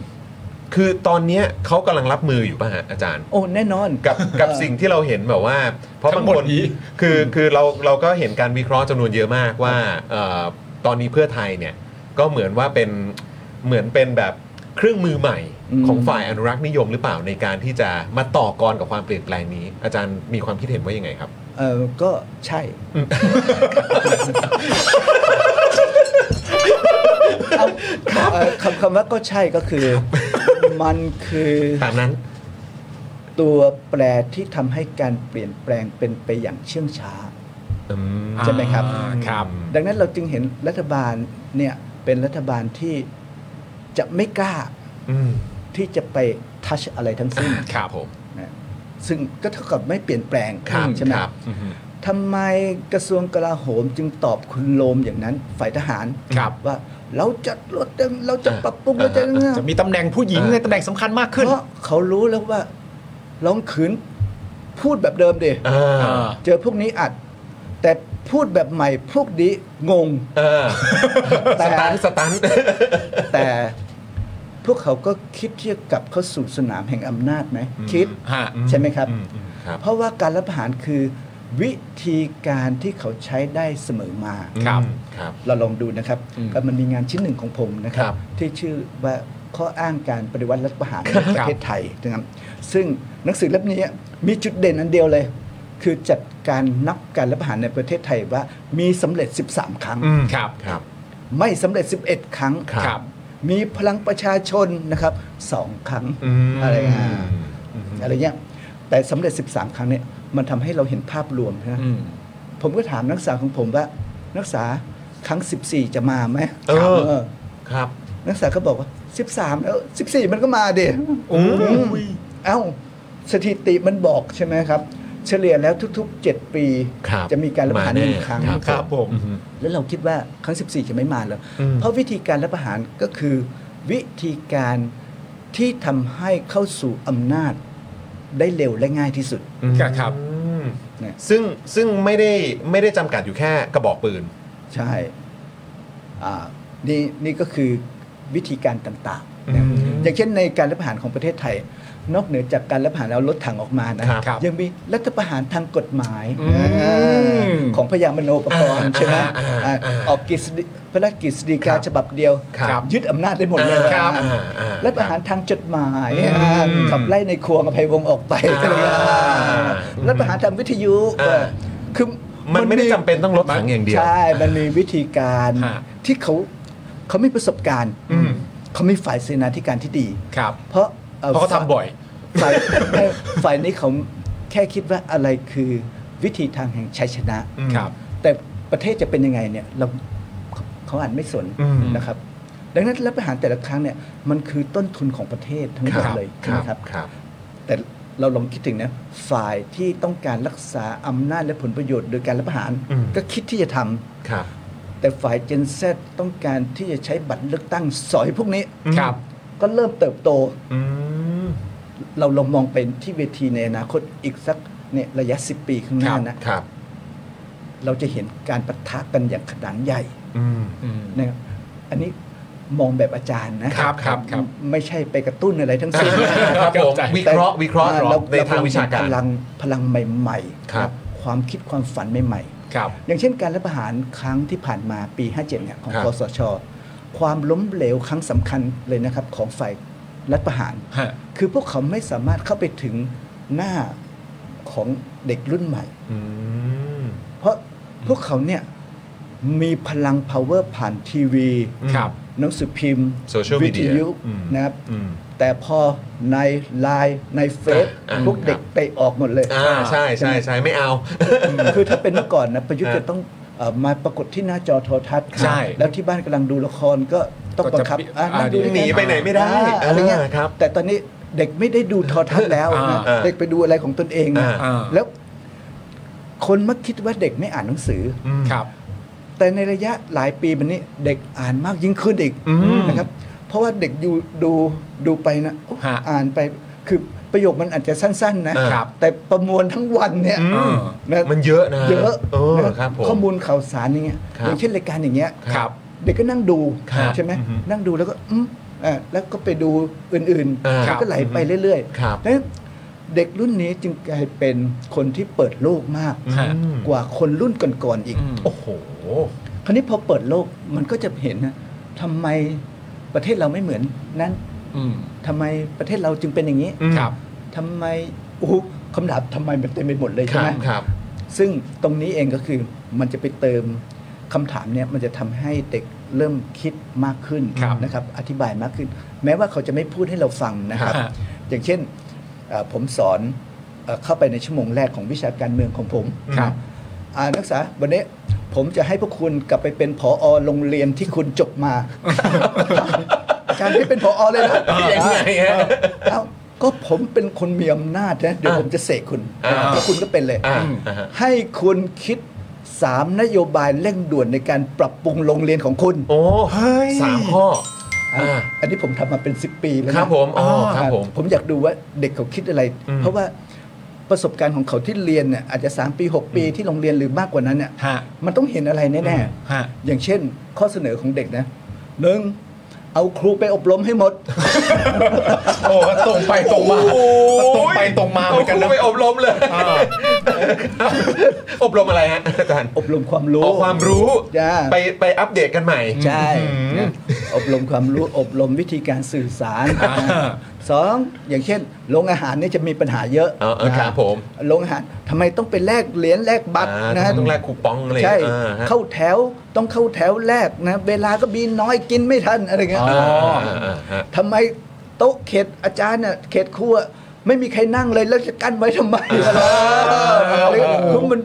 B: คือตอนเนี้ยเขากำลังรับมืออยู่ป่ะฮะอาจารย์
E: โอ้แน่นอน
B: กับกับสิ่งที่เราเห็นแบบว่า เพราะ
C: ทั้
B: บาง
C: งหมด
B: คน
C: นี้
B: คือคือเราเราก็เห็นการวิเคราะห์จำนวนเยอะมากว่าเอ่อตอนนี้เพื่อไทยเนี่ยก็เหมือนว่าเป็นเหมือนเป็นแบบเครื่องมือใหม่
E: อืม
B: ของฝ่ายอนุรักษ์นิยมหรือเปล่าในการที่จะมาต่อกรกับความเปลี่ยนแปลงนี้ อาจารย์มีความคิดเห็นว่ายังไงครับ
E: เออก็ใช่ เอาเอ่อคำคำว่าก็ใช่ก็คือ มันคือ
B: ตามนั้น
E: ตัวแปรที่ทำให้การเปลี่ยนแปลงเป็นไปอย่างเชื่องช้า
B: อืม
E: ใช่ไหมครับ
C: อ่าครับ
E: ดังนั้นเราจึงเห็นรัฐบาลเนี่ยเป็นรัฐบาลที่จะไม่กล้า
B: อืม
E: ที่จะไปทัชอะไรทั้งสิ้น
B: ครับผม
E: นะซึ่งก็เท่ากับไม่เปลี่ยนแปลง
B: ครับ
E: ใช่ไหม
B: ครับอืม
E: ทำไมกระทรวงกลาโหมจึงตอบคุณโลมอย่างนั้นฝ่ายทหาร
C: ครับ
E: ว่าเราจะลดเราจะปรับปรุง
B: อ่า
E: เราจะ
C: จะมีตำแหน่งผู้หญิงในตำแหน่งสำคัญมากขึ้น
E: เพราะเขารู้แล้วว่าลองขืนพูดแบบเดิมเด
B: อ่า
C: อ่า
E: เจอพวกนี้อัด แต่ พูดแบบใหม่พวกนี้งง
B: เออส
E: แต่
B: ตันสตัน
E: แต่พวกเขาก็คิดที่จะกลับเข้าสู่สนามแห่งอำนาจไหม คิด
C: ฮะ
E: ใช่ไหมครับ
B: ครับ
E: เพราะว่าการรัฐประหารคือวิธีการที่เขาใช้ได้เสมอมา
C: ครับ
B: ครับ
E: เราลองดูนะครับก็มันมีงานชิ้นหนึ่งของผมนะค
C: ครั
E: รับ
C: บ
E: ที่ชื่อว่าข้ออ้างการปฏิวัติรัฐประหารในประเทศไทยนะครับซึ่งหนังสือเล่มนี้มีจุดเด่นอันเดียวเลย คือจัดการนับการรัฐประหารในประเทศไทยว่ามีสำเร็จ 13 ครั้ง
C: ครับ
B: ครับ
E: ไม่สำเร็จ 11 ครั้ง
C: ครับ
E: มีพลังประชาชนนะครับสองครั้งอะไรอย่างเงี้ยอะไรเงี้ยแต่สำเร็จ 13 ครั้งเนี่ยมันทำให้เราเห็นภาพรวมนะ
C: อืม
E: ผมก็ถามนักศึกษาของผมว่า นักศึกษาครั้ง 14 จะมาไหม
B: เออ
E: ถามว่าเออ
B: ครับ
E: นักศึกษาก็บอกว่า 13 แล้ว 14 มันก็มาเด็เอ้าสถิติมันบอกใช่ไหมครับ เฉลี่ยแล้วทุก ๆ 7 ปี
B: ครับ
E: จะมีการรับประหารหนึ่งครั้ง
B: มาแน่ครับ
C: ครับผม
E: แล้วเราคิดว่าครั้ง 14 จะไม่มาแล้ว เพราะวิธีการรับประหารก็คือวิธีการที่ทำให้เข้าสู่อำนาจได้เร็วและง่ายที่สุด
C: ครับ
B: ซึ่งซึ่งไม่ได้ไม่ได้จำกัดอยู่แค่กระบอกปืน
E: ใช่อ่านี่นี่ก็คือวิธีการต่างๆนะอย่างเช่นในการรัฐประหารของประเทศไทย นอกเหนือจากการรัฐประหารแล้วลดถังออกมานะครับ
C: ครับ
E: ยังมีรัฐประหารทางกฎหมาย
C: อืม
E: ของพยามโนปกรณ์ใช่ไหม
B: อ่าอ่าอ่า
E: อ่าออกกฤษฎีพระราชกฤษฎีกาฉบับเดียว
B: ครับ
E: ยึดอำนาจได้หมดเลย
B: ครับ
E: อ่ารัฐประหารทางจดหมายอ่าขับไล่ในครัวอภัยวงศ์ออกไปรัฐประหารทางวิทยุเออคือ
B: มันไม่ได้
E: มี
B: จำเป็นต้องลดถังอย่างเดียว
E: ใช่ มันมีวิธีการ
C: ฮะ
E: ที่เขาเขามีประสบการณ์เขามีฝ่ายเสนาธิการที่ดี
C: ครับ
E: เพราะอ่อ
C: เพราะเขาทำบ่อย
E: ฝ่ายฝ่ายนี้เขาแค่คิดว่าอะไรคือวิธีทางแห่งชัยชนะ
C: ครับ
E: แต่ประเทศจะเป็นยังไงเนี่ยเราเขาอ่านไม่สนนะครับ ดังนั้นรัฐประหารแต่ละครั้งเนี่ยมันคือต้นทุนของประเทศทั้งหมด
B: ครับ
E: เลย
B: ครับ
E: นะครับ
B: ครับ
E: แต่เราลองคิดถึงนะฝ่ายที่ต้องการรักษาอำนาจและผลประโยชน์โดยการรัฐประหารก็คิดที่จะทำ
B: ครับ
E: แต่ฝ่าย Gen Z ต้องการที่จะใช้บัตรเลือกตั้งสอยพวกนี้
C: ครับ
E: ก็เริ่มเติบโต เราลองมองเป็นที่เวทีในอนาคตอีกสักเนี่ยระยะ 10 ปีข้างหน้านะ
B: ครับ
E: เราจะเห็นการปะทะกันอย่างขนาดใหญ่นะครับอันนี้มองแบบอาจารย์นะครับ
C: ครับครับ
E: ไม่ใช่ไปกระตุ้นอะไรทั้งสิ้น
B: ครับผมวิเคราะห์วิเคราะห์
E: แต่
B: ในทางวิชาการ
E: พลังพลังใหม่ๆ
B: ครับ
E: ความคิดความฝันใหม่ๆ
C: ครับ
E: อย่างเช่นการรัฐประหารครั้งที่ผ่านมาปี 57 เนี่ยของ
B: ครับ
E: คอสช ความล้มเหลวครั้งสำคัญเลยนะครับของฝ่ายรัฐประหาร
C: ฮะ
E: คือพวกเขาไม่สามารถเข้าไปถึงหน้าของเด็กรุ่นใหม่ เพราะพวกเขาเนี่ยมีพลัง power ผ่านทีวี
C: ครับ
E: หนังสือพิมพ์
B: Social media
E: วิทยุ
B: อืม
E: นะครับ
B: อืม
E: แต่พอในไลน์ในเฟซ
B: อ่ะอ่ะ
E: พวกเด็ก
B: ครับ
E: ไปออกหมดเลย
B: อ่าใช่ใช่ใช่ไม่เอา
E: คือถ้าเป็นเมื่อก่อนนะประยุทธ์จะต้องเอ่อมาปรากฏที่หน้าจอโทรทัศน์
C: ใช่
E: แล้วที่บ้านกำลังดูละครก็ต้อง
C: ก็
E: บั
C: จะ
E: งคับ
C: ปิด
E: อ่ะ
C: อ่า
E: นั่งดูด้วยกั
B: หนีไปไหนไม่ได้
E: อ่าอะไรเงี้ย
B: อ่าครับ
E: แต่ตอนนี้เด็กไม่ได้ดูโทรทัศน์แล้วนะ
B: อ่า
E: เด็กไปดูอะไรของตนเองนะ
C: อ่า
E: แล้วคนมักคิดว่าเด็กไม่อ่านหนังสืออ
C: ครับ
E: แต่ในระยะหลายปีมานี้เด็กอ่านมากยิ่งขึ้นอีกนะครับ เพราะว่าเด็กอยู่ดูดูไปนะโอ้
C: ฮะ
E: อ่านไปคือประโยคมันอาจจะสั้น ๆ นะ
C: ครับ
E: แต่ประมวลทั้งวันเนี่ย
C: อืม
E: นะ
B: มันเยอะนะ
E: เยอะ
B: เออ
E: นะครับ
B: ผม
E: ข้อมูลข่าวสารอย่างเงี้ย
B: ครับ
E: อย่างเช่นรายการอย่างเงี้ย
C: ครับ
E: เด็กก็นั่งดู
B: ครับ
E: ใช่ไหม
B: อือฮึ
E: นั่งดูแล้วก็อืมอ่าแล้วก็ไปดูอื่น
B: อ่า
E: ๆแล้วก็ไหลไปเรื่อย
B: ครับ
E: ๆดังนั้นเด็กรุ่นนี้จึงกลายเป็นคนที่เปิดโลกมาก
C: ฮะ
E: กว่าคนรุ่นก่อนๆอีก
B: โอ้โห
E: คราวนี้พอเปิดโลกมันก็จะเห็นนะทำไมประเทศเราไม่เหมือนนั้น
C: อืม
E: ทำไมประเทศเราจึงเป็นอย่างนี้
C: ครับ
E: ทำไมโอ้โหคำถามทำไมมันเต็มไปหมดเลย
B: ค
E: ใช่
B: รั
E: ไหม
B: บครับ
E: ซึ่งตรงนี้เองก็คือมันจะไปเติมคำถามเนี่ยมันจะทำให้เด็กเริ่มคิดมากขึ้น
C: ครับ
E: นะครับ อธิบายมากขึ้น แม้ว่าเขาจะไม่พูดให้เราฟังนะครับ
C: ฮะ
E: อย่างเช่นเอ่อผมสอนเอ่อเข้าไปในชั่วโมงแรกของวิชาการเมืองของผม
C: ครับ
E: อ่านักศึกษาวันนี้ผมจะให้พวกคุณกลับไปเป็นผอโรงเรียนที่คุณจบมา การที่เป็นผอเลยนะ
B: ยังไงฮะ
E: เอ้าก็ผมเป็นคนมีอำนาจนะเดี๋ยวผมจะเสกคุณแล้วคุณก็เป็นเลย
B: อ่าอ่าฮะ
E: ให้คุณคิด 3 นโยบายเร่งด่วนในการปรับปรุงโรงเรียนของคุณ
B: โอ้สามข้ออ่า
E: อันนี้ผมทำมาเป็น 10 ปีแล้วนะครับ
B: ผมอ๋อครับผม
E: ผมอยากดูว่าเด็กเขาคิดอะไร เพราะว่า ประสบการณ์ของเขาที่เรียนเนี่ยอาจจะ 3 ปี 6 ปีที่โรงเรียนหรือมากกว่านั้นเนี่ย
C: ฮะ
E: มันต้องเห็นอะไรแน่
C: ฮะ
E: ๆอย่างเช่น ข้อเสนอของเด็กนะหนึ่งเอาครูไปอบรมให้หมด
C: โอ้ตรงไปตรงมาตรงไปตรงมาเหมือนกันนะ
B: ไปอบรมเลย อบรมอะไรฮะอาจารย์
E: อบรมความรู้
B: เอาความรู้
E: จ้า
B: ไปไปอัปเดตกันใหม่
E: ใช่นะอบรมความรู้อบรมวิธีการสื่อสารสองอย่างเช่นโรงอาหารเนี่ยจะมีปัญหาเยอะ
B: อ๋อเออครับผม
E: โรงอาหารทำไมต้องไปแลกเหรียญแลกบัตร
B: อ่า
E: นะ
B: ต้องแลกคูปองอะไร
E: ใช่
B: อ่ฮะ
E: เข้าแถวต้องเข้าแถวแลกนะเวลาก็มีน้อยกินไม่ทันอะไรเงี้ย
C: อ๋อ
E: ทำไมโต๊ะเขตอาจารย์น่ะเขตครัวไม่มีใครนั่งเลยแล้วจะกั้นไว้ ทำไมอะไรอะไรเงี้ยคือมัน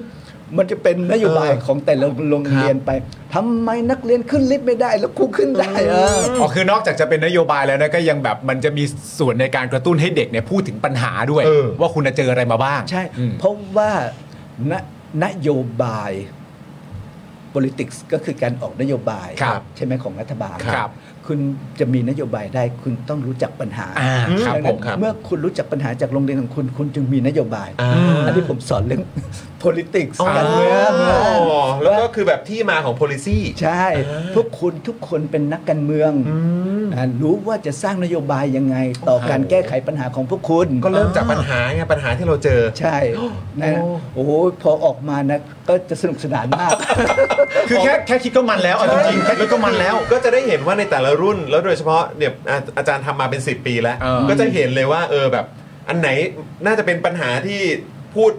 E: มันจะเป็นนโยบายของแต่ละโรงเรียนไปทำไมนักเรียนขึ้นลิฟต์ไม่ได้แล้วครูขึ้นได้เออ
C: อ๋อคือนอกจากจะเป็นนโยบายแล้วนะก็ยังแบบมันจะมีส่วนในการกระตุ้นให้เด็กเนี่ยพูดถึงปัญหาด้วย
B: เออ
C: ว่าคุณน่ะเจออะไรมาบ้าง
E: ใช่
C: อืม
E: เพราะว่านะนโยบาย politics ก็คือการออกนโยบาย
C: ครับ
E: ใช่ไหมของรัฐบาล
C: ครับ
E: คุณจะมีนโยบายได้ คุณต้องรู้จักปัญหา
C: อ่าครับ
E: ดัง
B: ผ
E: นั้
B: ม
E: น
B: ครับ
E: เมื่อคุณรู้จักปัญหาจากโรงเรียนของคุณ คุณจึงมีนโยบาย
B: อ่า
E: อันนี้ผมสอนเรื่อง politics
B: อ๋อ
E: การเมืองนะ
B: แล้วก็คือแบบที่มาของ policy
E: ใช่ พวกคุณทุกคนเป็นนักการเมืองนะรู้ว่าจะสร้างนโยบายยังไง ต่อการแก้ไขปัญหาของพวกคุณ
B: ก็เริ่มจากปัญหาไงปัญหาที่เราเจอ
E: ใช่นะโอ้โหพอออกมานะ ก็จะสนุกสนานมาก
C: คือแค่แค่คิดก็มันแล้วเอาจริงๆแค่คิดก็มันแล้ว
B: ก็จะได้เห็นว่าในแต่ละรุ่น แล้วโดยเฉพาะเนี่ยอาอาจารย์ทำมาเป็น 10 ปีแล้ว
C: เออ
B: ก็จะเห็นเลยว่าเออแบบ อันไหนน่าจะเป็นปัญหาที่พูด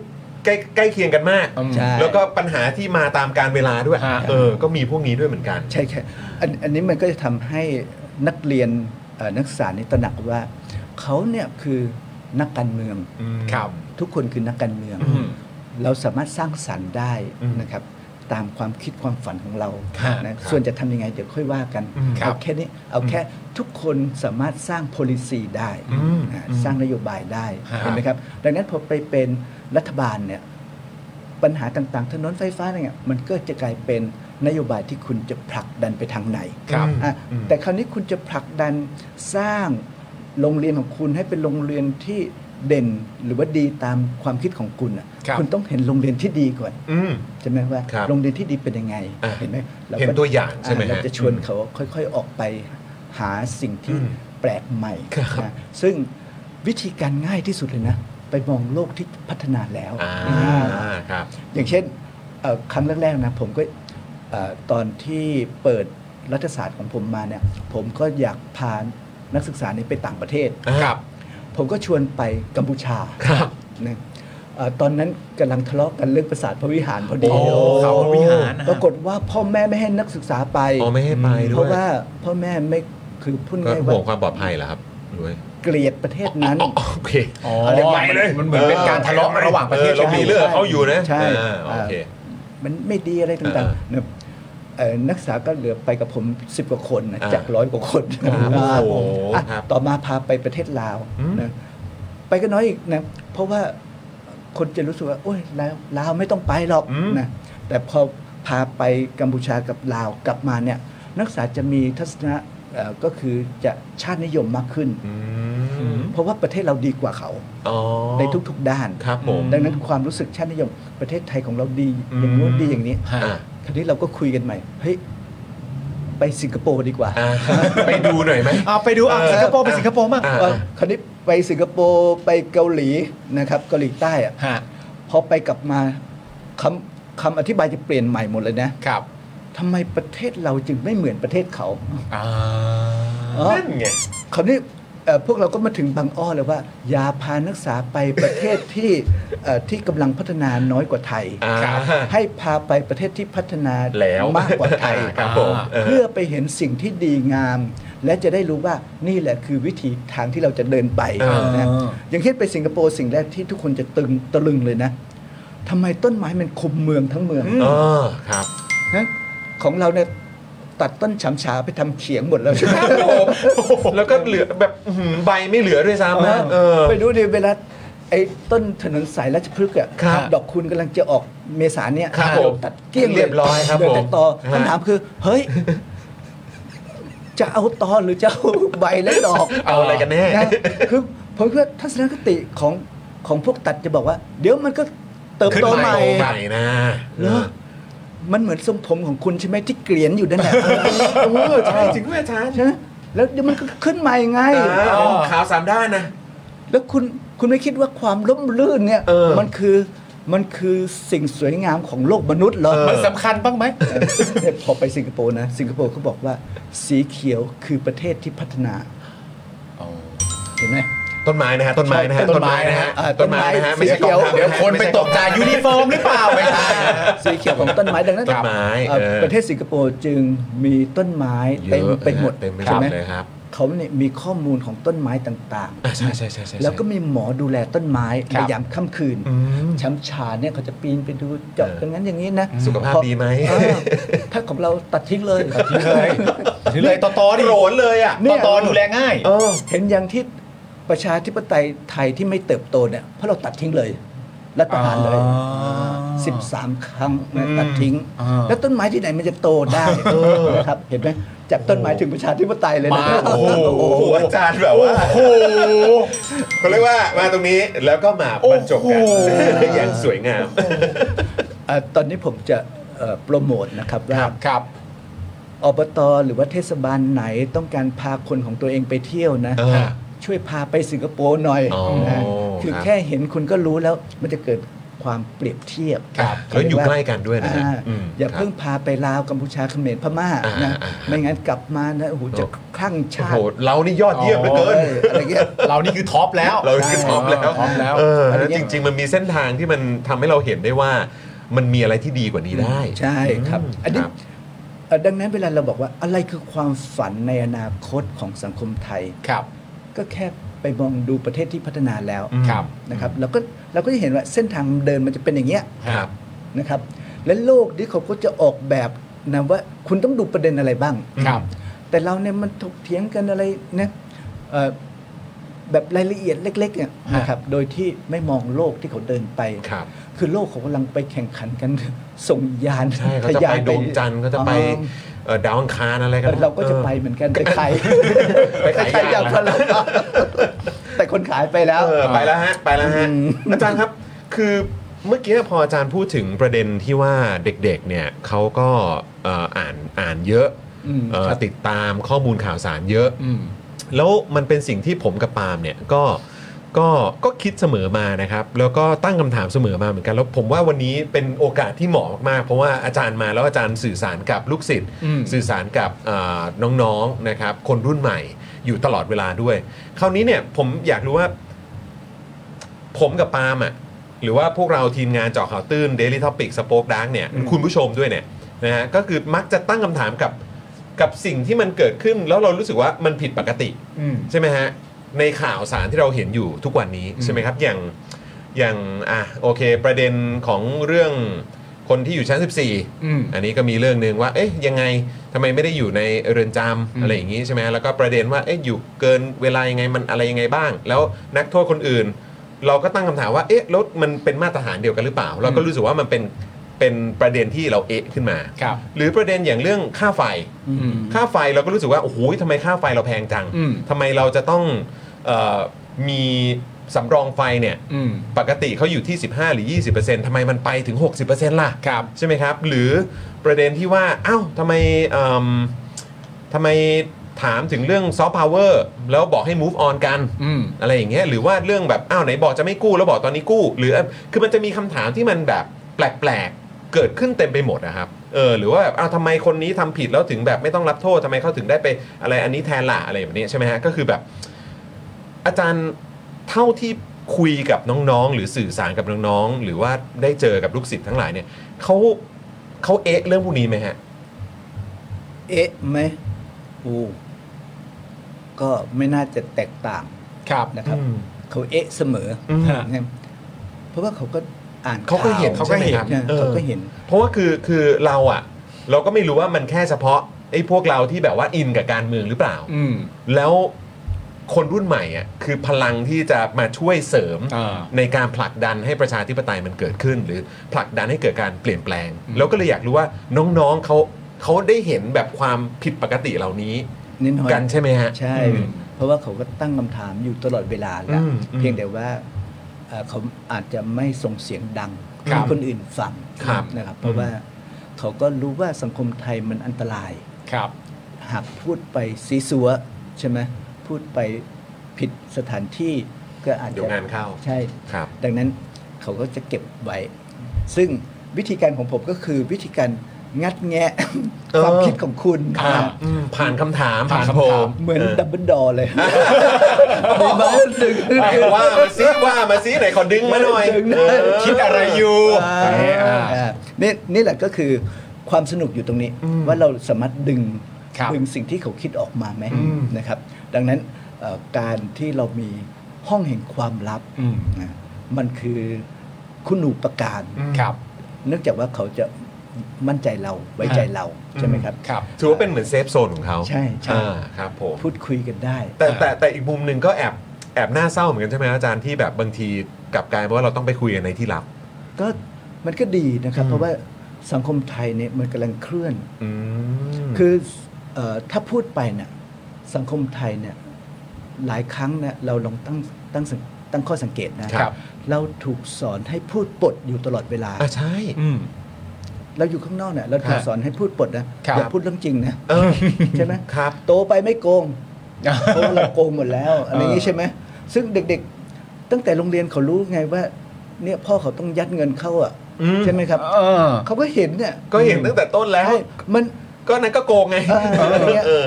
B: ใกล้ใกล้เคียงกันมาก
E: ใช่
B: แล้วก็ปัญหาที่มาตามการเวลาด้วย
C: ฮะ
B: เออ ก็มีพวกนี้ด้วยเหมือนกัน
E: ใช่แค่อันอันนี้มันก็จะทำให้นักเรียนเอ่อนักศึกษานี่ตระหนักว่า เขาเนี่ยคือนักการเมือง
C: ครับ
E: ทุกคนคือนักการเมือง
C: อืม
E: เราสามารถสร้างสรรค์ได้
B: อืม
E: นะครับ ตามความคิดความฝันของเรา
C: ครับ
E: นะส่วนจะทำยังไงเดี๋ยวค่อยว่ากัน
B: อืม
C: ครับ
E: เอาแค่นี้เอาแค่ทุกคนสามารถสร้าง policy ได้
B: อืม
E: นะ
B: อืม
E: สร้างนโยบายได้
C: ครับ
E: เห็นไหมครับ ดังนั้นพอไปเป็นรัฐบาลเนี่ยปัญหาต่างๆ ถนนไฟฟ้าอะไรเนี่ยมันก็จะกลายเป็นนโยบายที่คุณจะผลักดันไปทางไหน
C: ครับ
E: อ่ะแต่คราวนี้คุณจะผลักดันสร้างโรงเรียนของคุณให้เป็นโรงเรียนที่เด่นหรือว่าดีตามความคิดของคุณอ่ะ
C: ครับ
E: ณต้องเห็นโรงเรียนที่ดีก่อน
B: อืม
E: ใช่ไหมว่า
B: ครับ
E: โรงเรียนที่ดีเป็นยังไง
B: อ่ะ
E: เห็นไหมราก็
B: เห็นตัวอย่างใช่ไหม
E: ะเรา
B: ฮะ
E: จะชวนเขาค่อยๆออกไปหาสิ่งที่
B: อืม
E: แปลกใหม่
B: ครับ
E: นะซึ่งวิธีการง่ายที่สุดเลยนะ ไปมองโลกที่พัฒนาแล้ว
B: ่าครับ
E: อย่างเช่นเอ่อครั้งแรกๆนะผมก็เอ่อตอนที่เปิดรัฐศาสตร์ของผมมาเนี่ยผมก็อยากพานักศึกษานี้ไปต่างประเทศ
C: ครับ
E: ผมก็ชวนไปกัมพูชา
B: ครับ
E: นะเอ่อตอนนั้นกำลังทะเลาะกันเรื่องประสาทพระวิหารพอดี
B: โอ้
C: เขาพระวิหารนะฮะ
E: ปรากฏว่าพ่อแม่ไม่ให้นักศึกษาไป
B: อ๋อไม่ให้ไปด้วย
E: เพราะว่าพ่อแม่ไม่คือพูด
B: ก็
E: ง่ายๆ
B: ห่วง
E: ว่า
B: คา
E: ว
B: มปลอดภัยเหรอครับด้วย
E: เกลียดประเทศนั้น
B: โอเค
C: อ๋อ
E: เอาเดี๋ยวไปเลย
C: มันเหมือนเป็นการทะเลาะระหว่างประเทศ
B: ออเรา
C: ใช่ไหม
B: มีเรื่องกับเขาอยู่นะ
E: ใช่
B: อ่าโอเค
E: อ่า มันไม่ดีอะไรต่าง
B: อ่า
E: ๆนะเอ่อนักศึกษาก็เหลือไปกับผม 10 กว่าคนนะ
B: อ่า
E: จากร้อยกว่าคน
B: ครับ
E: อ่า
B: โอ้โห
E: อ่ะ
B: ครับ
E: ต่อมาพาไปประเทศลาว
B: อืม
E: นะไปก็น้อยอีกนะเพราะว่าคนจะรู้สึกว่า โอ้ยลาวลาวไม่ต้องไปหรอกนะแต่พอพาไปกัมพูชากับลาวกลับมาเนี่ย นักศึกษาจะมีทัศนะเอ่อก็คือจะชาตินิยมมากขึ้น
B: อืม
E: เพราะว่าประเทศเราดีกว่าเขา
B: อ๋อ
E: ในทุกๆด้าน
B: ครับผม
E: ดังนั้นความรู้สึกชาตินิยมประเทศไทยของเราดีอย่างนู้นดีอย่างนี้
C: ฮะ
B: อ่า
E: คราวนี้เราก็คุยกันใหม่ เฮ้ย ไปสิงคโปร์ดีกว่า
B: อ่ะไปดูหน่อยไหม
C: เอาไปดูอ่ะ
B: เออ
C: สิงคโปร์ไปสิงคโปร์มาก
B: อ่ะ
E: เออคราวนี้ไปสิงคโปร์ไปเกาหลีนะครับเกาหลีใต้อะ
C: ฮะ
E: พอไปกลับมาคำคำอธิบายจะเปลี่ยนใหม่หมดเลยนะครับ ทำไมประเทศเราจึงไม่เหมือนประเทศเขา
C: อ่า
E: อ๋อ
B: นั่นไง
E: คราวนี้เอ่อพวกเราก็มาถึงบางอ้อเลยว่า อยาพานักศึกษาไปประเทศที่เอ่อที่กำลังพัฒนาน้อยกว่าไทย
B: อ่า
E: ให้พาไปประเทศที่พัฒนา
B: แล้ว
E: มากกว่าไทย
B: ครับผม
C: อ่า
B: เออ
E: เพื่อไปเห็นสิ่งที่ดีงาม และจะได้รู้ว่านี่แหละคือวิธีทางที่เราจะเดินไป
B: เออ
E: นะอย่างเช่นไปสิงคโปร์สิ่งแรกที่ทุกคนจะตึงตะลึงเลยนะทำไมต้นไม้มันคุมเมืองทั้งเมือง
B: เออครับ
E: นะของเราเนี่ยตัดต้นฉำฉาไปทำเขียงหมดแล้วใช่ไหม
B: แล้วก็เหลือแบบอื้อหือใบไม่เหลือด้วยซ้ำนะเออ
E: ไปดูดิเวลาไอ้ต้นถนนสายราชพฤกษ์อะ
B: ครับ
E: ดอกคุณกำลังจะออกเมษาเนี่ย
B: ครับผม
E: ตัดเกลี้ยงล
B: เรียบร้อยครับ
E: เหลืแต่
B: ผม
E: ตอ
B: ฮะ
E: คำถามคือ เฮ้ย จะเอาตอนหรือจะเอาใบและดอก
B: เอาอะไรกันแน่
E: นะคือผมคิดว่าทัศนคติของ ของพวกตัดจะบอกว่า เดี๋ยวมันก็เติบ
B: ขึ้น
E: โต
B: ให
E: ให
B: ม่
E: ม่
B: ใหม่นะ
E: เนอะมันเหมือนทรงผมของคุณใช่ไหมที่เกลียนอยู่นั่นแห ละเออใช่จริงด้วยอาจารย์ใช่ไหมแล้วเดี๋ยวมันก็ขึ้นใหม่ไง
B: ขาวสามด้านนะ
E: แล้วคุณคุณไม่คิดว่าความล้มลื่นเนี่ย
B: เออ
E: มันคือมันคือสิ่งสวยงามของโลกมนุษย์เหรอ
C: มันสำคัญบ้างไหม
E: เนี่ย พอไปสิงคโปร์นะ สิงคโปร์เขาบอกว่า สีเขียวคือประเทศที่พัฒนาเห็นไหม
B: ต้นไม้นะฮะต้นไม้นะฮะ
E: ต้นไม้นะฮะ
B: ฮะต้นไม้นะฮะ
E: เออต้นไม้
B: ไม่ใช่กองทัพ
E: เดี๋ยว
B: ะฮะ
C: คนไป
B: ม่ใช่
C: ต
B: อง
C: ก
B: ทัพ
C: ใจยูนิฟอร์มหรือเปล่าไม่ใช่
E: สีเขียวของต้นไม้ดังนั้น
B: ต้นไม้
E: เอ่อ
B: เออ
E: ประเทศสิงคโปร์จึงมีต้นไม้เต็มไปหมด
B: เต็มไปหม
E: ใช่
B: ด
E: ไหม
B: เลยครับ
E: เขาเนี่ยมีข้อมูลของต้นไม้ต่าง
B: อ่ะใช่ใช่ใช่ใช่
E: ๆ แล้วก็มีหมอดูแลต้นไม้
C: ค
E: ใน
C: รับ
E: ยามค่ำคืนช้ำชาเนี่ยเขาจะปีนไปดูเจาะ
B: เออ
E: ตรงนั้นอย่างนี้นะ
B: สุขภาพ
E: พอ
B: ดีไหม
E: เออถ้าของเราตัดทิ้งเลยตัดทิ้งเลย
C: นี่เลยต่อตอดิโหนเลยอ่ะต่อตอดูแลง่าย
E: เออเห็นอย่างที่ประชาธิปไตยไทยที่ไม่เติบโตเนี่ยเพราะเราตัดทิ้งเลยรัฐประหารเลย
C: อ๋
E: 13 ครั้งนะ
C: อืม
E: ตัดทิ้ง
C: อ่า
E: แล้วต้นไม้ที่ไหนมันจะโตได้นะครับเห็นไหมจากต้นไม้ถึงประชาธิปไตยเลยนะ
C: มา
B: โอ้โหอาจารย์แบบว่า
C: โอ้โห
B: เขาเรียกว่ามาตรงนี้แล้วก็มาบรรจบกัน
C: โอ้โห
B: อย่างสวยงาม
E: เอ่อตอนนี้ผมจะเอ่อโปรโมทนะครับว่า
C: ครับ
E: อบตหรือว่าเทศบาลไหนต้องการพาคนของตัวเองไปเที่ยวนะ
B: เออ
E: ช่วยพาไปสิงคโปร์หน่อย
B: อ๋อ
E: นะคือ
B: ครับ
E: แค่เห็นคุณก็รู้แล้วมันจะเกิดความเปรียบเทียบ
B: ครับแล้วอยู่ใกล้กันด้วยนะฮะ
E: อ่าม อย่าเพิ่ง
B: ครับ
E: พาไปลาวกัมพูชาเขมรพม่า
B: อ่า
E: นะ
B: อ่า
E: ไม่งั้นกลับมานะโอ้โหจะคลั่ง
B: โอ้
E: ชา
B: โห
E: ติ
B: เรานี่ยอดเยี่ยมเหลือ
E: เอ
B: เกิน
E: ออะไรเงี้ย
C: เรานี่คือท็อปแล้ว
B: เราคือท็อปแล้ว
C: ท็อปแล้ว
B: เออ
E: อันนี้
B: แล้วจริง ๆ มันมีเส้นทางที่มันทำให้เราเห็นได้ว่า มันมีอะไรที่ดีกว่านี้ได้
E: ใช่ครับ
B: ม
E: อันนี้
B: ครับ
E: เอ่อดังนั้นเวลาเราบอกว่าอะไรคือความฝันในอนาคตของสังคมไทย
C: ครับ
E: ก็แค่ไปมองดูประเทศที่พัฒนาแล้ว
C: ครับ
E: นะครับเราก็เราก็จะเห็นว่าเส้นทางเดินมันจะเป็นอย่างเงี้ย
B: ครับ
E: นะครับ และโลกนี้เขาก็จะออกแบบนะว่าคุณต้องดูประเด็นอะไรบ้าง
C: ครับ
E: แต่เราเนี่ยมันถกเถียงกันอะไรนะเอ่อแบบรายละเอียดเล็กๆเนี่ยนะครับโดยที่ไม่มองโลกที่เขาเดินไป
B: ครับ
E: คือโลกเขากำลังไปแข่งขันกัน ส่งยาน
B: ใช่เขาจะไปดวงจันทร์เขาจะไป
E: อ๋อ
B: เอ่อดาวอังคารอะไรกั
E: เอน อเราก็จะไปเหมือนกันไปขาย
B: ไป
E: ไป
B: ขาย
E: ขา
B: ยาย
E: ยาง งพาราแต่คนขายไปแล้ว
B: เออไปแล้วฮะ ไปแล้วฮะ
E: อืม
B: อาจารย์ครับ คือเมื่อกี้พออาจารย์พูดถึงประเด็นที่ว่าเด็กๆ เนี่ยเขาก็เอ่ออ่านอ่านเยอะ
E: ม
B: เอ่อ
E: ครับ
B: ติดตามข้อมูลข่าวสารเยอะ
C: อืม
B: แล้วมันเป็นสิ่งที่ผมกับปาล์มเนี่ยก็ก็ก็คิดเสมอมานะครับ แล้วก็ตั้งคำถามเสมอมาเหมือนกัน แล้วผมว่าวันนี้เป็นโอกาสที่เหมาะมากๆเพราะว่าอาจารย์มาแล้วอาจารย์สื่อสารกับลูกศิษย์
C: อืม
B: สื่อสารกับอ่าน้องๆนะครับ คนรุ่นใหม่อยู่ตลอดเวลาด้วย คราวนี้เนี่ยผมอยากรู้ว่า ผมกับปาล์มอ่ะหรือว่าพวกเราทีมงานเจาะข่าวตื้น Daily Topic สป็อ e ดังเนี่ยคุณผู้ชมด้วยเนี่ยนะฮะก็คือมักจะตั้งคำถามกับกับสิ่งที่มันเกิดขึ้น แล้วเรารู้สึกว่ามันผิดปกติ
C: อืม
B: ใช่ไหมฮะ ในข่าวสารที่เราเห็นอยู่ทุกวันนี้ใช่ไหมครับ อย่างอย่างอ่ะโอเค ประเด็นของเรื่องคนที่อยู่ชั้น 14
C: อืม
B: นนี้ก็มีเรื่องหนึ่งว่า เอ๊ะยังไงทำไมไม่ได้อยู่ในเรือนจำ
C: อืม
B: อะไรอย่างนี้ใช่ไหมฮะแล้วก็ประเด็นว่าเอ๊ะอยู่เกินเวลายังไงมันอะไรยังไงบ้าง แล้วนักโทษคนอื่น เราก็ตั้งคำถามว่าเอ๊ะแล้วมันเป็นมาตรฐานเดียวกันหรือเปล่า เราก็รู้สึกว่ามันเป็นเป็นประเด็นที่เราเอ๊ะขึ้นมา
C: ครับ
B: หรือประเด็นอย่างเรื่องค่าไฟ
C: อืม
B: ค่าไฟเราก็รู้สึกว่า โอ้โหทำไมค่าไฟเราแพงจัง
C: อืม
B: ทำไมเราจะต้องเออมีสำรองไฟเนี่ย
C: อืม
B: ปกติเขาอยู่ที่ 15 หรือ 20%ทำไมมันไปถึง 60%ล่ะ
C: ครับ
B: ใช่ไหมครับ หรือประเด็นที่ว่า อ้าวทำไมเอิ่มทำไมถามถึงเรื่องซอฟต์พาวเวอร์แล้วบอกให้ move on กัน
C: อืม
B: อะไรอย่างเงี้ยหรือว่าเรื่องแบบอ้าวไหนบอกจะไม่กู้แล้วบอกตอนนี้กู้ หรือคือมันจะมีคำถามที่มันแบบแปลกๆ เกิดขึ้นเต็มไปหมดนะครับเออหรือว่าแบบอ้าวทำไมคนนี้ทำผิดแล้วถึงแบบไม่ต้องรับโทษทำไมเขาถึงได้ไปอะไรอันนี้แทนล่ะอะไรแบบนี้ใช่ไหมฮะก็คือแบบ อาจารย์เท่าที่คุยกับน้องๆ หรือสื่อสารกับน้องๆ หรือว่าได้เจอกับลูกศิษย์ทั้งหลายเนี่ยเขาเขาเอะเรื่องพวกนี้ไหมฮะ
E: เอ๊ะไหมอูก็ไม่น่าจะแตกต่าง
C: ครับ
E: นะครับ
B: อืม
E: เขาเอ๊ะเสมอ
B: อืม
E: นะเพราะว่าเขาก็อ่าน
B: เขาก็เห็น
E: ข่ว
B: เขาก็เห็น
E: ใช่ไมครับ
B: เออ
E: เขาก็เห็น
B: เพราะว่าคือคือเราอะเราก็ไม่รู้ว่ามันแค่เฉพาะไอ้พวกเราที่แบบว่าอินกับการเมืองหรือเปล่า
C: อืม
B: แล้วคนรุ่นใหม่อ่ะคือพลังที่จะมาช่วยเสริม
C: อ่า
B: ในการผลักดันให้ประชาธิปไตยมันเกิดขึ้น หรือผลักดันให้เกิดการเปลี่ยนแปลง แล้วก็เลยอยากรู้ว่าน้องๆเขาเขาได้เห็นแบบความผิดปกติเหล่านี้
E: นิดหน่อย
B: กันใช่ไหมฮะ
E: ใช่ เพราะว่าเขาก็ตั้งคำถามอยู่ตลอดเวลาแห
B: อื
E: ล้ว
B: มอืม
E: เพียงแต่ว่า เอ่อเขาอาจจะไม่ส่งเสียงดัง
C: ครับ
E: ให้คนอื่นฟัง
B: ครับ
E: นะครับ เพราะว่าเขาก็รู้ว่าสังคมไทยมันอันตราย
C: ครับ
E: หากพูดไปซีซัวใช่ไหมพูดไปผิดสถานที่ก็อาจ
B: เดี๋ย
E: จะ
B: วงานเข้า
E: ใช่
B: ครับ
E: ดังนั้นเขาก็จะเก็บไว้ ซึ่งวิธีการของผมก็คือวิธีการงัดแงะ
B: เออ
E: ความคิดของคุณ
B: ครับ
E: นะ
B: อืมผ่านคำถามผ่าน
C: ผ่านคำถาม
B: โพล
E: เหมือนดับเบิลดอร์เลย ดีมากดึงดึง
B: เออว่ามาซิว่ามาซิไหนขอดึงมาหน่อย
E: ดึง
B: เออ
C: คิดอะไรอยู่
E: อ่า
C: เออ
E: อ่านี่นี่แหละก็คือความสนุกอยู่ตรงนี้ ว่าเราสามารถดึง
C: ครับ
E: ดึงสิ่งที่เขาคิดออกมาไหมนะครับ ดังนั้นเอ่อการที่เรามีห้องแห่งความลับนะมันคือคุณูปการ
C: ครับ
E: เนื่องจากว่าเขาจะมั่นใจเราไว้ใจเราใช่ไหมครับ
C: ครับ
B: ถือว่าเป็นเหมือนเซฟโซนของเขา
E: ใช่ใช่
B: อ่าครับผม
E: พูดคุยกันได้
B: แต่แต่แต่อีกมุมหนึ่งก็แอบแอบน่าเศร้าเหมือนกันใช่ไหมอาจารย์ที่แบบบางทีกลับกลายเป็นว่าเราต้องไปคุยกันในที่ลับ
E: ก็มันก็ดีนะครับ เพราะว่าสังคมไทยเนี่ยมันกำลังเคลื่อน
B: อืม
E: คือเอ่อถ้าพูดไปเนี่ยสังคมไทยเนี่ยหลายครั้งเนี่ยเราลองตั้งตั้งสังตั้งข้อสังเกตนะครับ เราถูกสอนให้พูดปดอยู่ตลอดเวลา
B: อ่ะใช่
C: อืม
E: เราอยู่ข้างนอกเนี่ยเราถูก
C: ฮะ
E: สอนให้พูดปดนะครับ อย่าพูดเรื่องจริงนะ
B: เออ
E: ใช่ไหม
B: ครับ
E: โตไปไม่โกงเพราะว่าเราโกงหมด แล้ว อะไรอย่างนี้ใช่ไหม ซึ่งเด็กๆ ตั้งแต่โรงเรียนเขารู้ไงว่าเนี่ยพ่อเขาต้องยัดเงินเข้าอ่ะ
B: อืม
E: ใช่ไหมครับ
C: เออ
E: เขาก็เห็นเนี่ย
B: ก็เห็นตั้งแต่ต้นแล้ว
E: ใช่มัน
B: ก็นั้นก็โกงไง
E: เอออะไรเงี้ย
B: เออ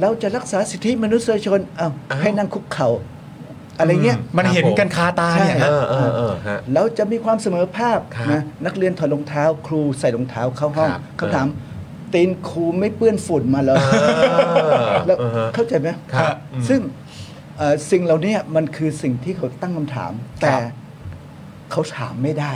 E: เราจะรักษาสิทธิมนุษยชนเอา
B: อ้าว
E: ให้นั่งคุกเข่าอะไรเงี้ย
C: มันเห็นกันคาตาเนี่ย
E: ใช่
B: เออเออเออฮะ
E: แล้วจะมีความเสมอภาค
B: ครับ
E: นะนักเรียนถอดรองเท้า ครูใส่รองเท้าเข้าห้อง
B: ครับ
E: เขาถามตีนครูไม่เปื้อนฝุ่นมาเหรอ
B: อ
E: แล้ว
B: เออฮะ
E: เข้าใจไหม
B: ครับอืม
E: ซึ่งเอ่อสิ่งเหล่านี้มันคือสิ่งที่เขาตั้งคำถาม แต่เขาถามไม่ได้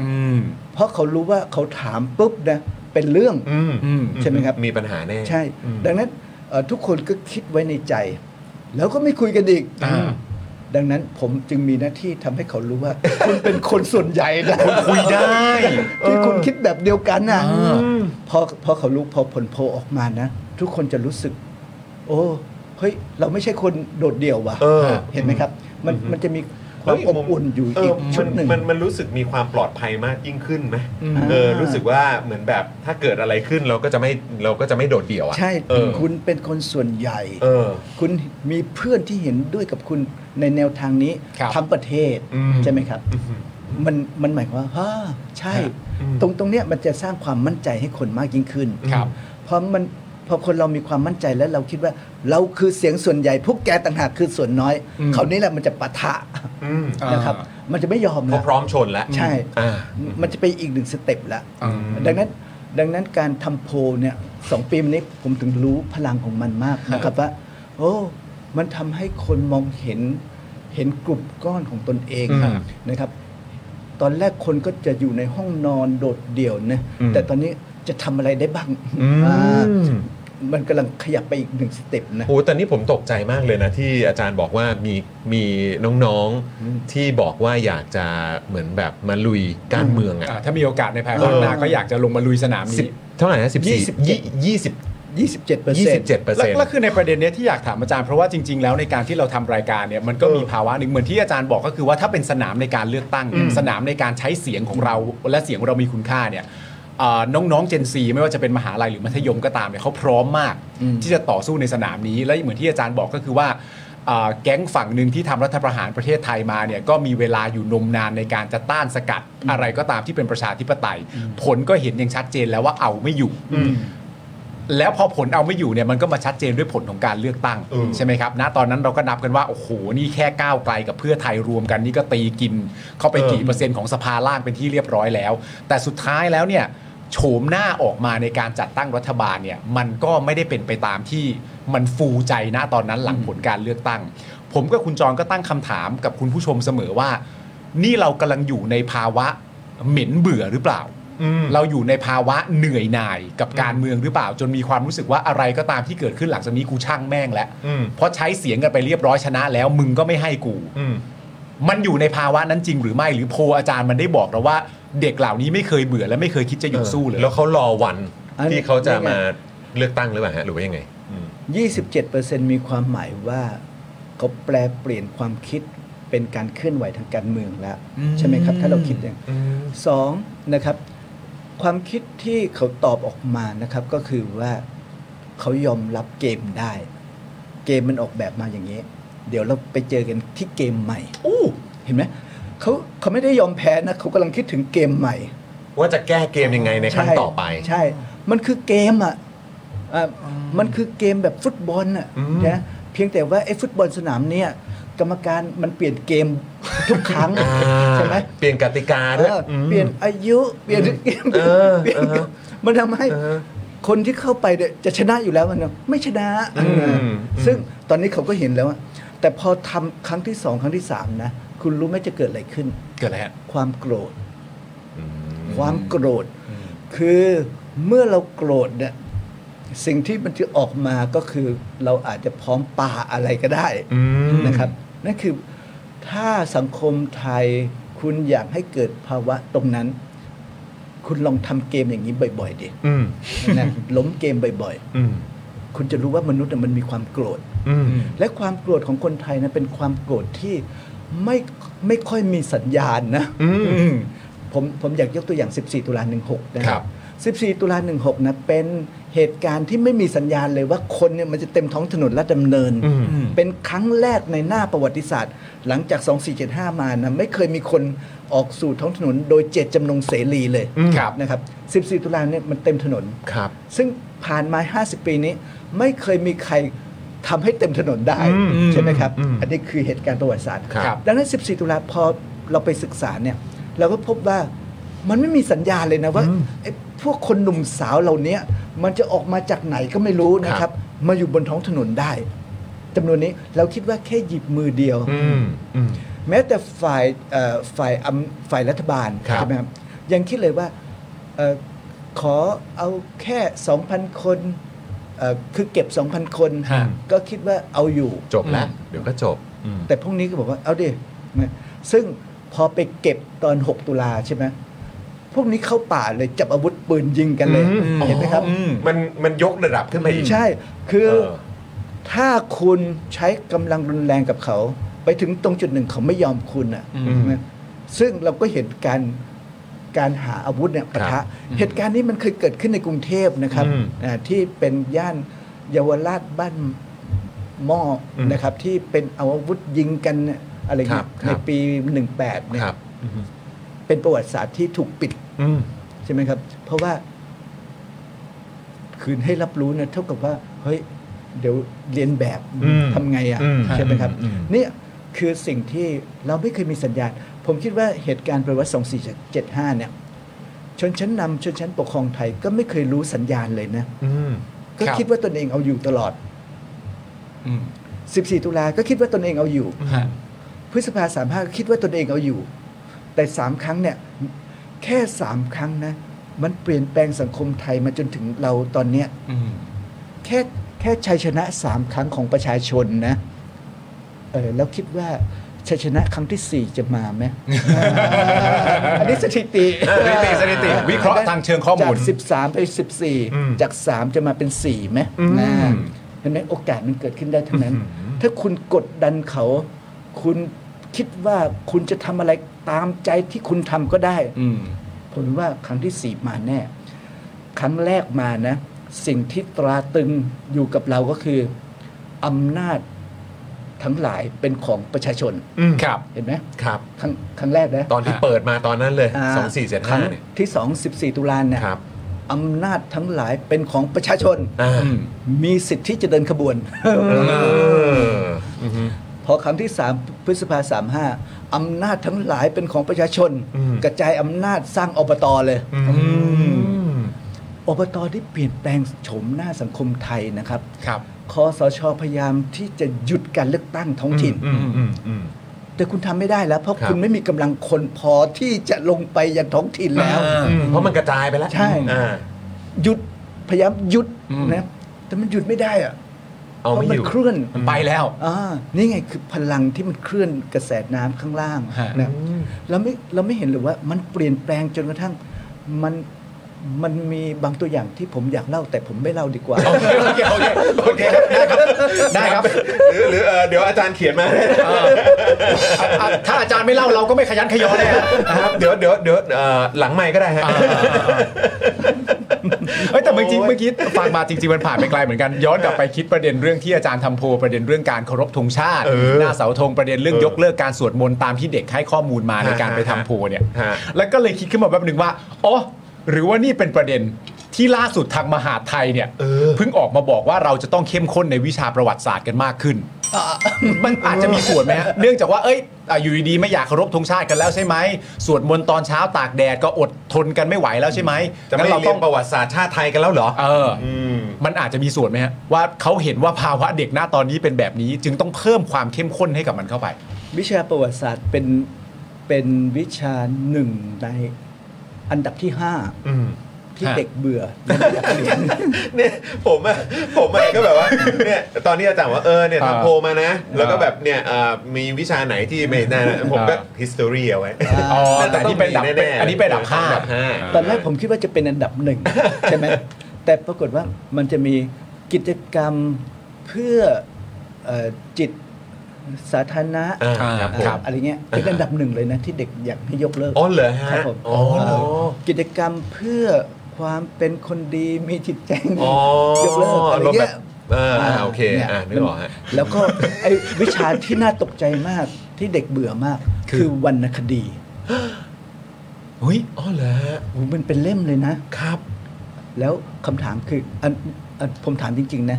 C: อืม
E: เพราะเขารู้ว่าเขาถามปุ๊บนะเป็นเรื่อง
B: อืม
C: อืม
E: ใช่ไหมครับ
B: มีปัญหาแน่
E: ใช่
B: อืม
E: ดังนั้นเอ่อทุกคนก็คิดไว้ในใจ แล้วก็ไม่คุยกันอีก
C: อ่า
E: ดังนั้นผมจึงมีหน้าที่ทำให้เขารู้ว่า คุณเป็นคนส่วนใหญ่นะ
C: คุยได้
E: ที่คุณคิดแบบเดียวกันนะ
C: อ่า
E: พอพอเขารู้พอผลโพลออกมานะ ทุกคนจะรู้สึก โอ้เฮ้ย เราไม่ใช่คนโดดเดี่ยวว่ะ
B: เออ
E: เห็นไหมครับ มันมันจะมีความ
B: แล้ว
E: อก บ
B: มุม
E: อุ่นอยู่
B: เ
E: อีกชุดหนึ่ง
B: มันมันรู้สึกมีความปลอดภัยมากยิ่งขึ้นไหม
E: อืม
B: เออรู้สึกว่าเหมือนแบบถ้าเกิดอะไรขึ้นเราก็จะไม่เราก็จะไม่โดดเดี่ยวอ่ะ
E: ใช่
B: เออ
E: คุณเป็นคนส่วนใหญ่
B: เออ
E: คุณมีเพื่อนที่เห็นด้วยกับคุณในแนวทางนี้
C: ครับ
E: ทั้งประเทศ
B: อืม
E: ใช่ไหมครับ มันมันหมายความว่าฮ่าใช่ ตรงตรงเนี้ยมันจะสร้างความมั่นใจให้คนมากยิ่งขึ้น
C: ครับ
E: เพราะมันพอคนเรามีความมั่นใจแล้วเราคิดว่า เราคือเสียงส่วนใหญ่พวกแกต่างหากคือส่วนน้อย
C: อืม
E: คราวนี้แหละมันจะปะทะ
B: อืม
E: นะครับ มันจะไม่ยอม
B: เพ
E: แล้
B: ราะ
E: ว
B: พร้อมชนแล้ว
E: ใช่
B: อ่า
E: มันจะไปอีกหนึ่งสเต็ปละ
C: อืม
E: ดังนั้นดังนั้นการทำโพลเนี่ยสองปีมานี้ผมถึงรู้พลังของมันมากนะครับว่า โอ้ มันทำให้คนมองเห็นเห็นกลุ่มก้อนของตนเอง
C: อืม
E: นะครับ ตอนแรกคนก็จะอยู่ในห้องนอนโดดเดี่ยวนะ
B: อืม
E: แต่ตอนนี้จะทำอะไรได้บ้างอ่ามันกำลังขยับไปอีกหนึ่งสเต็ปนะ
B: โอ้แต่นี่ผมตกใจมากเลยนะที่อาจารย์บอกว่ามีมีน้องๆที่บอกว่าอยากจะเหมือนแบบมาลุยการเมือง
C: อ่า
B: อ่ะ
C: ถ้ามีโอกาสในภายภาคหน้าก็อยากจะลงมาลุยสนาม
B: สิบ
C: นี้
B: เท่าไหร่นะสิบสี่ยี่สิบ
E: 27%เปอร์
B: ยี่
E: เซ็
B: สิ
E: น
B: บ
E: ต์
B: เจ็ดเปอร์
C: แล้ว
B: เซ็นต์
C: แล้วคือในประเด็นเนี้ยที่อยากถามอาจารย์เพราะว่าจริง ๆ แล้วในการที่เราทำรายการเนี่ยมันก็มีภาวะหนึ่งเหมือนที่อาจารย์บอกก็คือว่าถ้าเป็นสนามในการเลือกตั้ง สนามในการใช้เสียงของเราและเสียงของเรามีคุณค่าเนี่ยเอ่อน้องๆเจนซีไม่ว่าจะเป็นมหาลัยหรือมัธยมก็ตามเนี่ยเขาพร้อมมาก ที่จะต่อสู้ในสนามนี้และเหมือนที่อาจารย์บอกก็คือว่าเอ่อแก๊งฝั่งหนึ่งที่ทำรัฐประหารประเทศไทยมาเนี่ยก็มีเวลาอยู่นมนานในการจะต้านสกัดอะไรก็ตามที่เป็นประชาธิปไตย ผลก็เห็นอย่างชัดเจนแล้วว่าเอาไม่อยู่ แล้วพอผลเอาไม่อยู่เนี่ยมันก็มาชัดเจนด้วยผลของการเลือกตั้ง
B: อืม
C: ใช่ไหมครับณตอนนั้นเราก็นับกันว่า โอ้โห นี่แค่ก้าวไกลกับเพื่อไทยรวมกันนี่ก็ตีกิน เข้าไปกี่เปอร์เซ็นต์ของสภาล่างเป็นที่เรียบร้อยแล้ว แต่สุดท้ายแล้วเนี่ยโฉมหน้าออกมาในการจัดตั้งรัฐบาลเนี่ยมันก็ไม่ได้เป็นไปตามที่มันฟูใจณตอนนั้นหลังผลการเลือกตั้ง ผมกับคุณจรก็ตั้งคำถามกับคุณผู้ชมเสมอว่า นี่เรากำลังอยู่ในภาวะเหม็นเบื่อหรือเปล่า เราอยู่ในภาวะเหนื่อยหน่ายกับการเมืองหรือเปล่า จนมีความรู้สึกว่าอะไรก็ตามที่เกิดขึ้นหลังจากนี้กูช่างแม่งแล้ว
B: อืม
C: เพราะใช้เสียงกันไปเรียบร้อยชนะแล้วมึงก็ไม่ให้กู
B: อืม
C: มันอยู่ในภาวะนั้นจริงหรือไม่หรือโพลอาจารย์มันได้บอกเราว่า เด็กเหล่านี้ไม่เคยเบื่อและไม่เคยคิดจะหยุดสู้เลย
B: แล้วเขารอวัน
E: อันนี้
B: ที่เขาจะมาเลือกตั้งหรือเปล่าฮะหรือว่ายังไง
E: 27%มีความหมายว่าเขาแปลเปลี่ยนความคิด เป็นการเคลื่อนไหวทางการเมืองแล้ว ใช่ไหมครับ ถ้าเราคิดอย่างสองนะครับ ความคิดที่เขาตอบออกมานะครับ ก็คือว่าเขายอมรับเกมได้ เกมมันออกแบบมาอย่างนี้ เดี๋ยวเราไปเจอกันที่เกมใหม่อู้เห็นไหมเขาเขาไม่ได้ยอมแพ้นะเขากำลังคิดถึงเกมใหม่
B: ว่าจะแก้เกมยังไงในครั้งต่อไป
E: ใช่ มันคือเกมอ่ะอ่ะมันคือเกมแบบฟุตบอลอ่ะนะเพียงแต่ว่าไอ้ฟุตบอลสนามเนี่ยกรรมการมันเปลี่ยนเกมทุกครั้ง
B: อ่า
E: ใช่ไหม
B: เปลี่ยนกติกา
E: เอ
B: ด้วย
E: ออ
B: ม
E: เปลี่ยนอายุเปลี่ยนเกม
B: เออ
E: เปลี่ยน
B: เออ
E: มันทำให้
B: เออ
E: คนที่เข้าไปเนี่ยจะชนะอยู่แล้วมันไม่ชนะ
B: อืม
E: เออซึ่งตอนนี้เขาก็เห็นแล้วอะแต่พอทำครั้งที่สองครั้งที่สามนะคุณรู้ไหมจะเกิดอะไรขึ้น
C: เกิดอะไรฮะ
E: ความโกรธ ความโกรธ คือเมื่อเราโกรธเนี่ยสิ่งที่มันจะออกมาก็คือเราอาจจะพร้อมป่าอะไรก็ได้นะครับนั่นคือถ้าสังคมไทยคุณอยากให้เกิดภาวะตรงนั้น คุณลองทำเกมอย่างนี้บ่อย ๆดินะล้มเกมบ่อยๆคุณจะรู้ว่ามนุษย์น่ะมันมีความโกรธ และความโกรธของคนไทยนะเป็นความโกรธที่ไม่ไม่ค่อยมีสัญญาณนะอืมผมผมอยากยกตัวอย่าง 14 ตุลา16 นะค
B: ครั
E: รับ บ 14 ตุลา16 นะ เป็นเหตุการณ์ที่ไม่มีสัญญาณเลยว่าคนเนี่ยมันจะเต็มท้องถนนและดำเนิน เป็นครั้งแรกในหน้าประวัติศาสตร์ หลังจาก 2475 มานะไม่เคยมีคนออกสู่ท้องถนนโดยเจตจำนงเสรีเลย
C: ครับ
E: นะครับ 14 ตุลาเนี่ยมันเต็มถนน
B: ครับ
E: ซึ่งผ่านมา 50 ปีนี้ ไม่เคยมีใครทำให้เต็มถนนได้ ใช่ไหมครับ อันนี้คือเหตุการณ์ประวัติศาสตร์
B: ครับ
E: ดังนั้น 14 ตุลาพอเราไปศึกษาเนี่ย เราก็พบว่ามันไม่มีสัญญาณเลยนะว่าไอ้พวกคนหนุ่มสาวเหล่าเนี้ยมันจะออกมาจากไหนก็ไม่รู้นะครับ มาอยู่บนท้องถนนได้จำนวนนี้เราคิดว่าแค่หยิบมือเดียว แม้แต่ฝ่ายเอ่อฝ่ายอำฝ่ายรัฐบาล
B: ครับ
E: ใช่ไหมครับยังคิดเลยว่าเออขอเอาแค่ 2,000 คนเอ่อคือเก็บ 2,000 คน
C: ฮะ
E: ก็คิดว่าเอาอยู่
B: จบแล้ว เดี๋ยวก็จบ
E: แต่พวกนี้ก็บอกว่าเอาดินะซึ่งพอไปเก็บตอน 6 ตุลาใช่ไหมพวกนี้เข้าป่าเลยจับอาวุธปืนยิงกันเลย
B: อืม
E: เห็นไหมครับ
B: มันมันยกระดับขึ้นมาอีก
E: ใช่ คือ
B: เออ
E: ถ้าคุณใช้กำลังรุนแรงกับเขา ไปถึงตรงจุดหนึ่งเขาไม่ยอมคุณอ่ะนะซึ่งเราก็เห็นการการหาอาวุธเนี่ยปะทะ เหตุการณ์นี้มันเคยเกิดขึ้นในกรุงเทพนะครับ
B: อืม
E: อ่าที่เป็นย่านเยาวราชบ้านหม้ออ
B: ม
E: นะครับ ที่เป็นเอาอาวุธยิงกันเนี่ยอะไร
B: ครั
E: เงี้
B: บครั
E: ย
B: บ
E: ในปี 18เนี่ย
B: ครับ
E: เป็นประวัติศาสตร์ที่ถูกปิด
B: อืม
E: ใช่ไหมครับ เพราะว่า คืนให้รับรู้นะเท่ากับว่า เฮ้ย เดี๋ยวเรียนแบบ
B: อืม
E: ทำไงอะ
B: อืม
E: ใช่ไหมครับ
B: อืมอืม
E: เนี่ยคือสิ่งที่เราไม่เคยมีสัญญาณ ผมคิดว่าเหตุการณ์ประวัติ2475 เนี่ย ชนชั้นนำชนชั้นปกครองไทยก็ไม่เคยรู้สัญญาณเลยนะ
B: อืม
E: ก็
C: ครับ
E: คิดว่าตนเองเอาอยู่ตลอด 14 ตุลาก็คิดว่าตนเองเอาอยู่ พฤษภาสามห้าคิดว่าตนเองเอาอยู่ แต่สามครั้งเนี่ย แค่สามครั้งนะ มันเปลี่ยนแปลงสังคมไทยมาจนถึงเราตอนเนี้ยแค่แค่ชัยชนะสามครั้งของประชาชนนะ เออแล้วคิดว่าชัยชนะครั้งที่สี่จะมาไหม อันนี้สถิติ
C: สถิติสถิติวิเคราะห์ทางเชิงข้อมูล
E: จาก 13 ไป 14 จาก 3 จะมาเป็น 4ไหมนะเห็นไหมโอกาสมันเกิดขึ้นได้ทั้งนั้น ถ้าคุณกดดันเขา คุณคิดว่าคุณจะทำอะไรตามใจที่คุณทำก็ได้ ผมว่าครั้งที่สี่มาแน่ ครั้งแรกมานะ สิ่งที่ตราตรึงอยู่กับเราก็คืออำนาจทั้งหลายเป็นของประชาชน
C: ครับ
E: เห็นไหม
B: ครับ
E: ครั้งครั้งแรกนะ
B: ตอนที่เปิดมาตอนนั้นเลย
E: าครั้ง
B: 2475เนี่ย
E: ที่สองสิบสี่ตุลาเนี่ย
B: ครับ
E: อำนาจทั้งหลายเป็นของประชาชน
B: อ่า
E: มีสิทธิ์ที่จะเดินขบวน
B: เออ
E: พอครั้งที่สามพฤษภาสามห้าอำนาจทั้งหลายเป็นของประชาชน
B: อืม
E: กระจายอำนาจสร้างอบตเลยอบตที่เปลี่ยนแปลงโฉมหน้าสังคมไทยนะครับ
C: ครับ
E: คอสชพยายามที่จะหยุดการเลือกตั้งท้องถิ่น
B: อืมอืมอืม
E: แต่คุณทำไม่ได้แล้ว เพราะ
B: ครับ
E: คุณไม่มีกำลังคนพอที่จะลงไปยังท้องถิ่นแล้ว
B: อืมเพราะมันกระจายไปแล้ว
E: ใช่
B: อ่า
E: หยุดพยายามหยุดนะแต่มันหยุดไม่ได้อะ
B: เอา
E: เพ
B: ไม่
E: ราะ
B: อ
E: มัน
B: ยู่
E: เคลื่อน
C: มันไปแล้ว
E: อ่านี่ไงคือพลังที่มันเคลื่อนกระแสน้ำข้างล่าง
C: ฮะ
E: นะเราไม่เราไม่เห็นหรือว่ามันเปลี่ยนแปลงจนกระทั่งมัน มันมีบางตัวอย่างที่ผมอยากเล่าแต่ผมไม่เล่าดีกว่า
C: โอเคโอเคโอเคครับได้ครับได้ครับ
B: หรือหรือเอ่อเดี๋ยวอาจารย์เขียนมา
C: อ่ะถ้าอาจารย์ไม่เล่าเราก็ไม่ขยันขยอแน่
B: นะครับเดี๋ยวเดี๋ยวเดี๋ยวเอ่อหลังไมค์ก็ได้ฮะ
C: เอ้ยแต่จริงๆเมื่อกี้ฟังมาจริงๆมันผ่านไปไกลเหมือนกันย้อนกลับไปคิดประเด็นเรื่องที่อาจารย์ทำโพลประเด็นเรื่องการเคารพธงชาติหน้าเสาธงประเด็นเรื่องยกเลิกการสวดมนต์ตามที่เด็กให้ข้อมูลมาในการไปทำโพลเนี่ย
B: ฮะ
C: แล้วก็เลยคิดขึ้นมาแป๊บหนึ่งว่าอ๋อหรือว่านี่เป็นประเด็นที่ล่าสุดทางมหาดไทยเนี่ยเพิ่งออกมาบอกว่าเราจะต้องเข้มข้นในวิชาประวัติศาสตร์กันมาก ขึ้น มันอาจจะมีส่วนไหมฮะเนื่องจากว่าเอ้ยอ่ะอยู่ดีๆไม่อยากเคารพธงชาติกันแล้วใช่ไหมสวดมนต์ตอนเช้าตากแดดก็อดทนกันไม่ไหวแล้วใช่ไหม
B: จะไม่
C: งั้นเรา
B: เรีย
C: ต้อน ง
B: ประวัติศาสตร์ชาติไทยกันแล้วเหรอ
C: เอออ มันอาจจะมีส่วนไหมฮะว่าเขาเห็นว่าภาวะเด็กหน้าตอนนี้เป็นแบบนี้ จึงต้องเพิ่มความเข้มข้นให้กับมันเข้าไป
E: วิชาประวัติศาสตร์เป็นเป็นวิชาหนึ่งในอันดับที่ห้าที่
C: ฮะ
E: เด็กเบื่อและไม่อยากเรียน
B: เนี่ยผมอะผมอะก็แบบว่าเนี่ยตอนนี้อาจารย์ว่าเออเนี่ยทำโพลมานะ แล้วก็แบบเนี่ยเอ่อมีวิชาไหนที่ไม่น่าผมก็ history เอาไว้
C: อ๋อ
B: มั
C: แต่
B: ง
C: นี่เป็นอันดับ
B: มีแๆ
C: อันนี้เป็นอันดับห้า
B: อันดับห้า
E: ตอนแรกผมคิดว่าจะเป็นอันดับห นึ่ง ใช่ไหมแต่ปรากฏว่ามันจะมีกิจกรรมเพื่อเอ่อจิตสาธารณะ
B: อ่าครับผม
E: อ่าอะไรเงี้ยเป็นอันดับหนึ่งเลยนะที่เด็กอยากให้ยกเลิก
B: อ๋อเหรอฮะ
E: ครับผม
B: อ๋อเหรอ
E: กิจกรรมเพื่อความเป็นคนดีมีจิตใจดี
B: อ๋อย
E: กเลิก
B: อ
E: อะไร
B: รมณ์แบ
E: เงี้
B: บ
E: ย
B: เอออ่าโอเค
E: นี่ย
B: อ่ะนึกออกฮะ
E: แล้วก็ไอ้วิชาที่น่าตกใจมากที่เด็กเบื่อมาก คือวรรณคดี
C: เฮ้ย
B: อ๋อเหรอฮะ
E: โอ้โหมันเป็นเล่มเลยนะ
B: ครับ
E: แล้วคำถามคืออันอันผมถามจริง ๆ นะ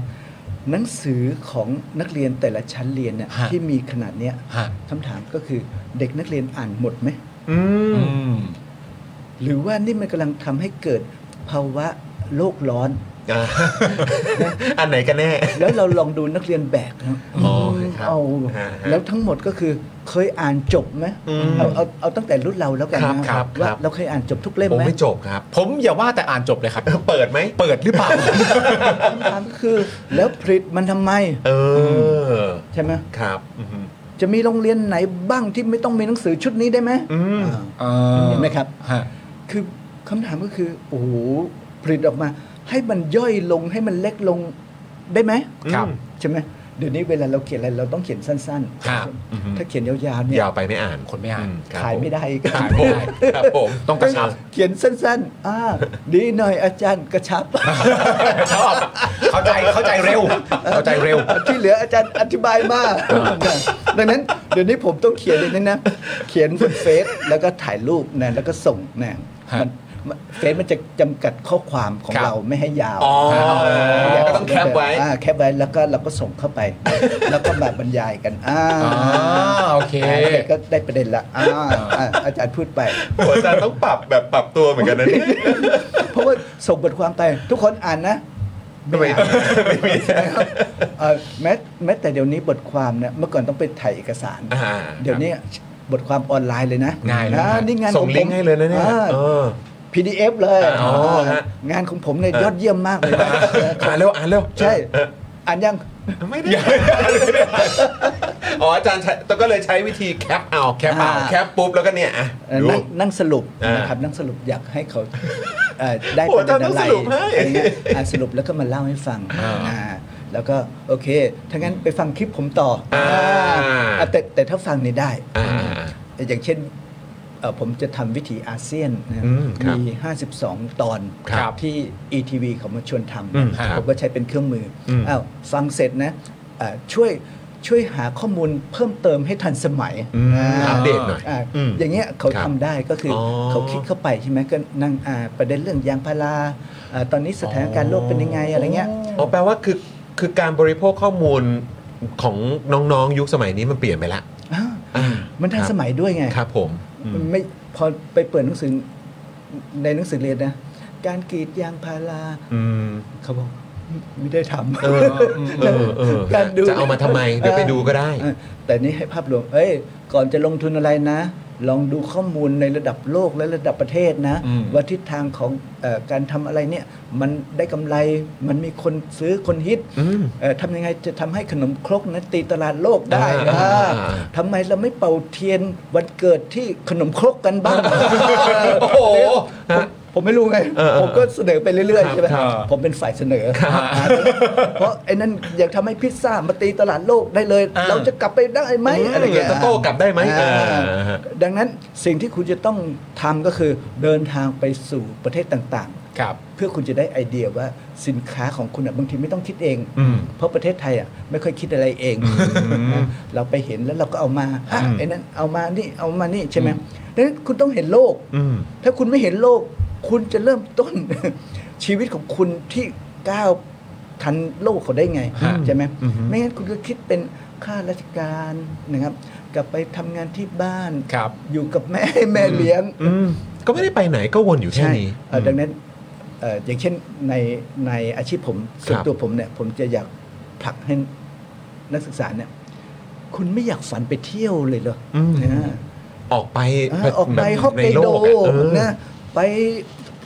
E: หนังสือของนักเรียนแต่ละชั้นเรียนเนี่ย
C: ฮะ
E: ที่มีขนาดเนี้ย
C: ฮะ
E: คำถามก็คือเด็กนักเรียนอ่านหมดไหม
B: อืม
C: อืม
E: หรือว่านี่มันกำลังทำให้เกิดภาวะโลกร้อน
B: อ่ะอันไหนกันแน่
E: แล้วเราลองดูนักเรียนแบกนะ
B: อ๋อครับ
E: เอา
B: ฮะฮะ
E: แล้วทั้งหมดก็คือเคยอ่านจบไหม
B: อืม
E: เอาเอาเอาตั้งแต่รุ่นเราแล้วกัน
B: ครับ
E: นะครับ ว่า
B: ครับ
E: เราเคยอ่านจบทุกเล่ม
B: ผม
E: ไหม
B: ไม่จบครับ
C: ผมอย่าว่าแต่อ่านจบเลยครับ
B: เปิดไหม
C: เปิดหรือเปล่า
E: คำถามคือ แล้วผลิตมันทำไม
B: เออ
E: ใช่ไหม
B: ครับ อือหือ
E: จะมีโรงเรียนไหนบ้างที่ไม่ต้องมีหนังสือชุดนี้ได้ไหม
B: อืม
E: อ่า
C: เออ
E: เห็นไหมครับ
C: ฮะ
E: คือคำถามก็คือโอ้โหผลิตออกมา ให้มันย่อยลงให้มันเล็กลงได้ไหม
C: ครับ
E: ใช่ไหมเดี๋ยวนี้เวลาเราเขียนอะไรเราต้องเขียนสั้น
C: ครับ
B: อือหือ
E: ๆ ถ้าเขียนยาวๆเนี่ย
B: ยาวไปไม่อ่าน
C: คนไม่อ่าน
B: มครับ
E: ขายไม่ได้อีก
B: ขายไม่ได้ครับผม
C: ต้องกระชับ
E: เขียนสั้นๆอ่าดีหน่อยอาจารย์กระชับ
C: ชอบเข้าใจเข้าใจเร็ว เข้าใจเร็ว
E: ที่เหลืออาจารย์อธิบายมาก ดังนั้นเดี๋ยวนี้ผมต้องเขียนเลยางนะนะ เขียนบนเฟซแล้วก็ถ่ายรูปนะแล้วก็ส่งนะ
C: ฮะ
E: มันมันเฟซมันจะจำกัดข้อความของ
C: ครับ
E: เราไม่ให้ยาว
B: อ๋อ
E: ไม่ให้ยาว
B: ก็ต้องแคปไว้
E: อ่าแคปไว้แล้วก็เราก็ส่งเข้าไป แล้วก็มาบรรยายกันอ่า
C: อ่าโอเค
E: ก็ได้ประเด็นละอ่าอ่าอาจารย์พูดไป
B: หัวอาจารย์ต้องปรับแบบปรับตัวเหมือนกันนะเนี่ย
E: เพราะว่าส่งบทความไปทุกคนอ่านนะไม่อ่านเอ่อแม้แม้แต่เดี๋ยวนี้บทความเนี่ยเมื่อก่อนต้องไปถ่ายเอกสาร
B: อ่า
E: เดี๋ยวนี้บทความออนไลน์เลยนะ
C: ง่ายเลย
E: นะ
C: นะ
E: นี่งาน
B: ส่ง
E: ขอผม
B: ลิงก์ให้เลยนะเนี่ย
E: อ่า
B: เออ
E: PDF เลย
B: อ๋อฮะ
E: งานของผมเนี่ยยอดเยี่ยมมากเลยนะ
B: อ่านเร็วอ่านเร็ว
E: ใช่ อ่านยัง
B: ไม่ได้อ๋ออาจารย์ใช้ก็เลยใช้วิธีแคปเอาแคปเอา
E: อ่า
B: แคปปุ๊บแล้วก็เนี่ยอ่ะ
E: เอ่อ
B: ดู
E: นั่งนั่งสรุป
B: อ่าน
E: นะครับนั่งสรุปอยากให้เขาเอ่ อได้
B: โอ้
E: ประ
B: อา
E: เด็น
B: จารย์ต้อง
E: อะไร
B: สรุปให้
E: อะไรเงี้ยอ่ะสรุปแล้วก็มาเล่าให้ฟังอ่าแล้วก็โอเคถ้างั้นไปฟังคลิปผมต่ออา อ่ะแต่แต่ถ้าฟังเนี่ยได้
B: อ่า
E: อย่างเช่นเอ่อผมจะทำวิถีอาเซียนนะ
B: อืมครับ
E: มี 52 ตอน
B: ครับ
E: ที่ ETV เขามาชวนท
B: อืมครั
E: ำ
B: บ
E: ผมก็ใช้เป็นเครื่องมืออ
B: ม
E: อ้าวฟังเสร็จนะอ่ะช่วยช่วยหาข้อมูลเพิ่มเติมให้ทันสมัยอ่า
B: อัปเดตหน่อย
E: อ่ะ
B: อืม
E: อย่างเงี้ยเขา
B: ครับ
E: ทำได้ก็คืออ
B: อ
E: เขาคลิกเข้าไปใช่ไหมก็นั่งอ่าประเด็นเรื่องยางพาราอ่าตอนนี้สถานการณ์โลกเป็นยังไงอะไรเงี้ย
B: อ๋อแปลว่าคือคือการบริโภคข้อมูลของน้องๆ ยุคสมัยนี้มันเปลี่ยนไปแล้ว
E: อ้าวมันทัน
B: ครับ
E: สมัยด้วยไง
B: ครับผมอื
E: มัน
B: ม
E: ไม่พอไปเปิดหนังสือในหนังสือเรียนนะ การกรีดยางพารา
B: อืม
E: เขาบอกไม่ได้ทำ
B: เออเออเออ
E: การดู
B: จะเอามาทำไมเดี๋ยวไปดูก็ได้
E: เออแต่นี่ให้ภาพรวมเอ้ยก่อนจะลงทุนอะไรนะ ลองดูข้อมูลในระดับโลกและระดับประเทศนะ
C: อืม
E: ว่าทิศทางของเออการทำอะไรเนี่ย มันได้กำไรมันมีคนซื้อคนฮิต
B: อืม
E: เอ่อทำยังไงจะทำให้ขนมครกนั้นตีตลาดโลกได้
B: อ่า
E: อ่าทำไมเราไม่เป่าเทียนวันเกิดที่ขนมครกกันบ้าง
B: โอ้โห
E: คน
B: ฮะ
E: ผมไม่รู้ไง
B: เออเออ
E: ผมก็เสนอไปเรื่อยๆใช่ไหม
B: ครับ
E: ผมเป็นฝ่ายเสนอ เพราะไอ้นั่นอยากทำให้พิซซ่ามาตีตลาดโลกได้เลย
B: อ่า
E: เราจะกลับไปได้ไหม
B: อืม
E: อะไรเงี้ย
B: จะโต้กลับได้ไหม
E: อ่า
B: เออเออเออ
E: ดังนั้นสิ่งที่คุณจะต้องทำก็คือเดินทางไปสู่ประเทศต่างๆ
C: ครับ
E: เพื่อคุณจะได้ไอเดียว่าสินค้าของคุณอ่ะบางทีไม่ต้องคิดเอง เพราะประเทศไทยอ่ะไม่ค่อยคิดอะไรเองนะเราไปเห็นแล้วเราก็เอามาอ่ะไอ้นั้นเอามานี่เอามานี่ใช่ไหมดังนั้นคุณต้องเห็นโลก ถ้าคุณไม่เห็นโลก คุณจะเริ่มต้น ชีวิตของคุณที่ก้าวทันโลกเขาได้ไงใช่ไหมไม่งั้นคุณก็คิดเป็นข้าราชการนะครับ กลับไปทำงานที่บ้าน
C: ครับ
E: อยู่กับแม่ ให้แม่เลี้ยง
B: ก็ไม่ได้ไปไหนก็วนอยู่แค่
E: ใช่
B: นี้
E: เอ่อดังนั้นเอ่ออย่างเช่นในในอาชีพผมส่วนตัวผมเนี่ย ผมจะอยากผลักให้นักศึกษาเนี่ย คุณไม่อยากฝันไปเที่ยวเลยเหรอ
B: อืม
E: นะฮะ
B: ออกไป
E: อ่าออกไป
B: แบบ
E: ฮอก
B: ใน
E: ไก
B: โล
E: โด
B: กอะเออ
E: นะไป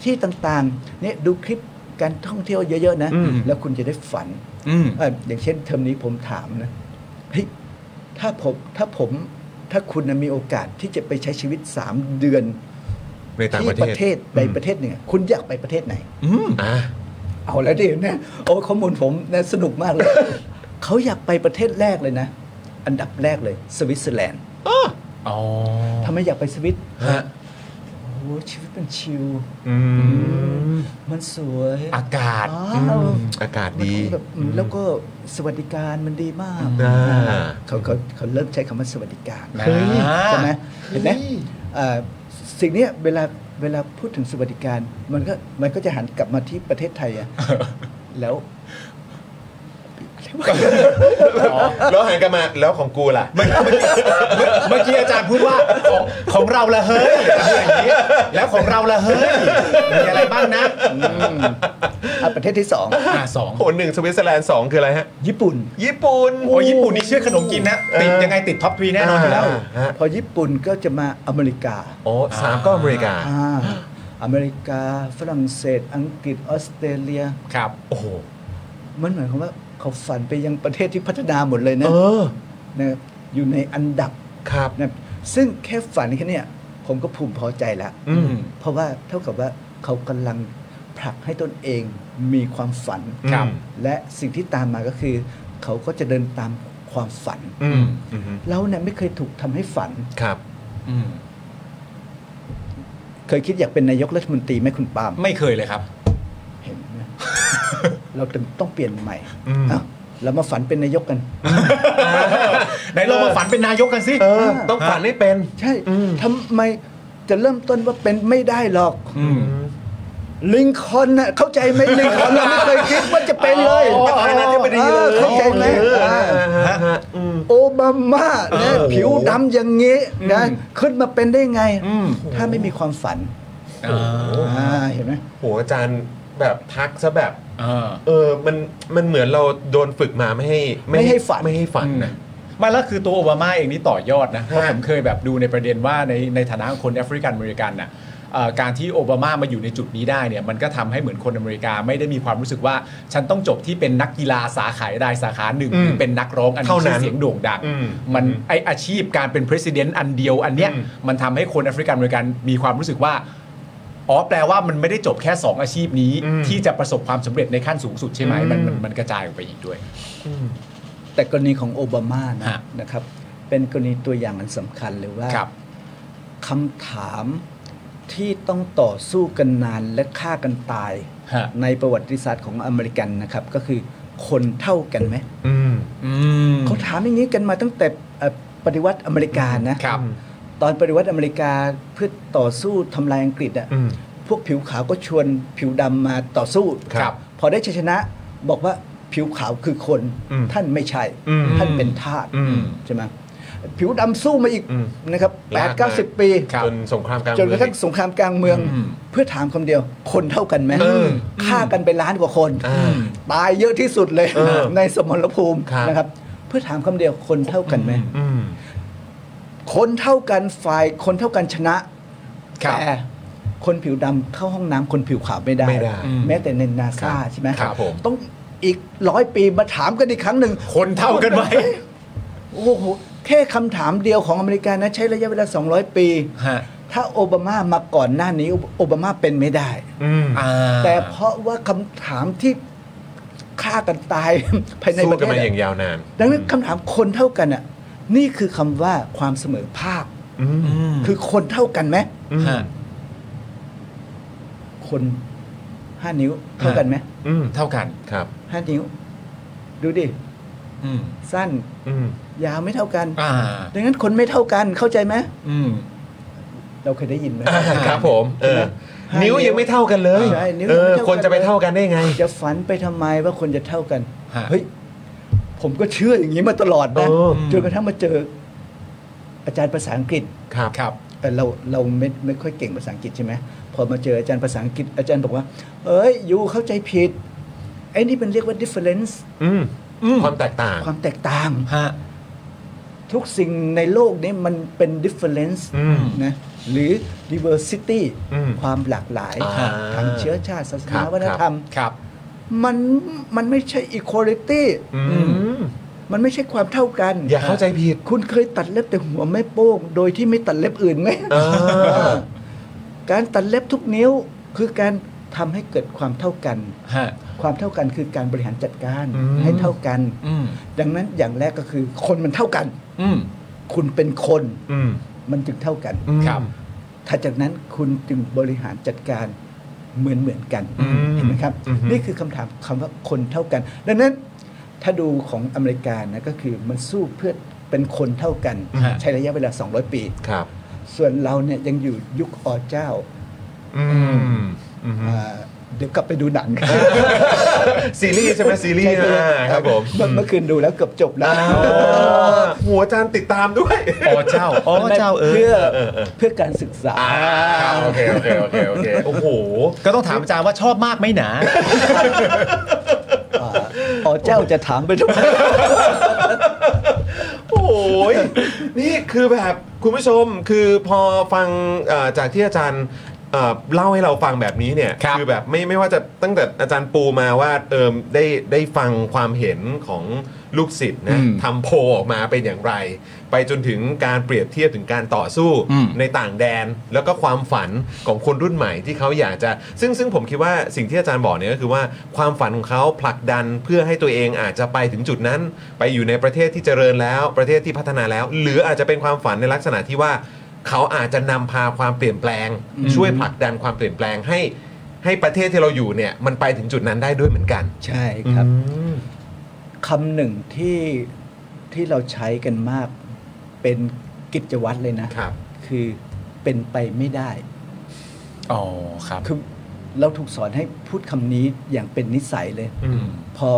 E: ที่ต่างๆ เนี่ยดูคลิปการท่องเที่ยวเยอะๆนะ
B: อืม
E: แล้วคุณจะได้ฝัน
C: อืม
E: เอ่ออย่างเช่นเทอมนี้ผมถามนะเฮ้ยถ้าผมถ้าผมถ้าคุณน่ะมีโอกาสที่จะไปใช้ชีวิตสามเดือน
B: ในต่าง
E: ที่
B: ประเท
E: ป
B: ศ
E: ระเทศใดประเทศหนึ่งอะคุณอยากไปประเทศไหน
B: อ่ะ
E: เอาแล้วดิเนี่ยโอ้ข้อมูลผมนะสนุกมากเลย เขาอยากไปประเทศแรกเลยนะ อันดับแรกเลยสวิตเซอร์แลนด์
C: อ๋อ
E: ทำไมอยากไปสวิต
B: ฮะ
E: โอ้โหชีวิตมันชิล
B: อืม
E: มันสวย
C: อากาศ
E: อ้าว
B: อากาศ
E: มัน
B: ดี
E: คงแบบอืมแล้วก็สวัสดิการมันดีมาก
B: อ่า
E: เขาเขาเขาเริ่มใช้คำว่าสวัสดิการ
C: เฮ้ย
E: ใช่ไหมเห็นไหมเอ่อสิ่งเนี้ยเวลาเวลาพูดถึงสวัสดิการ มันก็มันก็จะหันกลับมาที่ประเทศไทยอะแล้ว
B: แล้วหันกลับมาแล้วของกูล่ะ
C: เมื่อกี้อาจารย์พูดว่า ของของเราละเฮ้ยอย่างนี้แล้วของเราละเฮ้ยมีอะไรบ้างนะ
E: อืมอ่ะประเทศที่สอง
C: อ่าสอง
B: โหนึ่งสวิตเซอร์แลนด์สองคืออะไรฮะ
E: ญี่ปุ่น
B: ญี่ปุ่น
C: โอ้ยญี่ปุ่นนี่เชื่อขนมกินนะติดยังไงติดท็อปทรีแน่นอนอยู่แล้ว
B: อ่าฮะ
E: พอญี่ปุ่นก็จะมาอเมริกา
B: โอ้สามก็อเมริกา
E: อ่าอเมริกา ฝรั่งเศส อังกฤษออสเตรเลีย
C: ครับ
B: โอ้โห
E: มันหมายความว่าเขาฝันไปยังประเทศที่พัฒนาหมดเลยนะ
B: เออ
E: นะครับอยู่ในอันดับ
B: ครับ
E: นะครับซึ่งแค่ฝันแค่เนี้ยผมก็ภูมิพอใจแล้ว
B: อืม
E: เพราะว่าเท่ากับว่าเขากำลังผลักให้ตนเองมีความฝัน
B: ครับ
E: และสิ่งที่ตามมาก็คือ เขาก็จะเดินตามความฝัน
B: อืม
E: เราเนี่ยไม่เคยถูกทำให้ฝัน
B: ครับ
C: อืม
E: เคยคิดอยากเป็นนายกรัฐมนตรีไหมคุณปาล์ม
C: ไม่เคย เลยครับ
E: เห็น ไหม เราจะต้องเปลี่ยนใหม่
B: อืม
E: เอ้าเรามาฝันเป็นนายกกัน
C: ไหนลองมาฝันเป็นนายกกันสิ
B: เออ ต้องฝันให้เป็น
E: ใช่
B: อืม
E: ทำไมจะเริ่มต้นว่าเป็นไม่ได้หรอก
C: อืม
E: ลิงคอล์นน่ะเข้าใจไหมลิงคอล์นเราไม่เคยคิดว่าจะเป็นเลย
C: อ๋อ
B: ประธานาธิบดี
E: อ
B: เล
E: อย เข้าใจไหม
B: เออ
E: เออ
B: ฮะฮะอืม
E: โอบามาเนี่ยผิวดำอย่างนี้นะขึ้นมาเป็นได้ไง
B: อืม
E: ถ้าไม่มีความฝัน
C: อ่า
E: อ่าเห็นไหม
B: โหอาจารย์แบบทักซะแบบ
C: อ่า
B: เออ มัน มันเหมือนเราโดนฝึกมาไม่ให้
E: ไม่ให้ฝัน
B: ไม่ให้ฝันนะ
C: ไมาแล้วคือตัวโอบามาเองนี่ต่อยอดนะเพราะ
B: ฮะ
C: ผมเคยแบบดูในประเด็นว่าในในฐานะของคนแอฟริกันอเมริกันน่ะเอ่อการที่โอบามามาอยู่ในจุดนี้ได้เนี่ยมันก็ทำให้เหมือนคนอเมริกาไม่ได้มีความรู้สึกว่า ฉันต้องจบที่เป็นนักกีฬาสาขารายสาขาหนึ่ง
B: อืม
C: หรือเป็นนักร้องอันมี
B: เท่านั้
C: ชื่
B: น
C: อเสียงโด่งดัง
B: อืม
C: มันไออาชีพการเป็นประธานาธิบดีอันเดียวอันเนี้ย
B: อืม
C: มันทำให้คนแอฟริกันอเมริกันมีความรู้สึกว่าอ๋อแปลว่ามันไม่ได้จบแค่สองอาชีพนี้ ที่จะประสบความสำเร็จในขั้นสูงสุดใช่ไหมมันมันมันกระจายออกไปอีกด้วย
E: แต่กรณีของโอบามานะ
C: ฮะ
E: นะครับ เป็นกรณีตัวอย่างอันสำคัญเลยว่า
C: ครับ
E: คำถามที่ต้องต่อสู้กันนานและฆ่ากันตาย
C: ฮะ
E: ในประวัติศาสตร์ของอเมริกันนะครับ ก็คือคนเท่ากันไหม
B: อืม
C: อืม
E: เขาถามอย่างนี้กันมาตั้งแต่เอ่อปฏิวัติอเมริกานะครับ ตอนปฏิวัติอเมริกาเพื่อต่อสู้ทำลายอังกฤษอ่ะ
B: อืม
E: พวกผิวขาวก็ชวนผิวดำมาต่อสู้
B: ครับ
E: พอได้ชัยชนะบอกว่าผิวขาวคือคน
B: อืม
E: ท่านไม่ใช่
B: อืม
E: ท่านเป็นทาส
B: อืม
E: ใช่ไหมผิวดำสู้มาอีก
B: อืม
E: นะครับแปดเก้าสิบปี
B: จนสงครามกลาง
E: จนกระทั่ง
B: เมือ
E: สงครามกลางเมือง
C: อืม
E: เพื่อถามคำเดียว คนเท่ากันไหม
B: เออ
E: ฆ่ากันไปล้านกว่าคน
B: อ่า
E: ตายเยอะที่สุดเลย
B: เออ
E: ในสมรภูมิ
B: ครับ
E: นะครับ เพื่อถามคำเดียวคนเท่ากันไหม
B: อืม
E: คนเท่ากันฝ่ายคนเท่ากันชนะครับ แต่คนผิวดำเข้าห้องน้ำคนผิวขาวไม่ได้
B: ไม่ได้
E: แม้แต่ในนาซา
B: ครับ
E: ใช่ไหม
B: ครับผม
E: ต้องอีกร้อยปีมาถามกันอีกครั้งหนึ่ง
C: คนเท่ากันไหม
E: โอ้โห แค่คำถามเดียวของอเมริกานะ ใช้ระยะเวลา 200 ปี
C: ฮะ
E: ถ้าโอบามามาก่อนหน้านี้โอบามาเป็นไม่ได้
C: อ่า
E: แต่เพราะว่าคำถามที่ฆ่ากันตาย ภายใน
B: สู้
E: ประเท
B: กันมา
E: ศ
B: อย่าง
E: อะ
B: ยาวนาน
E: ดังนั้นคำถามคนเท่ากันอ่ะนี่คือคำว่าความเสมอภาค คือคนเท่ากันไหม
C: ฮะ
E: คนห้านิ้วเท่ากันไหม
B: อืม
C: เท่ากัน
B: ครับ
E: ห้านิ้ว ดูดิ
C: อืม
E: สั้น
B: อืม
E: ยาวไม่เท่ากัน
C: อ่า
E: ดังนั้นคนไม่เท่ากันเข้าใจไหม
C: อืม
E: เราเคยได้ยินไหม
B: อ่าครับผมเออ
E: ห้านิ้
B: นิ้ว
E: ว
B: ยังไม่เท่ากันเลย
E: ใช่นิ้ว
B: เอ
E: ยัง
B: อ
E: ไม่เท่ากัน
B: คนจะไปเท่ากันได้ไง
E: จะฝันไปทำไมว่าคนจะเท่ากัน
C: ฮะ
E: เฮ้ย ผมก็เชื่ออย่างนี้มาตลอดนะ
B: เออ
E: จนกระทั่งมาเจอ อาจารย์ภาษาอังกฤษ
B: ครับ
C: ครับ
E: แต่เราเราไม่ไม่ค่อยเก่งภาษาอังกฤษใช่ไหมพอมาเจออาจารย์ภาษาอังกฤษอาจารย์บอกว่า เอ้ยยูเข้าใจผิดไอ้นี่มันเรียกว่า difference
B: อืม
C: อืม
B: ความแตกต่าง
E: ความแตกต่าง
C: ฮะ
E: ทุกสิ่งในโลกนี้มันเป็น difference
B: อืม
E: นะหรือ diversity
B: อืม
E: ความหลากหลาย
B: อ่า
E: ทางเชื้อชาติศาส
B: ครั
E: นา
B: บ
E: วัฒนธรรม
C: ครับ
E: มันมันไม่ใช่ equality
B: อืม
E: มันไม่ใช่ความเท่ากัน
B: อย่าเข้าใจผิด
E: คุณเคยตัดเล็บแต่หัวไม่โป้ง โดยที่ไม่ตัดเล็บอื่นไหม
B: อ่า
E: การตัดเล็บทุกนิ้วคือการทำให้เกิดความเท่ากัน
C: ฮะ
E: ความเท่ากันคือการบริหารจัดการ
B: อืม
E: ให้เท่ากัน
C: อืม
E: ดังนั้นอย่างแรกก็คือ คนมันเท่ากัน
C: อืม
E: คุณเป็นคน
B: อืม
E: มันจึงเท่ากัน
B: อืม
C: ครับ
E: ถัดจากนั้นคุณจึงบริหารจัดการเหมือนเหมือนๆกัน
B: อืม
E: เห็นไหมครับ
B: อือฮึ
E: นี่คือคำถามคำว่าคนเท่ากัน ดังนั้นถ้าดูของอเมริกานะก็คือมันสู้เพื่อเป็นคนเท่ากัน
C: ฮะ
E: ใช้ระยะเวลา 200 ปี
B: ครับ
E: ส่วนเราเนี่ยยังอยู่ยุคอเจ้า
B: อืมอืม
E: อ่าเดี๋ยวกลับไปดูหนัง
B: ซีรีส์ใช่ไหมซีรีส์อ่าครับผม
E: เอเมื่อคืนดูแล้วเกือบจบแล้ว
B: อ้าวหัวจานติดตามด้วย
C: อ๋อเจ้าอ๋อเจ้าเออ
E: เพื่อ
B: เออเออ
E: เพื่อการศึกษา
B: อ่าโอเคโอเคโอเคโอเคโอ้โห
C: ก็ต้องถามอาจารย์ว่าชอบมากไหมหนา
E: อ่าอ๋อเจ้าจะถามไปทำไม
B: โอ้ยนี่คือแบบคุณผู้ชมคือพอฟังเอ่อจากที่อาจารย์เอ่อเล่าให้เราฟังแบบนี้เนี่ย
C: ครับ
B: อแบบไม่ไม่ว่าจะตั้งแต่อาจารย์ปูมาว่าเออได้ได้ฟังความเห็นของลูกศิษย์นะ
C: อืม
B: ทำโพลออกมาเป็นอย่างไร ไปจนถึงการเปรียบเทียบถึงการต่อสู้
C: อืม
B: ในต่างแดน แล้วก็ความฝันของคนรุ่นใหม่ที่เขาอยากจะ ซึ่งซึ่งผมคิดว่าสิ่งที่อาจารย์บอกเนี่ยก็คือว่าความฝันของเขาผลักดันเพื่อให้ตัวเองอาจจะไปถึงจุดนั้น ไปอยู่ในประเทศที่เจริญแล้วประเทศที่พัฒนาแล้ว หรืออาจจะเป็นความฝันในลักษณะที่ว่า เขาอาจจะนำพาความเปลี่ยนแปลง ช่วยผลักดันความเปลี่ยนแปลงให้ ให้ประเทศที่เราอยู่เนี่ยมันไปถึงจุดนั้นได้ด้วยเหมือนกัน
E: ใช่ครับ
B: อืม
E: คำหนึ่งที่ที่เราใช้กันมากเป็นกิจวัตรเลยนะ
B: ครับ
E: คือเป็นไปไม่ได้
C: อ๋อครับ
E: คือเราถูกสอนให้พูดคำนี้อย่างเป็นนิสัยเลย
B: อืม
E: พอ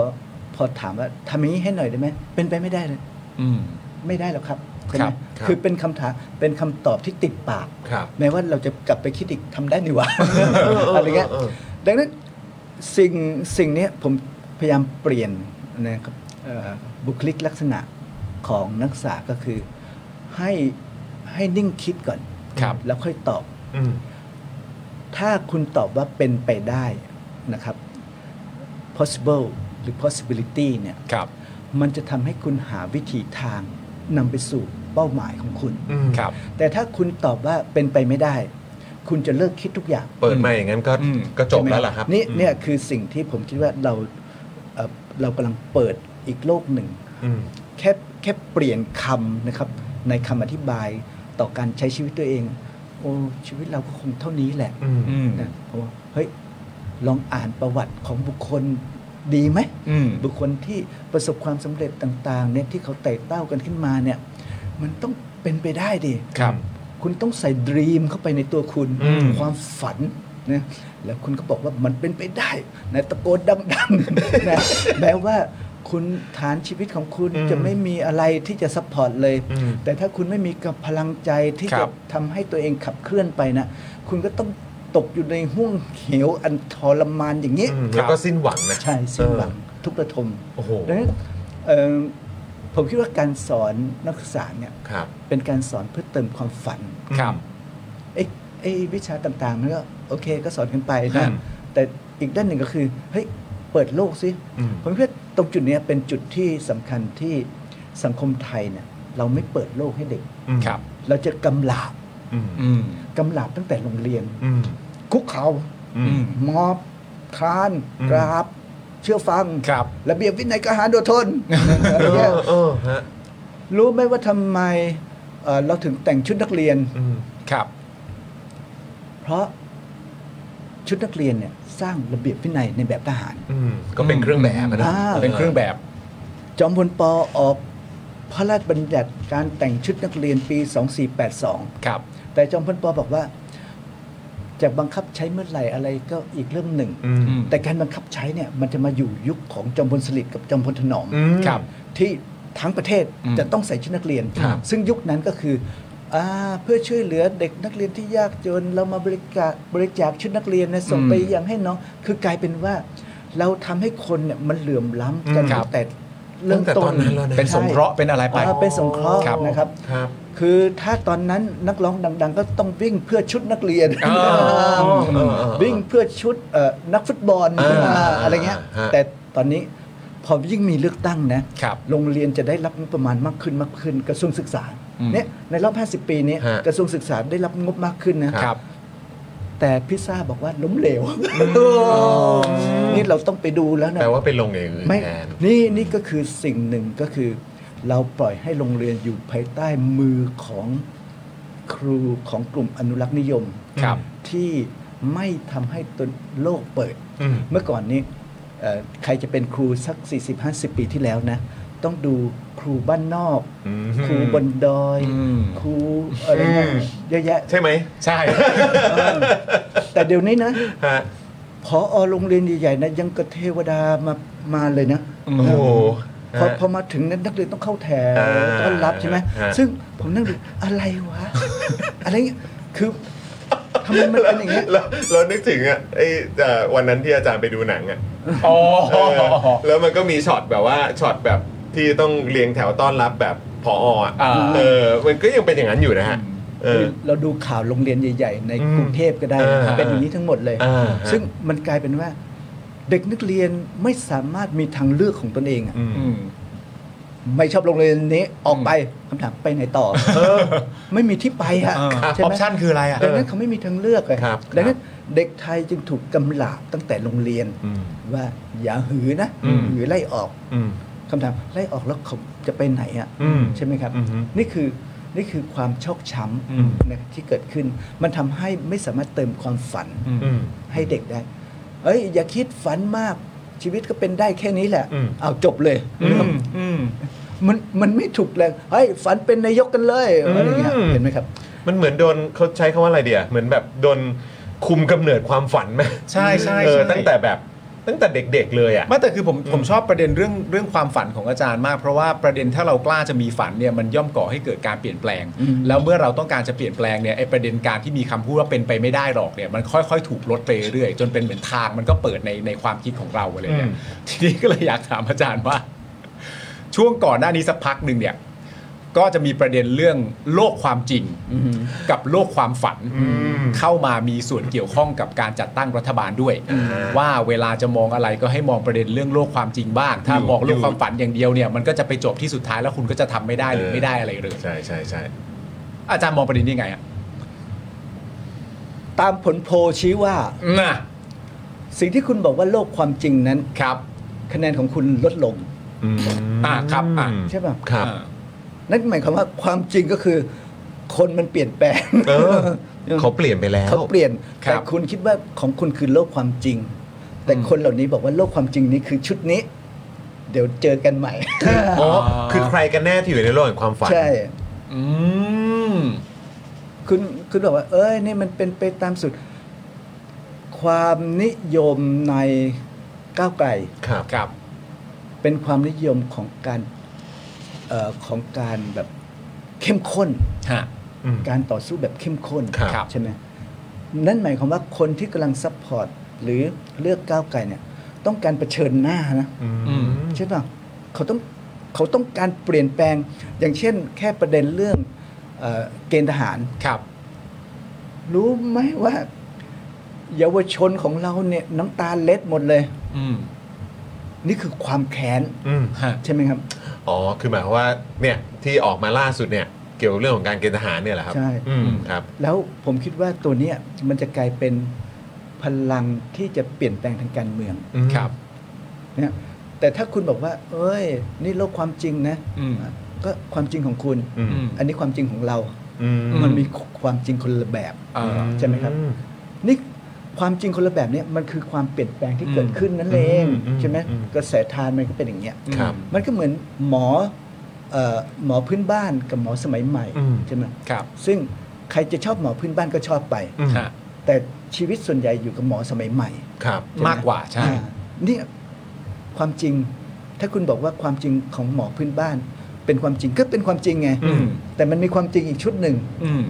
E: พอถามว่าทำอย่างนี้ให้หน่อยได้ไหม เป็นไปไม่ได้เลย
C: อืม
E: ไม่ได้หรอกครับใช่
C: ค
E: ไหม
C: รับ
E: คือเป็นคำถามเป็นคำตอบที่ติดปาก
B: ครับ
E: แม้ว่าเราจะกลับไปคิดอีกทำได้นี่หวะ อะไรเงี้ย ดังนั้นสิ่งสิ่งเนี้ยผมพยายามเปลี่ยนนะครับเอ่อบุคลิกลักษณะของนักศึกษาก็คือให้ให้นิ่งคิดก่อน
C: ครับ
E: แล้วค่อยตอบ
B: อืม
E: ถ้าคุณตอบว่าเป็นไปได้นะครับ possible หรือ possibility เนี่ย
C: ครับ
E: มันจะทำให้คุณหาวิธีทางนำไปสู่เป้าหมายของคุณ
B: อืม
C: ครับ
E: แต่ถ้าคุณตอบว่าเป็นไปไม่ได้ คุณจะเลิกคิดทุกอย่าง
B: เปิดมาอย่างนั้นก็
C: อืม
B: ก็จบ
E: ใช่ไหม
B: แล้วล่ะครับ
E: นี่
B: อืม
E: เนี่ยคือสิ่งที่ผมคิดว่าเราเอ่อเรากำลังเปิดอีกโลกหนึ่ง
B: อืม
E: แค่แค่เปลี่ยนคำนะครับ ในคำอธิบายต่อการใช้ชีวิตตัวเอง โอ้ชีวิตเราก็คงเท่านี้แหละ
B: อืม
C: อืม
E: นะผมว่าเฮ้ย ลองอ่านประวัติของบุคคลดีไหม
C: อืม
E: บุคคลที่ประสบความสำเร็จต่างๆเนี่ยที่เขาไต่เต้ากันขึ้นมาเนี่ย มันต้องเป็นไปได้ดิ
C: ครับ
E: คุณต้องใส่ดรีมเข้าไปในตัวคุณ
B: อืม
E: ความฝันนะแล้วคุณก็บอกว่ามันเป็นไปได้นะตะโกนดังๆ นะแม้ว่าคุณฐานชีวิตของคุณ
B: อืม
E: จะไม่มีอะไรที่จะซัพพอร์ตเลย
B: อืม
E: แต่ถ้าคุณไม่มีกับพลังใจที่
C: ครั
E: จะ
C: บ
E: ทำให้ตัวเองขับเคลื่อนไปนะคุณก็ต้องตกอยู่ในห่วงเหวอันทรมานอย่างนี้
B: อืมแล้วก็สิ้นหวังนะ
E: ใช่สิ้นหวัง
B: เอ
E: ทุกประทม
B: โอ้โห
E: ดังนั้นเอ่อผมคิดว่าการสอนนักศึกษาเนี่ย
B: ครับ
E: เป็นการสอนเพื่อเติมความฝัน
C: ครับ
E: ไอ้ไอ้วิชาต่างๆมันก็โอเคก็สอนกันไปนะ
C: ฮะ
E: แต่อีกด้านหนึ่งก็คือเฮ้ยเปิดโลกสิ
B: อืม
E: ผมคิดว่าตรงจุดเนี้ยเป็นจุดที่สำคัญที่สังคมไทยเนี่ยเราไม่เปิดโลกให้เด็ก
B: อืม
C: ครับ
E: เราจะกำลาบ กำลับตั้งแต่โรงเรียน
B: อืม
E: คุกเขา
B: อืม
E: มอบคลานกราบ เชื่อฟัง
C: ครับ
E: ระเบียบวินัยกหารโดดท น
B: เออเออฮะ
E: รู้ไหมว่าทำไมเอ่อเราถึงแต่งชุดนักเรียน
B: อืม
C: ครับ
E: เพราะชุดนักเรียนเนี่ยสร้างระเบียบวินัยในแบบทหาร
B: อืมก็เป็นเครื่องแบบอะนะ
E: อ่า
C: เป็นเครื่องแบบ
E: จอมพลปอออกพระราชบัญญัติการแต่งชุดนักเรียนปี 2482
C: ครับ
E: แต่จอมพลปอบอกว่า จะบังคับใช้เมื่อไหร่อะไรก็อีกเรื่องหนึ่ง
B: อืม
C: อืม
E: แต่การบังคับใช้เนี่ยมันจะมาอยู่ยุคของจอมพลสฤษดิ์กับจอมพลถนอม
B: อืม
C: ครับ
E: ที่ทั้งประเทศ
C: อืม
E: จะต้องใส่ชุดนักเรียน
C: ครับ
E: ซึ่งยุคนั้นก็คืออาเพื่อช่วยเหลือเด็กนักเรียนที่ยากจน เรามาบริจาคบริจาคชุดนักเรียนนะส่ง
C: อืม
E: ไปยังให้น้อง คือกลายเป็นว่า เราทำให้คนเนี่ยมันเหลื่อมล้ำกัน
C: อืมครับ
E: ตั้งแต่เริ่
B: ตั้ง
E: ม
B: แต่
E: ต้
B: ตอน นนั้นแล้วนะ
C: เป็นสงเคราะห์เป็นอะไรไป
E: อ่าเป็นสงเคราะห์
C: ครับ
E: นะครับ
B: ครับ
E: คือถ้าตอนนั้นนักร้องดัง ๆ ก็ต้องวิ่งเพื่อชุดนักเรียน
C: อ๋อ
B: เออเออ
E: วิ่งเพื่อชุดเอ่อนักฟุตบอล
B: อ่า
E: อ่าอะไรเงี้ย
B: ฮะ
E: แต่ตอนนี้พอยิ่งมีเลือกตั้งนะ
C: ครับ
E: โรงเรียนจะได้รับงบประมาณมากขึ้นมากขึ้นกระทรวงศึกษา
C: อืม
E: เนี่ยในรอบ 50 ปีเนี้
B: ฮะ
E: กระทรวงศึกษาได้รับงบมากขึ้นนะครับ แต่พิซซ่าบอกว่าล้มเหลวนี่เราต้องไปดูแล้วนะ
B: แปลว่าไปลงเอย่างอื่น
E: ไม่
B: แทน
E: นี่นี่ก็คือสิ่งหนึ่งก็คือ เราปล่อยให้โรงเรียนอยู่ภายใต้มือของครูของกลุ่มอนุรักษ์นิยม
C: ครับ
E: ที่ไม่ทำให้ตนโลกเปิด
B: อืม
E: เมื่อก่อนนี้เอ่อใครจะเป็นครูสัก 40-50 ปีที่แล้วนะ ต้องดูครูบ้านนอก
B: อืม
E: ครูบนดอย
C: อืม
E: ครูอะไรเงี้ย
B: อืม
E: เยอะแยะ
B: ใช่ไหม
C: ใช่
E: แต่เดี๋ยวนี้นะ
B: ฮะ
E: พออโรงเรียนใหญ่ๆนะยังกระเทวดามามาเลยนะ
C: อืม
B: โอ้โห
E: พอ
B: ฮะ
E: พอมาถึงนั้นนักเรียนต้องเข้าแถว
B: อ่า
E: ต้อนรับใช่ไหม
B: ฮะ
E: ซึ่งผมนั่งดูอะไรวะ อะไรเงี้ยคือทำไมมันเป็นอย่างเงี้ย
B: เราเรานึกถึงอ่ะไอเอ่อวันนั้นที่อาจารย์ไปดูหนังอ่ะ
C: อ๋อ
B: เออแล้วมันก็มีช็อตแบบว่าช็อตแบบที่ต้องเรียงแถวต้อนรับแบบพออ่ะ
C: อ่า
B: เออมันก็ยังเป็นอย่างนั้นอยู่นะฮะเออ
E: เราดูข่าวโรงเรียนใหญ่ ๆ ใน
B: อืม
E: กรุงเทพก็ได้นะ
B: อ่า
E: เป็นอย่างนี้ทั้งหมดเลย
B: อ่าฮะ
E: ซึ่งมันกลายเป็นว่า เด็กนักเรียนไม่สามารถมีทางเลือกของตนเองอะ
B: อืม
C: อืม
E: ไม่ชอบโรงเรียนนี้ออกไปคำถามไปไหนต่ออไม่มีที่ไปฮะ
C: เออครับ
E: ใช่ไหม
C: ออปชั่นคืออะไรอะ
E: ดังนั้นเขาไม่มีทางเลือกอะ
B: ครับ
E: ดังนั้นเด็กไทยจึงถูกกำหลาบตั้งแต่โรงเรียน
B: อืม
E: ว่าอย่าหือนะ
B: อืม
E: หือไล่ออก
B: อืม
E: คำถามไล่ออกแล้วเขาจะไปไหนอ่ะ
B: อืม
E: ใช่ไหมครับ
B: อือฮึ
E: นี่คือนี่คือความชอกช้
B: อืม
E: ำนะครับที่เกิดขึ้น มันทำให้ไม่สามารถเติมความฝัน
B: อืม
E: ให้เด็กได้ เอ้ย อย่าคิดฝันมากชีวิตก็เป็นได้แค่นี้แหละ
B: อืม
E: เอาจบเลยเรื่อง
C: อืม
E: มันมันไม่ถูกแรงเฮ้ยฝันเป็นนายกกันเลยอะไรเงี้ยเห็นไหมครับ
B: มันเหมือนโดนเขาใช้คำว่าอะไรเดียเหมือนแบบโดนคุมกำเนิดความฝันไหม
C: ใช่ใช่
B: เออ
C: ใช่
B: ตั้งแต่แบบตั้งแต่เด็กๆเลยอ่ะ
C: ไม่แต่คือผมผมชอบประเด็นเรื่องเรื่องความฝันของอาจารย์มาก เพราะว่าประเด็นถ้าเรากล้าจะมีฝันเนี่ยมันย่อมก่อให้เกิดการเปลี่ยนแปลง
E: อืม
C: แล้วเมื่อเราต้องการจะเปลี่ยนแปลงเนี่ยไอประเด็นการที่มีคำพูดว่าเป็นไปไม่ได้หรอกเนี่ยมันค่อยๆ ถูกลดไปเรื่อยๆจนเป็นเหมือนทางมันก็เปิดในในความคิดของเราอะไรเนี่
B: อืม
C: ยทีนี้ก็เลยอยากถามอาจารย์ว่า ช่วงก่อนหน้านี้สักพักหนึ่งเนี่ย ก็จะมีประเด็นเรื่องโลกความจริงกับโลกความฝัน เข้ามามีส่วนเกี่ยวข้องกับการจัดตั้งรัฐบาลด้วย ว่าเวลาจะมองอะไรก็ให้มองประเด็นเรื่องโลกความจริงบ้าง ถ้ามองโลกความฝันอย่างเดียวเนี่ยมันก็จะไปจบที่สุดท้ายแล้วคุณก็จะทำไม่ได้หรือไม่ได้อะไรเลย
B: ใช่ใช่ใช่
C: อาจารย์มองประเด็นนี้ไงอ่ะ
E: ตามผลโพลชี้ว่า
C: นะ
E: สิ่งที่คุณบอกว่าโลกความจริงนั้น
C: ครับ
E: คะแนนของคุณลดลง
B: อืม
C: อ่าครับอ่า
E: ใช่ป่ะ
B: ครับ
C: อ่า
E: นั่นหมายความว่าความจริงก็คือ คนมันเปลี่ยนแปลง
B: เออเขาเปลี่ยนไปแล้ว
E: เขาเปลี่ยน
C: ครับ
E: แต่คุณคิดว่าของคุณคือโลกความจริง แต่คนเหล่านี้บอกว่าโลกความจริงนี้คือชุดนี้ เดี๋ยวเจอกันใหม่
B: อ๋อ คือใครกันแน่ที่อยู่ในโลกแห่งความฝัน
E: ใช่
C: อืม
E: คุณคุณบอกว่า เอ้ยนี่มันเป็นไปตามสุด ความนิยมในก้าวไกล
B: ครับ
C: ครับ
E: เป็นความนิยมของการเออของการแบบเข้มข้น
C: ฮะ
B: อืม
E: การต่อสู้แบบเข้มข้น
B: ครับ
E: ใช่ไหมนั่นหมายความว่าคนที่กำลังซัพพอร์ตหรือเลือกก้าวไกลเนี่ย ต้องการเผชิญหน้านะ
C: อืม
E: ใช่ป่ะเขาต้องเขาต้องการเปลี่ยนแปลง อย่างเช่น แค่ประเด็นเรื่องเอ่อเกณฑ์ทหาร
C: ครับ
E: รู้ไหมว่า เยาวชนของเราเนี่ยน้ำตาเล็ดหมดเลย
C: อืม
E: นี่คือความแค้น
B: อืม
C: ฮะ
E: ใช่ไหมครับ
B: อ๋อ คือหมายความว่า เนี่ย ที่ออกมาล่าสุดเนี่ย เกี่ยวกับเรื่องของการเกณฑ์ทหารเนี่ยแหละครับ
E: ใช่
B: อืมครับ
E: แล้วผมคิดว่าตัวเนี้ยมันจะกลายเป็นพลังที่จะเปลี่ยนแปลงทางการเมือง
C: ครับ
E: นะแต่ถ้าคุณบอกว่า เอ้ย นี่โลกความจริงนะ
C: อืม
E: ก็ความจริงของคุณ
B: อืม
C: อืม
E: อันนี้ความจริงของเรา
B: อืม
E: มันมีความจริงคนละแบบ
C: อ่า
E: ใช่ไหมครับ
B: อื
E: นี่ความจริงคนละแบบเนี่ยมันคือความเปลี่ยนแปลงที่
C: อืม
E: เกิดขึ้นนั่นเอง
B: อืมอืม
E: ใช่ไหม
B: อืม
E: กระแสทานมันก็เป็นอย่างเงี้ย
B: ครับ
E: มันก็เหมือนหมอเอ่อหมอพื้นบ้านกับหมอสมัยใหม่
B: อืม
E: ใช่ไหม
C: ครับ
E: ซึ่งใครจะชอบหมอพื้นบ้านก็ชอบไป
B: อืม
C: ฮะ
E: แต่ชีวิตส่วนใหญ่อยู่กับหมอสมัยใหม่
B: ครับ
E: ใช่ไห
C: มากกว่าใช่
E: อ่นี่ความจริง ถ้าคุณบอกว่าความจริงของหมอพื้นบ้าน เป็นความจริงก็เป็นความจริงไง
C: อืม
E: แต่มันมีความจริงอีกชุดหนึ่ง
C: อืม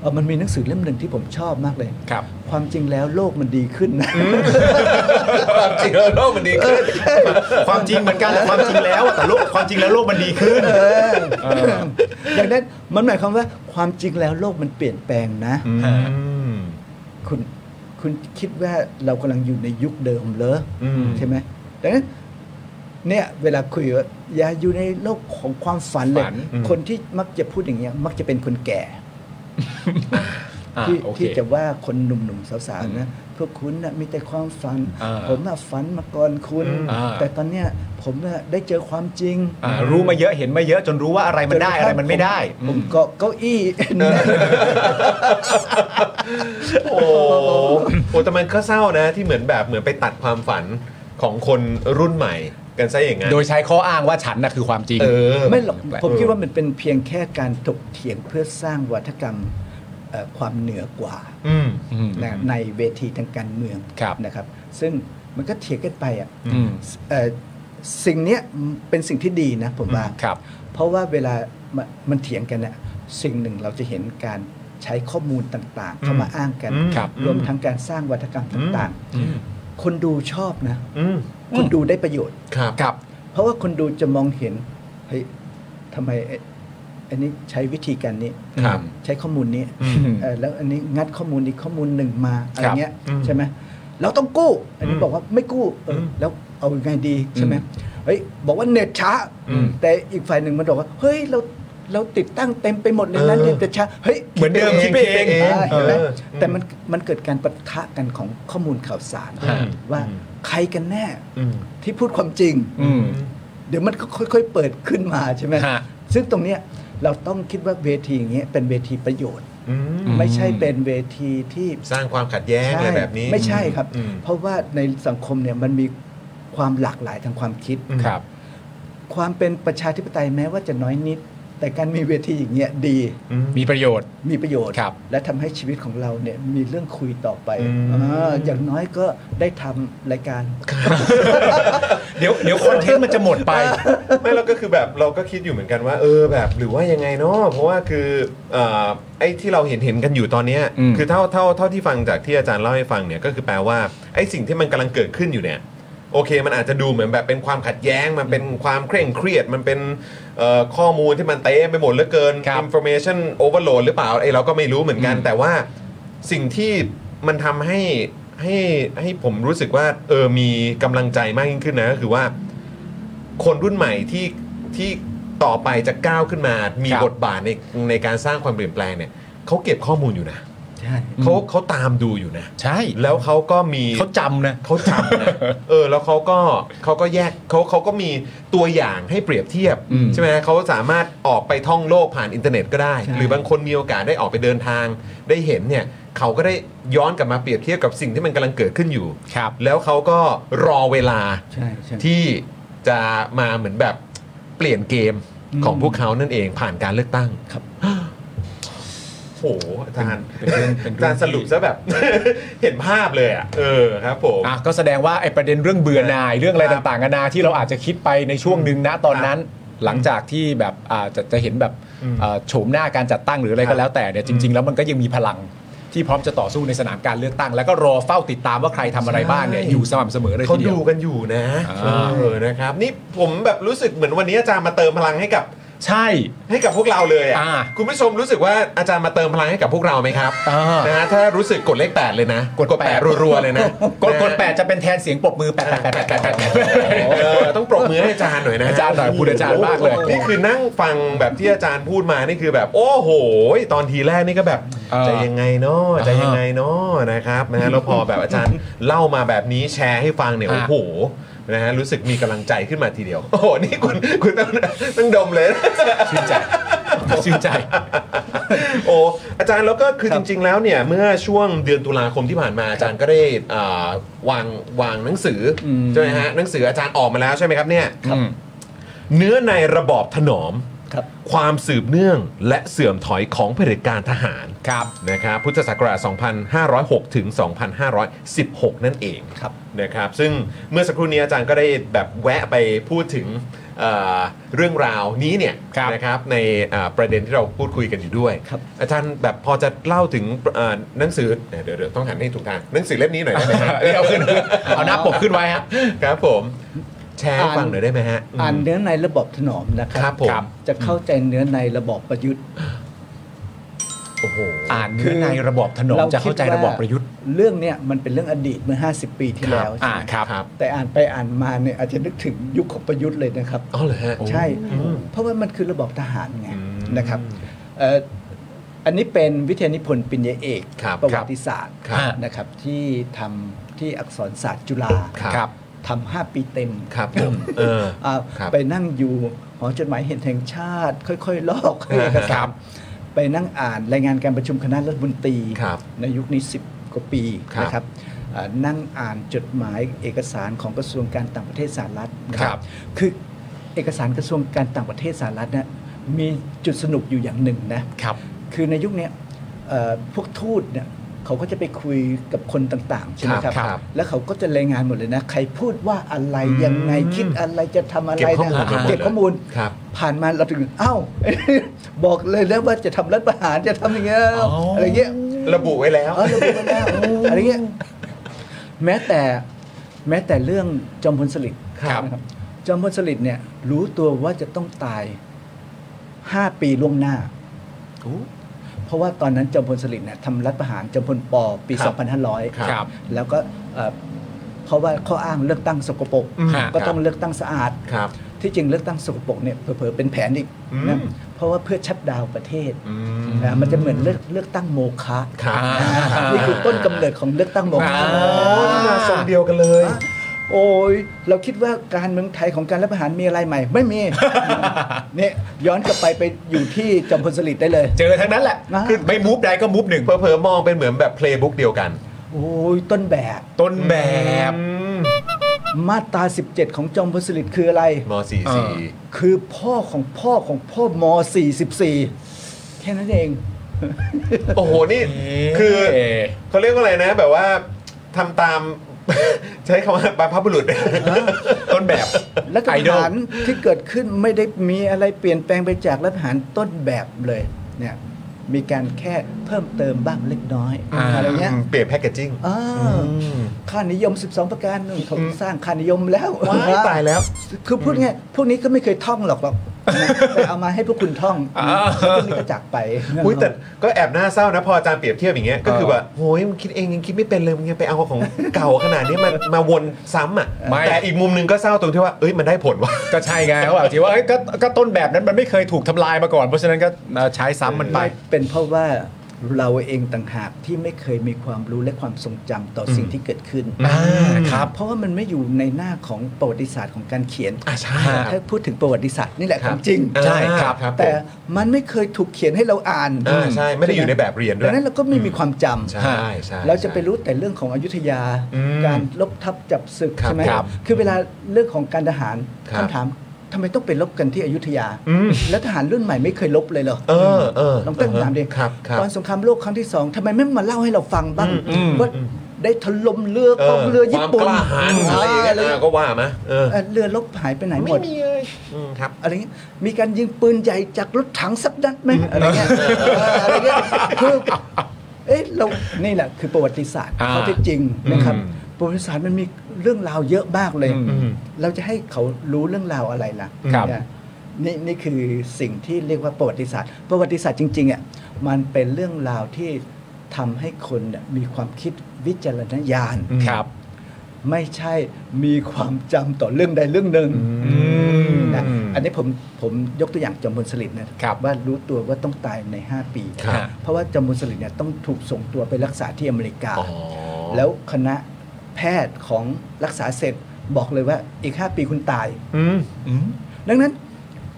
E: เอ่อมันมีหนังสือเล่มหนึ่งที่ผมชอบมากเลย
C: ครับ
E: ความจริงแล้วโลกมันดีขึ้นนะ
B: ความจริงแล้วโลกมันดีขึ้น
D: ความจริงเหมือนกันแต่ความจริงแล้วอะแต่โลกความจริงแล้วโลกมันดีขึ้น
E: เอออย่างนั้นมันหมายความว่าความจริงแล้วโลกมันเปลี่ยนแปลงนะ
B: อืม
E: คุณคุณคิดว่าเรากำลังอยู่ในยุคเดิมเหรออ
B: ม
E: ใช่ไหมดังนั้นเนี่ยเวลาคุยว่าอย่าอยู่ในโลกของความฝันเลย
C: ฝัน
B: อืม
E: คนที่มักจะพูดอย่างเงี้ย มักจะเป็นคนแก่
C: อ่า
E: ที่
C: โอเค
E: ที่จะว่าคนหนุ่มๆสาวๆนะพวกคุณนะมีแต่ความฝัน
C: อ่า
E: ผมน่ะฝันมาก่อนคุณ
C: อ่า
E: แต่ตอนเนี้ยผมน่ะได้เจอความจริง
C: อ่ารู้มาเยอะเห็นมาเยอะจนรู้ว่าอะไรมันได้อะไรมันไม่ได้
E: ผ
C: อื
E: ม
C: ม
E: เก็เก้าอี้
B: โอ้โหโอ้แต่มันก็เศร้านะที่เหมือนแบบเหมือนไปตัดความฝันของคนรุ่นใหม่กันซะอย่างนั้น
C: โดยใช้ข้ออ้างว่าฉันน่ะคือความจริง
B: เออ
E: ไม่หรอก
C: แปลก
E: ผมคิดว่ามันเป็นเพียงแค่การถกเถียงเพื่อสร้างวัฒกรรมเอ่อความเหนือกว่า
B: อืม
C: อืม
E: นะในเวทีทางการเมือง
C: ครับ
E: นะครับ ซึ่งมันก็เถียงกันไปอ่ะ
C: อืม
E: เอ่อสิ่งเนี้ยเป็นสิ่งที่ดีนะผมว่า
C: ครับ
E: เพราะว่าเวลามันมันเถียงกันเนี่ยสิ่งหนึ่งเราจะเห็นการใช้ข้อมูลต่างๆ เข้ามาอ้างกัน
B: อืม
C: ครับ
E: รวมทั้งการสร้างวัฒกรรมต่าง
C: อืม
E: ๆ คนดูชอบนะ
B: อืม
E: คนดูได้ประโยชน์
B: ครับ
C: ครับ
E: เพราะว่าคนดูจะมองเห็น เฮ้ยทำไมไอ้อันนี้ใช้วิธีการนี้
B: ครับ
E: ใช้ข้อมูลนี้เอ่อแล้วอันนี้งัดข้อมูลอีกข้อมูลหนึ่งมาอะไรเงี้ย
B: อืม
E: ใช่ไหมเราต้องกู้ อันนี้
B: อืม
E: บอกว่าไม่กู้เอออ
B: ม
E: แล้วเอายังไงดีใช่ไหมเฮ้ยบอกว่าเน็ตช้า
B: อืม
E: แต่อีกฝ่ายหนึ่งมันบอกว่า เฮ้ยเราเราติดตั้งเต็มไปหมดเลยนะ
B: เออ
E: เน็ตช้าเฮ้ย
C: เหมือนเดิมคิดไปเอง
E: เออเห็นไหม
B: เออ
E: แต่มันมันเกิดการปะทะกันของข้อมูลข่าวสาร
B: ฮะ
E: ว่า
B: อืม
E: ใครกันแน่
B: อืม
E: ที่พูดความจริง
C: อืม
E: เดี๋ยวมันก็ค่อยๆ เปิดขึ้นมาใช่ไหม
C: ฮะ
E: ซึ่งตรงเนี้ยเราต้องคิดว่าเวทีอย่างเงี้ยเป็นเวทีประโยชน์
B: อืม
E: ไม่ใช่เป็นเวทีที่
B: สร้างความขัดแย้งอะไรแบบนี้
E: ไม่ใช่ครับ
B: อืม
E: เพราะว่าในสังคมเนี่ยมันมีความหลากหลายทางความคิด
C: ครับ
E: ความเป็นประชาธิปไตยแม้ว่าจะน้อยนิด แต่การมีเวทีอย่างเงี้ยดี
B: อืม
C: มีประโยชน์
E: มีประโยชน์
C: ครับ
E: และทำให้ชีวิตของเราเนี่ยมีเรื่องคุยต่อไป
B: อืม
E: อาอย่างน้อยก็ได้ทำรายการ
C: เดี๋ยวเดี๋ยวคอนเทนต์มันจะหมดไป
B: ไม่เราก็คือแบบเราก็คิดอยู่เหมือนกันว่า เออแบบหรือว่ายังไงเนาะเพราะว่าคือเอ่อไอ้ที่เราเห็นเห็นกันอยู่ตอนเนี้ย
C: อืม
B: คือเท่าเท่าเท่าที่ฟังจากที่อาจารย์เล่าให้ฟังเนี่ยก็คือแปลว่าไอ้สิ่งที่มันกำลังเกิดขึ้นอยู่เนี่ยโอเค มันอาจจะดูเหมือนแบบเป็นความขัดแย้ง มันเป็นความเคร่งเครียด มันเป็นเอ่อข้อมูลที่มันเต็มไปหมดเหลือเกิน
C: ครับ
B: information overload หรือเปล่าไอ้เราก็ไม่รู้เหมือนกัน แต่ว่าสิ่งที่มันทำให้ให้ให้ผมรู้สึกว่าเออมีกำลังใจมากยิ่งขึ้นนะก็คือว่า คนรุ่นใหม่ที่ที่ต่อไปจะก้าวขึ้นมา มี
C: ครับ
B: บทบาทในในการสร้างความเปลี่ยนแปลงเนี่ยเขาเก็บข้อมูลอยู่นะเขาเขาตามดูอยู่นะ
C: ใช่
B: แล้วเขาก็มี
C: เขาจำนะ
B: เขาจำ นะเออ แล้วเขาก็เขาก็แยกเขาเขาก็มีตัวอย่างให้เปรียบเทียบ
C: อืม
B: ใช่ไหมเขาสามารถออกไปท่องโลกผ่านอินเทอร์เน็ตก็ได้ หรือบางคนมีโอกาสได้ออกไปเดินทาง ได้เห็นเนี่ยเขาก็ได้ย้อนกลับมาเปรียบเทียบกับสิ่งที่มันกำลังเกิดขึ้นอยู่
C: ครับ
B: แล้วเขาก็รอเวลา
E: ใช่ใช่
B: ที่จะมาเหมือนแบบเปลี่ยนเกมของพวกเขานั่นเองผ่านการเลือกตั้ง
E: ครับ
B: โอ้โหอาจารย์
C: เป็นเรื่องเป็นเรื่
B: อา
C: อง
B: จารย์สรุปซะแบบ เห็นภาพเลยอ่ะ เออครับผม
C: อ่ะก็แสดงว่าไอ้ประเด็นเรื่องเบื่อหน่ายเรื่องอะไรต่างๆนานาที่เราอาจจะคิดไปในช่วงหนึ่งนะตอนนั้น หลังจากที่แบบอาจจะจะเห็นแบบเอ่อโฉมหน้าการจัดตั้งหรืออะไรก็แล้วแต่เนี่ยจริง ๆ แล้วมันก็ยังมีพลังที่พร้อมจะต่อสู้ในสนามการเลือกตั้ง แล้วก็รอเฝ้าติดตามว่าใครทำอะไรบ้างเนี่ย
B: ใช่
C: อยู่สม่ำเสมอเลย
B: เขา
C: ทีเดีย
B: ดู
C: ว
B: กันอยู่นะ
C: อ่า
B: เออนะครับ นี่ผมแบบรู้สึกเหมือนวันนี้อาจารย์มาเติมพลังให้กับ
C: ใช่
B: ให้กับพวกเราเลยอ่ะ
C: อ่า
B: คุณผู้ชมรู้สึกว่าอาจารย์มาเติมพลังให้กับพวกเราไหมครับ
C: อ่าน
B: นะฮะถ้ารู้สึกกดเลข8เลยนะแปดรัวๆเลยนะ
C: กดกดแปดจะเป็นแทนเสียงปรบมือแปดแปดแปดแปดแปดแปด
B: เออต้องปรบมือให้อาจารย์หน่อยนะ
C: อาจารย์หน่อยพูดอาจารย์มากเลย
B: นี่คือนั่งฟังแบบที่อาจารย์พูดมานี่คือแบบโอ้โห ตอนทีแรกนี่ก็แบบ
C: เออ
B: จะยังไงเนาะจะยังไงเนาะนะครับนะฮะแล้วพอแบบอาจารย์เล่ามาแบบนี้แชร์ให้ฟังเนี่ย
C: อ่ะ
B: โอ้โหนะฮะรู้สึกมีกำลังใจขึ้นมาทีเดียวโอ้โหนี่คุณคุณต้องต้องดมเลยนะ
C: ชื่นใจชื่นใจ
B: โอ้อาจารย์แล้วก็คือจริง ๆ แล้วเนี่ย เมื่อช่วงเดือนตุลาคมที่ผ่านมาอาจารย์ก็ได้อ่าวางวางหนังสืออใช่ไหมฮะหนังสืออาจารย์ออกมาแล้วใช่ไหมครับเนี่ย
C: ครับ
B: เนื้อในระบอบถนอม
E: ครับ
B: ความสืบเนื่องและเสื่อมถอยของเผด็จการทหาร
C: ครับ
B: นะครับพุทธศักราช 2506 ถึง 2516 นั่นเอง
E: ครับ
B: นะครับ ซึ่งเมื่อสักครู่นี้อาจารย์ก็ได้แบบแวะไปพูดถึงเอ่อเรื่องราวนี้เนี่ย
C: ครับ
B: นะครับในอ่าประเด็นที่เราพูดคุยกันอยู่ด้วย อาจารย์แบบพอจะเล่าถึงเอ่อหนังสือเดี๋ยวเดี๋ยวเดี๋ยวต้องหันให้ถูกทางหนังสือเล่มนี้หน่อยได้ไหมฮะ
C: นี่ เอาขึ้นเอาหน้าปกขึ้นไว้ฮะ
B: ครับผม แชร์ให้ฟังหน่อยได้ไหมฮะม
E: อ่านเนื้อในระบอบถนอมนะค
B: ครั
E: รับ
B: ผมครับ
E: จะเข้าใจเนื้อในระบอบประยุทธ์
B: โอ้โห
C: อ่านเนื้อในระบอบถนอม
E: เรา
C: จะเข้าใจ
E: คิดว่า
C: ระบอบประยุทธ์
E: เรื่องเนี้ยมันเป็นเรื่องอดีตเมื่อ 50 ปีที่แล้ว
C: อ่า
E: ใช่ไหม
C: ครับ
E: แต่อ่านไปอ่านมาเนี่ยอาจจะนึกถึงยุคของประยุทธ์เลยนะครับ
B: อ๋อเหรอฮะ
E: ใช่
B: อืม
E: เพราะว่ามันคือระบอบทหารไง
B: อืม
E: นะครับเอ่ออันนี้เป็นวิทยานิพนธ์ปริญญาเอก
B: ครับ
E: ประวัติศาสตร์
B: ครับ
E: นะครับที่ทำที่อักษรศาสตร์จุฬา
B: ครับ
E: ทำห้าปีเต็ม
B: ครับผมเออ
E: อ่า
B: ครับ
E: ไปนั่งอยู่หอจดหมายเหตุแห่งชาติ ค่อยๆ ล อกเอก
C: ค
E: สา
C: รั
E: ร
C: บ
E: ไปนั่งอ่านรายงานการประชุมคณะรัฐมนตรี
B: ครับ
E: ในยุคนี้ 10 กว่าปี
B: ครับ
E: นะครับอ่านั่งอ่านจดหมายเอกสารของกระทรวงการต่างประเทศสหรัฐนะครับ คือเอกสารกระทรวงการต่างประเทศสหรัฐนะมีจุดสนุกอยู่อย่างหนึ่งนะ
C: ครับ
E: คือในยุคเนี้ยเอ่อพวกทูตเนี่ยเขาก็จะไปคุยกับคนต่าง ๆ ใช่ไหม
B: ค
E: ค
B: รั
E: รั
B: บบ ครับ
E: แล้วเขาก็จะรายงานหมดเลยนะ ใครพูดว่าอะไรยังไงคิดอะไรจะทำอะไร
B: เก็บข้อมูลมา
E: นะ
B: หมดเลย
E: เก็บข้อมูล
B: ครับ
E: ผ่านมาเราถึงเอ้า บอกเลยแล้วว่าจะทำรัฐประหารจะทำอย่างเงี้ย
B: อ๋ออ
E: อะไรเงี้ย
B: ระบุไว้แล้ว
E: เออเราพูดมาแล้วอะไรเงี้ยแม้แต่แม้แต่เรื่องจอมพลสฤษดิ์
B: ครับ
E: นะจอมพลสฤษดิ์เนี่ยรู้ตัวว่าจะต้องตายห้าปีล่วงหน้า เพราะว่าตอนนั้นจอมพลสฤษดิ์เนี่ยทำรัฐประหารจอมพลปอปี
B: ครับครับ
C: ครับ
E: 2500 แล้วก็เอ่อเพราะว่าข้ออ้างเลือกตั้งสกปรก
C: อืมฮะ
E: ก็ต้อ
B: ค
E: ง
B: รับ
E: เลือกตั้งสะอาด
B: ครับ
E: ที่จริงเลือกตั้งสกปรกเนี่ยเผลอๆเป็นแผนอีก
B: อื
E: นะ
B: ม
E: เพราะว่าเพื่อชัดดาวน์ประเทศ
B: อืม
E: นะมันจะเหมือนเลือกเลือกตั้งโมฆะ
B: ครับ
C: อ่า
E: อ่านี่คือต้นกำเนิดของเลือกตั้งโมฆะ
C: อ่า
B: โอ้นี่มาทรงเดียวกันเลย
E: โอ้ยเราคิดว่าการเมืองไทยของการรัฐประหารมีอะไรใหม่ ไม่มี เนี่ยย้อนกลับไปไปอยู่ที่จอมพลสฤษดิ์ได้เลย
C: เจอทั้งนั้นแหละ
E: นะ
C: คือไม่มูฟใดก็มูฟหนึ่ง
B: เผลอๆมองเป็นเหมือนแบบเพลย์บุ๊กเดียวกัน
E: โอ้ยต้นแบบ
C: ต้นแบบ
B: อืม
E: มาตรา 17 ของจอมพลสฤษดิ์คืออะไร
B: มสี่สี่
E: คือพ่อของพ่อของพ่อม 44 แค่นั้นเอง
B: โอ้โห นี่คือ
C: เ
B: เขาเรียกว่าอะไรนะ แบบว่าทำตาม ใช้คำว่าบรรพบุรุษ
C: ต้นแบบ
E: รัฐป
C: ไอ
E: ระ
C: ดอล
E: หารที่เกิดขึ้นไม่ได้มีอะไรเปลี่ยนแปลงไปจากรัฐประหารต้นแบบเลย เนี่ย มีการแค่เพิ่มเติมบ้างเล็กน้อย
C: อ่า
E: อะไรเงี้ย
B: เปลี่ยนแพคเกจจิ้ง
E: อ่าค่านิยม 12 ประการนู่นเขาสร้างค่านิยมแล้ว
B: ว้ายตายแล้ว
E: คือพูดง่ายๆพวกนี้ก็ไม่เคยท่องหรอกหรอกนะแต่เอามาให้พวกคุณท่อง
C: อ่า
E: แล้วพวกนี้ก็จากไป
B: อุยแต่ก็แอบน่าเศร้านะ พออาจารย์เปรียบเทียบอย่างเงี้ย ก็คือแบบโอ้ยมึงคิดเองยังคิดไม่เป็นเลยมึงยังไปเอาของ เก่าขนาดนี้มามาวนซ้ำอ่ะ
C: ไม่
B: แต่อีกมุมหนึงก็เศร้าตรงที่ว่า เอ้ยมันได้ผลว่ะ
C: ก็ใช่ไงเขาบอกทีว่าเอ้ยก็ก็ต้นแบบนั้นมันไม่เคยถูกทำลายมาก่อน เพราะฉะนั้นก็เอ่อใช้ซ้ำมันไป
E: ไม่เป็นเพราะว่าเราเองต่างหากที่ไม่เคยมีความรู้และความทรงจำต่อสิ่งที่เกิดขึ้น
C: อ่าครับ
E: เพราะว่ามันไม่อยู่ในหน้าของประวัติศาสตร์ของการเขียน
B: อ่าใช่
E: ถ้าพูดถึงประวัติศาสตร์นี่แหละ
B: ค
E: ข
B: รับ
E: องจริง
B: ใช่ครับครับ
E: แต่มันไม่เคยถูกเขียนให้เราอ่าน
B: อ่าใช่ไม่ได้อยู่ในแบบเรียนด้วย
E: ดังนั้นเราก็ไม่มีความจำ
B: ใช่ใช่
E: เราจะไปรู้แต่เรื่องของอยุธยา
B: อืม
E: การลบทับจับศึก
B: ครับ
E: ใช่ไหม
B: ครับ
E: คือเวลาเรื่องของการทหาร
B: ครับ
E: คำถามทำไมต้องไปลบกันที่อยุธยา แล้วทหารรุ่นใหม่ไม่เคยลบเลยเหรอ
B: เออเออ
E: ลองตั้งคำถามดิ
B: ครับครับ
E: ตอนสงครามโลกครั้งที่สองทำไมไม่มาเล่าให้เราฟังบ้าง
B: อืม
E: ว่าได้ถล่มเรือกองเรือญี่ปุ่น
B: ความกล้าหาญอะไรอย่างเงี้ย
E: เ
B: เออก็ว่ามาเออ
E: ออเรือลบหายไปไหนหมด
B: อืมครับ
E: อะไรเงี้ย มีการยิงปืนใหญ่จากรถถังสักนัดไหมอะไรเงี้ยเอออะไรเงี้ย คือ เอ๊ะเรา นี่แหละคือประวัติศาสตร์
C: อ่า
E: ข้อเท็จจริงนะครับ
B: อืม
E: ประวัติศาสตร์มันมีเรื่องราวเยอะมากเลย
B: อืม
E: เราจะให้เขารู้เรื่องราวอะไรล่ะ
B: ครับ
E: นะ นี่นี่คือสิ่งที่เรียกว่าประวัติศาสตร์ ประวัติศาสตร์จริงๆอ่ะมันเป็นเรื่องราวที่ทำให้คนเนี่ยมีความคิดวิจารณญาณ
C: ครับ
E: ไม่ใช่มีความจำต่อเรื่องใดเรื่องหนึ่งนะอันนี้ผมผมยกตัวอย่างจอมพลสฤษดิ์นะครับ ว่ารู้ตัวว่าต้องตายใน 5 ปี
C: ครับ
E: เพราะว่าจอมพลสฤษดิ์เนี่ยต้องถูกส่งตัวไปรักษาที่อเมริกา แล้วคณะแพทย์ของรักษาเสร็จบอกเลยว่าอีก 5 ปีคุณตาย ดังนั้น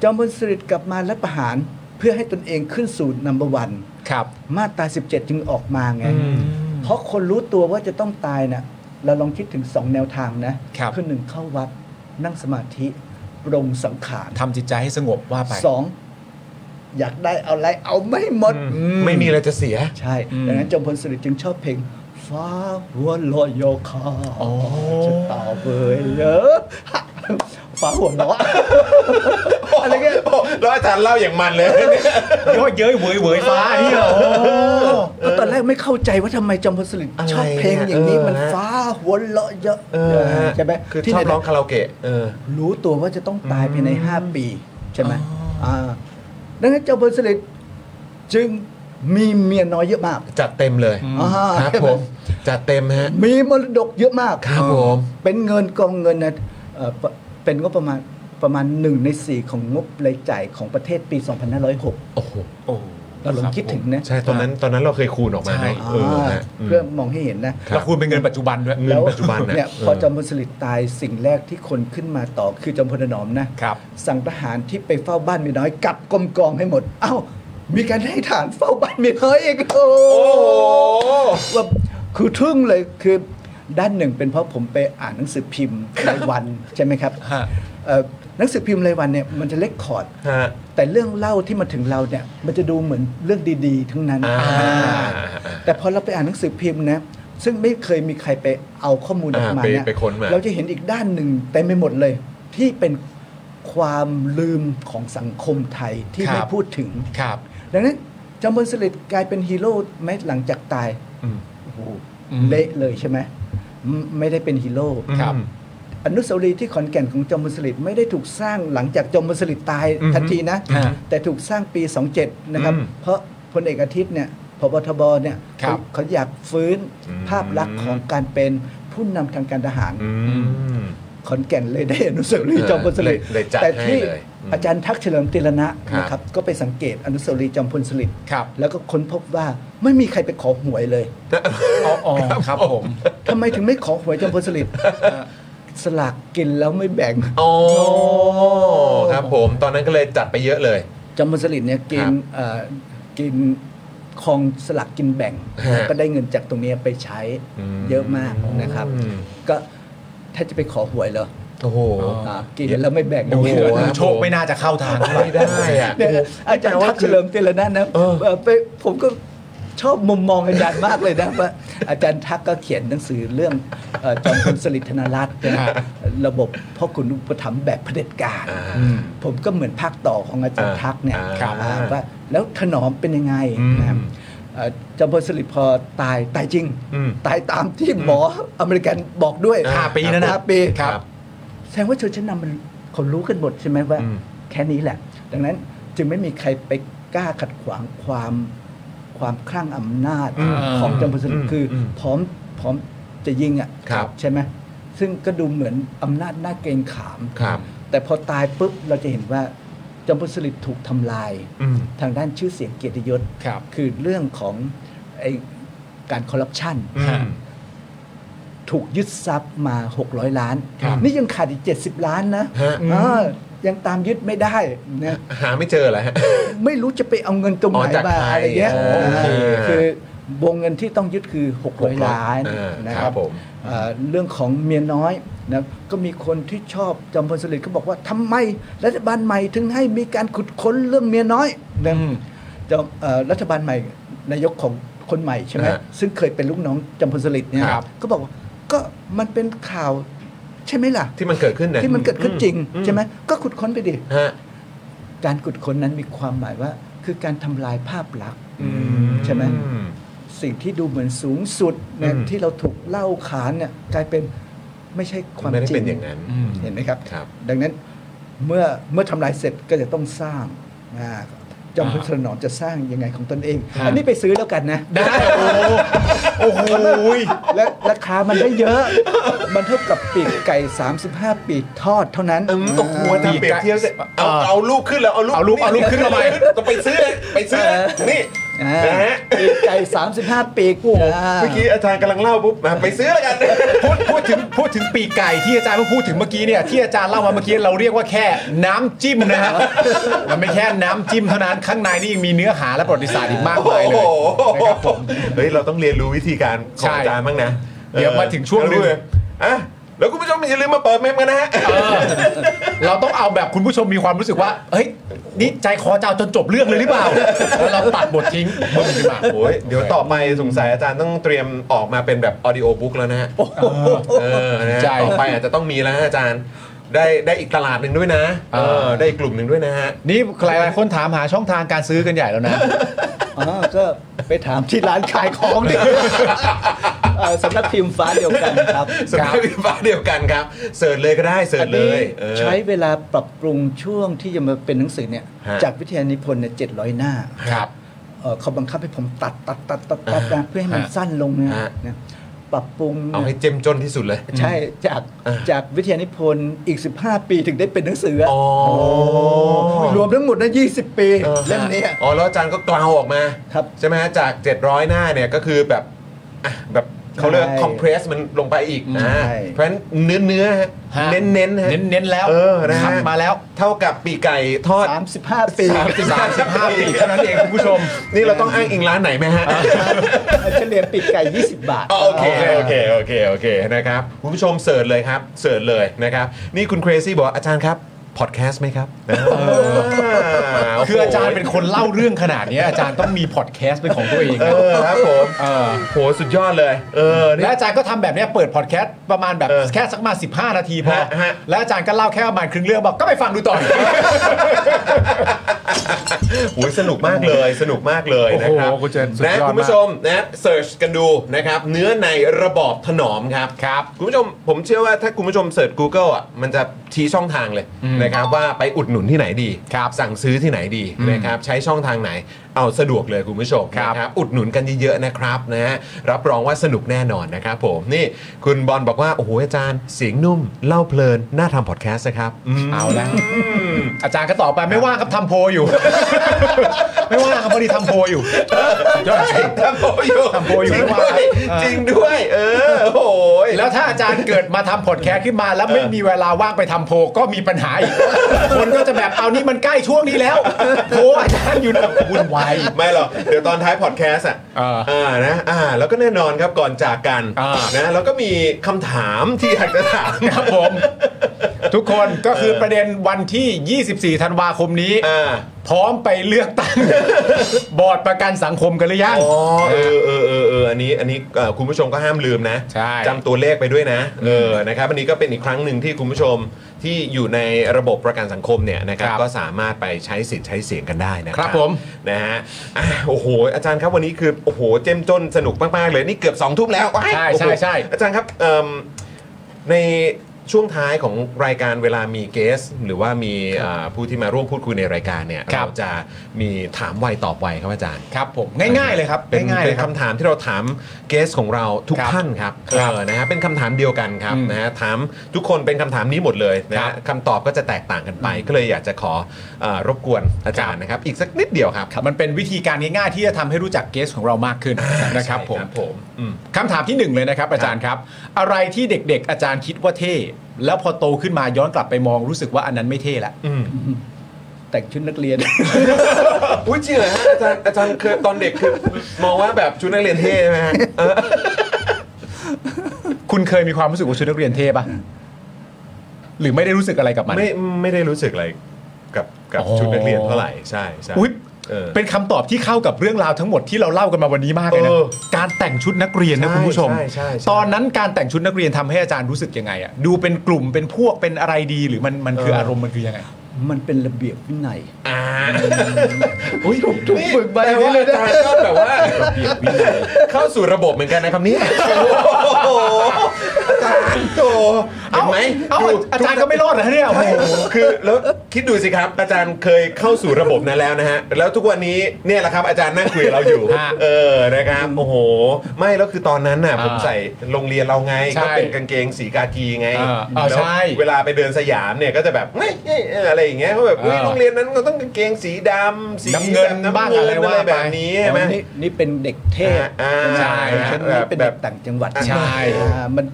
E: จอมพลสฤษดิ์กลับมาและประหารเพื่อให้ตนเองขึ้นสู่นัมเบอร์วัน
C: ครับ
E: มาตรา 17 จึงออกมาไง เพราะคนรู้ตัวว่าจะต้องตายนะเราลองคิดถึง 2 แนวทางนะครับ อหนึ่งเข้าวัดนั่งสมาธิปรงสังขาร
C: ทำจิตใจให้สงบว่าไป
E: สองอยากได้เอาอะไรเอาไม่หมด
B: ไม่มีอะไรจะเสีย
E: ใช่ ดังนั้นจอมพลสฤษดิ์จึงชอบเพลง ฟ้าหัวลอยโยคาจะต่อเบยเยอะ ฟ้าหัวเนาะ อะไรเงี้ย
B: แล้วอาจารย์เล่าอย่างมันเลย
C: เยอะเย้ยเวยเวยฟ้านี่เหรอ
E: ก็ตอนแรกไม่เข้าใจว่าทำไมจอมพลสฤษดิ์
B: อะไร
E: ชอบเพลงอย่างนี้
B: เนี่ยเออ
E: มันฟ้าหัวเลาะเยอะ
B: เออฮะ
E: ใช่ไหม
B: คือ
E: ที่
B: ช
E: ไห
B: อน บร้องคาราโอเกะเออ
E: รู้ตัวว่าจะต้องตายภายใน 5 ปีใช่ไหมอ่าดังนั้นจอมพลสฤษดิ์จึงมีเมียน้อยเยอะมาก
B: จัดเต็มเลย
E: อ่า
B: ครับผม จัดเต็มฮะ
E: มีมรดกเยอะมาก
B: ครับผม
E: เป็นเงินกองเงินนะเอ่อปะเป็นงบประมาณประมาณหนึ่งในสี่ของงบรายจ่ายของประเทศปี 2506
B: โอ้โห
E: เราลองคิดถึงนะ
B: ใช่ตอนนั้นตอนนั้นเราเคยคูณออกมา
C: ใช่
B: ไง
E: อ่า
B: เออฮะ
E: เพื่อมองให้เห็นนะ
B: ครั
C: แล้ว
B: บ
C: คุณเป็นเงินปัจจุบันด้วย
B: เงินปัจจุบันน่ะ
E: เนี่ย
B: เออ
E: พอจอมพลสฤษดิ์ตายสิ่งแรกที่คนขึ้นมาต่อคือจอมพลถนอมนะครับ สั่งทหารที่ไปเฝ้าบ้านเมียน้อยกลับกรมกองให้หมด เอ้า มีการให้ฐานเฝ้าบ้านเมียน้อยอีกโอ้ว่าคือทึ่งเลยคือด้านหนึ่งเป็นเพราะผมไปอ่านหนังสือพิมพ์ราย วันใช่ไหมครับ
C: ฮะ
E: เอ่อหนังสือพิมพ์รายวันเนี่ยมันจะเลคคอร์ด
B: ฮะ
E: แต่เรื่องเล่าที่มาถึงเราเนี่ยมันจะดูเหมือนเรื่องดีๆ ทั้งนั้น
B: อ่า
E: แต่พอเราไปอ่านหนังสือพิมพ์นะซึ่งไม่เคยมีใครไปเอาข้อมูลออกมา
B: อ่าไป
E: เนี่ย
B: ไปค้นมา
E: เราจะเห็นอีกด้านหนึ่งเต็มไปหมดเลย ที่เป็นความลืมของสังคมไทยที่
C: ครับ
E: ไม่พูดถึง
C: ครับ
E: ดังนั้นจอมพลสฤษดิ์กลายเป็นฮีโร่ไหมหลังจากตายโอ้โห
C: อืม
E: เละเลยใช่ไหมไม่ไม่ได้เป็นฮีโร่
C: ครับ
E: อนุสาวรีย์ที่ขอนแก่นของจอมพลสฤษดิ์ไม่ได้ถูกสร้างหลังจากจอมพลสฤษดิ์ตายทันทีนะ
C: ฮะ
E: แต่ถูกสร้างปี 27 นะครับ เพราะพลเอกอาทิตย์เนี่ยพบทบเนี่ย
C: ครั
E: เขา
C: บ
E: เขาอยากฟื้นภาพลักษณ์ของการเป็นผู้นำทางการทหาร
B: อืม
E: ขอนแก่นเลยได้อนุสาวรีย์จอมพลสฤษดิ์
B: เออเลยเลยจัด
E: แต่
B: ให้
E: ที่
B: เลยอืม
E: อาจารย์ทักษ์เฉลิมติรณะ
B: ครับ
E: นะครับก็ไปสังเกตอนุสาวรีย์จอมพลสฤษดิ์
C: ครับ
E: แล้วก็ค้นพบว่าไม่มีใครไปขอหวยเลย
C: อ๋ออ๋อครับผม
E: ทำไมถึงไม่ขอหวยจอมพลสฤษดิ์สลากกินแล้วไม่แบ่ง
B: โอ้ครับผม ตอนนั้นก็เลยจัดไปเยอะเลย
E: จอมพลสฤษดิ์เนี่ยกิ
B: ค
E: น
B: รับ
E: เอ่อกินคลองสลักกินแบ่ง
B: ฮะ
E: ก็ได้เงินจากตรงเนี้ยไปใช้
B: อืม
E: เยอะมากนะครับ
B: อืม
E: ก็ถ้าจะไปขอหวยเหรอ
B: โอ้โห
E: ากินแล้วไม่แบ่ง
B: โอ้โห
C: ดูโชคไม่น่าจะเข้าทางเท่าไหร่
B: ไม่ได้อะ
E: เนี่ยอาจารย์ทักษ์เฉลิมเตระนะนะ
B: เออ
E: เอ่อไปผมก็ชอบมุมมองอาจารย์มากเลยนะว่าอาจารย์ทักษ์ก็เขียนหนังสือเรื่องเอ่อจอมพลสฤษดิ์ธนรัตน์นะระบบพ่อขุนอุปถัมภ์แบบเผด็จการ
B: อ่า
E: ผมก็เหมือนภาคต่อของอาจารย์
B: อ่า
E: ทักษ์เนี่ย
B: ครับ
E: อ่าว่าแล้วถนอมเป็นยังไงนะครับเอ่อจอมพลสฤษดิ์พอตายตายจริง ตายตามที่หมออเมริกันบอกด้วย
C: ห้าปีนะนะ
E: ห้าปี
C: ครับ
E: แสดงว่าชนชั้นนำมันเขารู้กันหมดใช่ไหมว่า แค่นี้แหละ ดังนั้นจึงไม่มีใครไปกล้าขัดขวางความความคลั่งอำนาจของจอมพลสฤษดิ์คืออพร้อมพร้อมจะยิงอ่ะ
B: ครับ
E: ใช่ไหมซึ่งก็ดูเหมือนอำนาจหน้าเกรงขาม
B: ครับ
E: แต่พอตายปุ๊บเราจะเห็นว่าจอมพลสฤษดิ์ถูกทำลาย ทางด้านชื่อเสียงเกียรติยศ
C: ครับ
E: คือเรื่องของไอการคอร์รัปชัน
C: ครับ
E: ถูกยึดทรัพย์มา 600 ล้าน
C: ครับ
E: นี่ยังขาดอีก 70 ล้านนะ
B: ฮะ
E: เออยังตามยึดไม่ได้นะ
B: หาไม่เจอเหรอฮะ
E: ไม่รู้จะไปเอาเงินตรงไหน
B: อ๋อจาก
E: มา
B: ใคร
E: อะไรเงี้ย
B: อ๋อโอเค
E: เออคือวงเงินที่ต้องยึดคือ 600 ล้าน
B: เออ
E: นะ
B: ค
E: ค
B: รั
E: รั
B: บบ ผม
E: เอ่อเรื่องของเมียน้อยนะก็มีคนที่ชอบจอมพลสฤษดิ์ก็บอกว่าทำไมรัฐบาลใหม่ถึงให้มีการขุดค้นเรื่องเมียน้อยนะ
C: อืม
E: จอมเอ่อรัฐบาลใหม่นายกของคนใหม่ใช่ไหม
B: ฮะ
E: ซึ่งเคยเป็นลูกน้องจอมพลสฤษดิ์เนี่ย
B: ครับ
E: ก็บอกว่าก็มันเป็นข่าวใช่ไหมล่ะ
B: ที่มันเกิดขึ้นนะ
E: ที่มันเกิดขึ้นจริง ใช่ไหมก็ขุดค้นไปดิ
B: ฮะ
E: การขุดค้นนั้นมีความหมายว่า คือการทำลายภาพลักษณ์ใช่ไหมสิ่งที่ดูเหมือนสูงสุดเนี่ย
B: อืม
E: ที่เราถูกเล่าขานเนี่ยกลายเป็นไม่ใช่ความ
B: ไม่ได้
E: จริ
B: เป็
E: ง
B: นอย่างนั้น
E: เห็นไหมครับ
B: ครับ
E: ดังนั้น เมื่อเมื่อทำลายเสร็จก็จะต้องสร้างอ่าจอมพลสนองจะสร้างยังไงของตนเอง อันนี้ไปซื้อแล้วกันนะ
C: ได้โอ้โหโอ้โห
E: และราคามันได้เยอะ มันเท่ากับปีกไก่ 35 ปีกทอดเท่านั้น
B: อืมต้องหัวนะเปรียบเทียบสิเอาเอารูปขึ้นแล้วเอารูป
C: เอารูปเอารูปขึ้นมาใหม่
B: ต้องไปซื้อเลยไปซื้อเลยนี่
E: อ่า
B: นะฮะ
E: ปีกไก่ 35 ปีกอ่า
B: เมื่อกี้อาจารย์กำลังเล่าปุ๊บมาไปซื้อแล้วกัน
C: พูดพูดถึงพูดถึงปีกไก่ที่อาจารย์เพิ่งพูดถึงเมื่อกี้เนี่ยที่อาจารย์เล่ามาเมื่อกี้เราเรียกว่าแค่น้ำจิ้มนะฮะมันไม่แค่น้ำจิ้มเท่านั้นข้างในนี่ยังมีเนื้อหาและประวัติศาสตร์อีกมากมายเลย นะครับผม
B: เฮ้ย เราต้องเรียนรู้วิธีการของ
C: ใช่
B: อาจารย์บ้างนะ
C: เดี๋ยวมาถึงช่วงหนึ่ง
B: เอออ่ะแล้วคุณผู้ชมอย่าลืมมาเปิดเมมกันนะฮะ
C: เราต้องเอาแบบคุณผู้ชมมีความรู้สึกว่าเฮ้ยนี่ใจคอเจ้าจนจบเรื่องเลยหรือเปล่าแล้วเราตัดบททิ้งบึ้มขึ้นมา
B: โอ้ยเดี๋ยวต่อไปสงสัยอาจารย์ต้องเตรียมออกมาเป็นแบบออดิโอบุ๊กแล้วนะฮะเออนะฮะ
C: ใช่
B: ต่อไปอาจจะต้องมีแล้วฮะอาจารย์ได้ได้อีกตลาดหนึ่งด้วยนะ
C: เออ
B: เออได้อีกกลุ่มหนึ่งด้วยนะฮะ
C: นี่หลายๆคนถามหาช่องทางการซื้อกันใหญ่แล้วนะ
E: อ๋อก็ไปถามที่ร้านขายของ ดิเอ่อสำนักพิมพ์ฟ้าเดียวกันครับ
B: สำนักพิมพ์ฟ้าเดียวกันครับเสิร์ชเลยก็ได้เสิร์
E: อั
B: ช
E: น
B: เล
E: นี้
B: ยเออ
E: ใช้เวลาปรับปรุงช่วงที่จะมาเป็นหนังสือเนี่ย
B: ฮะ
E: จากวิทยานิพนธ์เนี่ยเจ็ดร้อยหน้า
C: ครับ
E: เอ่อเขาบังคับให้ผมตัดตัดตัดตัดตัดนะเพื่อให้มัน
B: ฮะ
E: สั้นลงนะ
B: ฮะ
E: นะปรับปรุง
B: เอาให้เจ้มจนที่สุดเลย
E: ใช่จากจากวิทยานิพนธ์อีก 15 ปีถึงได้เป็นหนังสืออะ
B: อ๋อ
E: รวมทั้งหมดนะ20 ปี
B: ออ
E: เล่มเนี้ย
B: อ๋อแล้วอาจารย์ก็กลาวออกมา
E: ครับ
B: ใช่ไหมฮะจาก 700 หน้าเนี่ยก็คือแบบอ่ะแบบเขาเรียก
E: ใช่
B: คอมเพรสมันลงไปอีกนะ
E: ใช่
B: เพราะฉะนั้นเนื้อเนื้อฮะ
C: ฮะ
B: เน้นเน้นฮะ
C: เน้นๆแล้ว
B: เออนะฮะ
C: ทำมาแล้ว
B: เท่ากับปีกไก่ทอด
E: 35 ปี
C: สามสิบห้าปีเท่านั้นเองคุณผู้ชม
B: นี่เราต้องอ้างอิงร้านไหนไหมฮะ
E: เฉลี่ยปีกไก่ 20 บาท
B: อ๋อโอเคโอเคโอเคโอเคนะครับคุณผู้ชมเสิร์ชเลยครับเสิร์ชเลยนะครับนี่คุณเครซี่บอกว่าอาจารย์ครับพอดแคสต์ไหมครับาโโห
C: คืออาจารย์เป็นคนเล่าเรื่องขนาดเนี้ยอาจารย์ต้องมีพอดแคสต์เป็นของตัวเอง
B: เอ
C: นะ
B: อครับผม
C: เออ
B: โหสุดยอดเลย เออนี่
C: และอาจารย์ก็ทำแบบเนี้ยเปิดพอดแคสต์ประมาณแบบ
B: เออ
C: แค่สักประมาณ15 นาทีพอ
B: ฮะฮะ
C: และอาจารย์ก็เล่าแค่ประมาณครึ่งเรื่องบอกก็ไปฟังดูต่อ
B: โอ้ยสนุกมากเลยสนุกมากเลยนะครับ
C: โอ้โหคุณเจนสุดยอ
B: นะ
C: ดมาก
B: คุณผู้ชมนะเสิร์ชกันดูนะครับเนื้อในระบอบถนอมครับครับคุณผู้ชมผมเชื่อว่าถ้าคุณผู้ชมเสิร์ช Google อ่ะมันจะชี้ช่องทางเลยนะครับว่าไปอุดหนุนที่ไหนดีครับสั่งซื้อที่ไหนดีนะครับใช้ช่องทางไหนเอาสะดวกเลยคุณผู้ชมนะครับอุดหนุนกันเยอะๆนะครับนะฮะรับรองว่าสนุกแน่นอนนะครับผมนี่คุณบอลบอกว่าโอ้โหอาจารย์เสียงนุ่มเล่าเพลินน่าทำพอดแคสต์นะครับอืม
C: เอาละอาจารย์ก็ตอบไปไม่ว่างครับทำโพลอยู่ ไม่ว่างครับพอดีทำโพล อยู่ยอดจริง
B: ทำโพยอยู่
C: ทำโพยอยู่
B: จริงด้
C: ไม่
B: ว
C: ว่าย ง
B: จริงด้วย เออโอ้ย
C: แล้วถ้าอาจารย์เกิดมาทำพอดแคสต์ขึ้นมา แล้วไม่มีเวลาว่างไปทำโพลก็มีปัญหาอีก คนก็จะแบบเอานี่มันใกล้ช่วงนี้แล้ว โพลอาจารย์อยู่นะวุ่นวาย
B: ไม่หรอกเดี๋ยวตอนท้ายพอดแคสต์อ่ะ
C: เออ
B: อ่านะอ่าแล้วก็แน่นอนครับก่อนจากกัน
C: อ่าน
B: นะแล้วก็มีคำถามที่อยากจะถาม
C: ครับผม ทุกคนก็คือประเด็นวันที่ 24 ธันวาคมนี้
B: อ่า
C: พร้อมไปเลือกตั้ง บอร์ดประกันสังคมกันหรือยัง
B: อ๋อเออเออเออเอออันนี้อันนี้เอ่อคุณผู้ชมก็ห้ามลืมนะ
C: ใช่
B: จำตัวเลขไปด้วยนะเออนะครับอันนี้ก็เป็นอีกครั้งหนึ่งที่คุณผู้ชมที่อยู่ในระบบประกันสังคมเนี่ยนะครับก็สามารถไปใช้สิทธิ์ใช้เสียงกันได้นะ
C: ครับผม
B: นะฮะอ่ะโอ้โห อาจารย์ครับวันนี้คือโอ้โหเจ้มจนสนุกมาก ๆ เลยนี่เกือบ2องทุ่มแล้วว้าย
C: ใช่
B: โอ้โห
C: ใช่ใช่
B: อาจารย์ครับเอิ่มในช่วงท้ายของรายการเวลามีเกส หรือว่ามีอ่าผู้ที่มาร่วมพูดคุยในรายการเนี่ยเราจะมีถามไวตอบไวครับอาจารย์
C: ครับผมง่ายๆเลยครับ
B: เป็น
C: ง่ายๆเล
B: เป็
C: ย
B: น
C: ครับ
B: คำถามที่เราถามเกสของเราทุก
C: ครับ
B: ท่านครับเออนะฮะเป็นคำถามเดียวกันครับนะฮะถามทุกคนเป็นคำถามนี้หมดเลยนะ
C: ครั
B: ฮะ
C: บ
B: คำตอบก็จะแตกต่างกันไป ก็เลยอยากจะขอเอ่อรบกวนอาจารย์นะครับ อีกสักนิดเดียวครับ
C: ครับมันเป็นวิธีการง่ายๆที่จะทำให้รู้จักเกสของเรามากขึ้นนะครับผม
B: ครับผมอืม
C: คำถามที่หนึ่งเลยนะครับอาจารย์ครับ อะไรที่เด็กๆ อาจารย์คิดว่าเท่ แล้วพอโตขึ้นมาย้อนกลับไปมองรู้สึกว่าอันนั้นไม่เท่ละ
E: แต่งชุดนักเรียน
B: อุ้ยจริงเหรอฮะอาจารย์อาจารย์เคยตอนเด็กคือ มองว่าแบบชุดนักเรียนเท่ใช่ไหมฮะเออ
C: คุณเคยมีความรู้สึกว่าชุดนักเรียนเท่ปะหรือไม่ได้รู้สึกอะไรกับมัน
B: ไม่ไม่ได้รู้สึกอะไรกับกับ
C: อ๋อ
B: ชุดนักเรียนเท่าไหร่ใช่ใช่
C: อุ๊ย
B: เออ
C: เป็นคำตอบที่เข้ากับเรื่องราวทั้งหมดที่เราเล่ากันมาวันนี้มากเลยนะ
B: เออ
C: การแต่งชุดนักเรียนนะ
B: ใช่
C: คุณผู้ชม
B: ใช่ใช่ใช่
C: ตอนนั้นการแต่งชุดนักเรียนทำให้อาจารย์รู้สึกยังไงอะดูเป็นกลุ่มเป็นพวกเป็นอะไรดี หรือมันมันคืออารมณ์มันคือยังไง
E: มันเป็นระเบียบวินัย
B: อ่า
E: อุ้ยถูกถูกฝึกไป
B: แต่
E: นี่
B: ว่า
E: เลย
B: อา
E: นะ
B: จารย์ก็แบบว่าเข้าสู่ระบบเหมือนกันนะครับเนี่ยโอ้โหอาจารย์โอ้โห เห็นไหม
C: เอ้า
B: อยู่
C: อาจารย์ก็ไม่รอดนะเนี่ยโอ้โห
B: คือแล้วคิดดูสิครับ อาจารย์เคยเข้าสู่ระบบนั้นแล้วนะฮะ แล้วทุกวันนี้เนี่ยแหละครับ อาจารย์นั่งคุยกับเราอยู่
C: ฮะ
B: เออนะครับโอ้โห ไม่แล้วคือตอนนั้นน่ะ ผมใส่โรงเรียนเราไง
C: ใช่
B: ก็เป็นกางเกงสีกากีไง
C: เออเออ
B: แล้ว
C: ใช่
B: เวลาไปเดินสยามเนี่ยก็จะแบบเอ้ยเอ้ยเอ้ยอะไรอย่างเงี้ยเขาแบบเฮ้ย
C: เออ
B: โรงเรียนนั้นก็ต้องกางเกงสีดำสี
C: น้ำเงิน
B: แบบน้ำ
C: บ้าง
B: เงิน
C: อะไรว่า
B: อะไร
C: ไป
B: แบบนี้ใช่ไหม
E: นี่นี่เป็นเด็กเทพ
B: อ่า
C: ใช่ฮะ
E: ฉันนี่เป็น
B: แบ
E: เด็
B: บ
E: กต่างจังหวัด
C: ใช่
E: อ่ามัน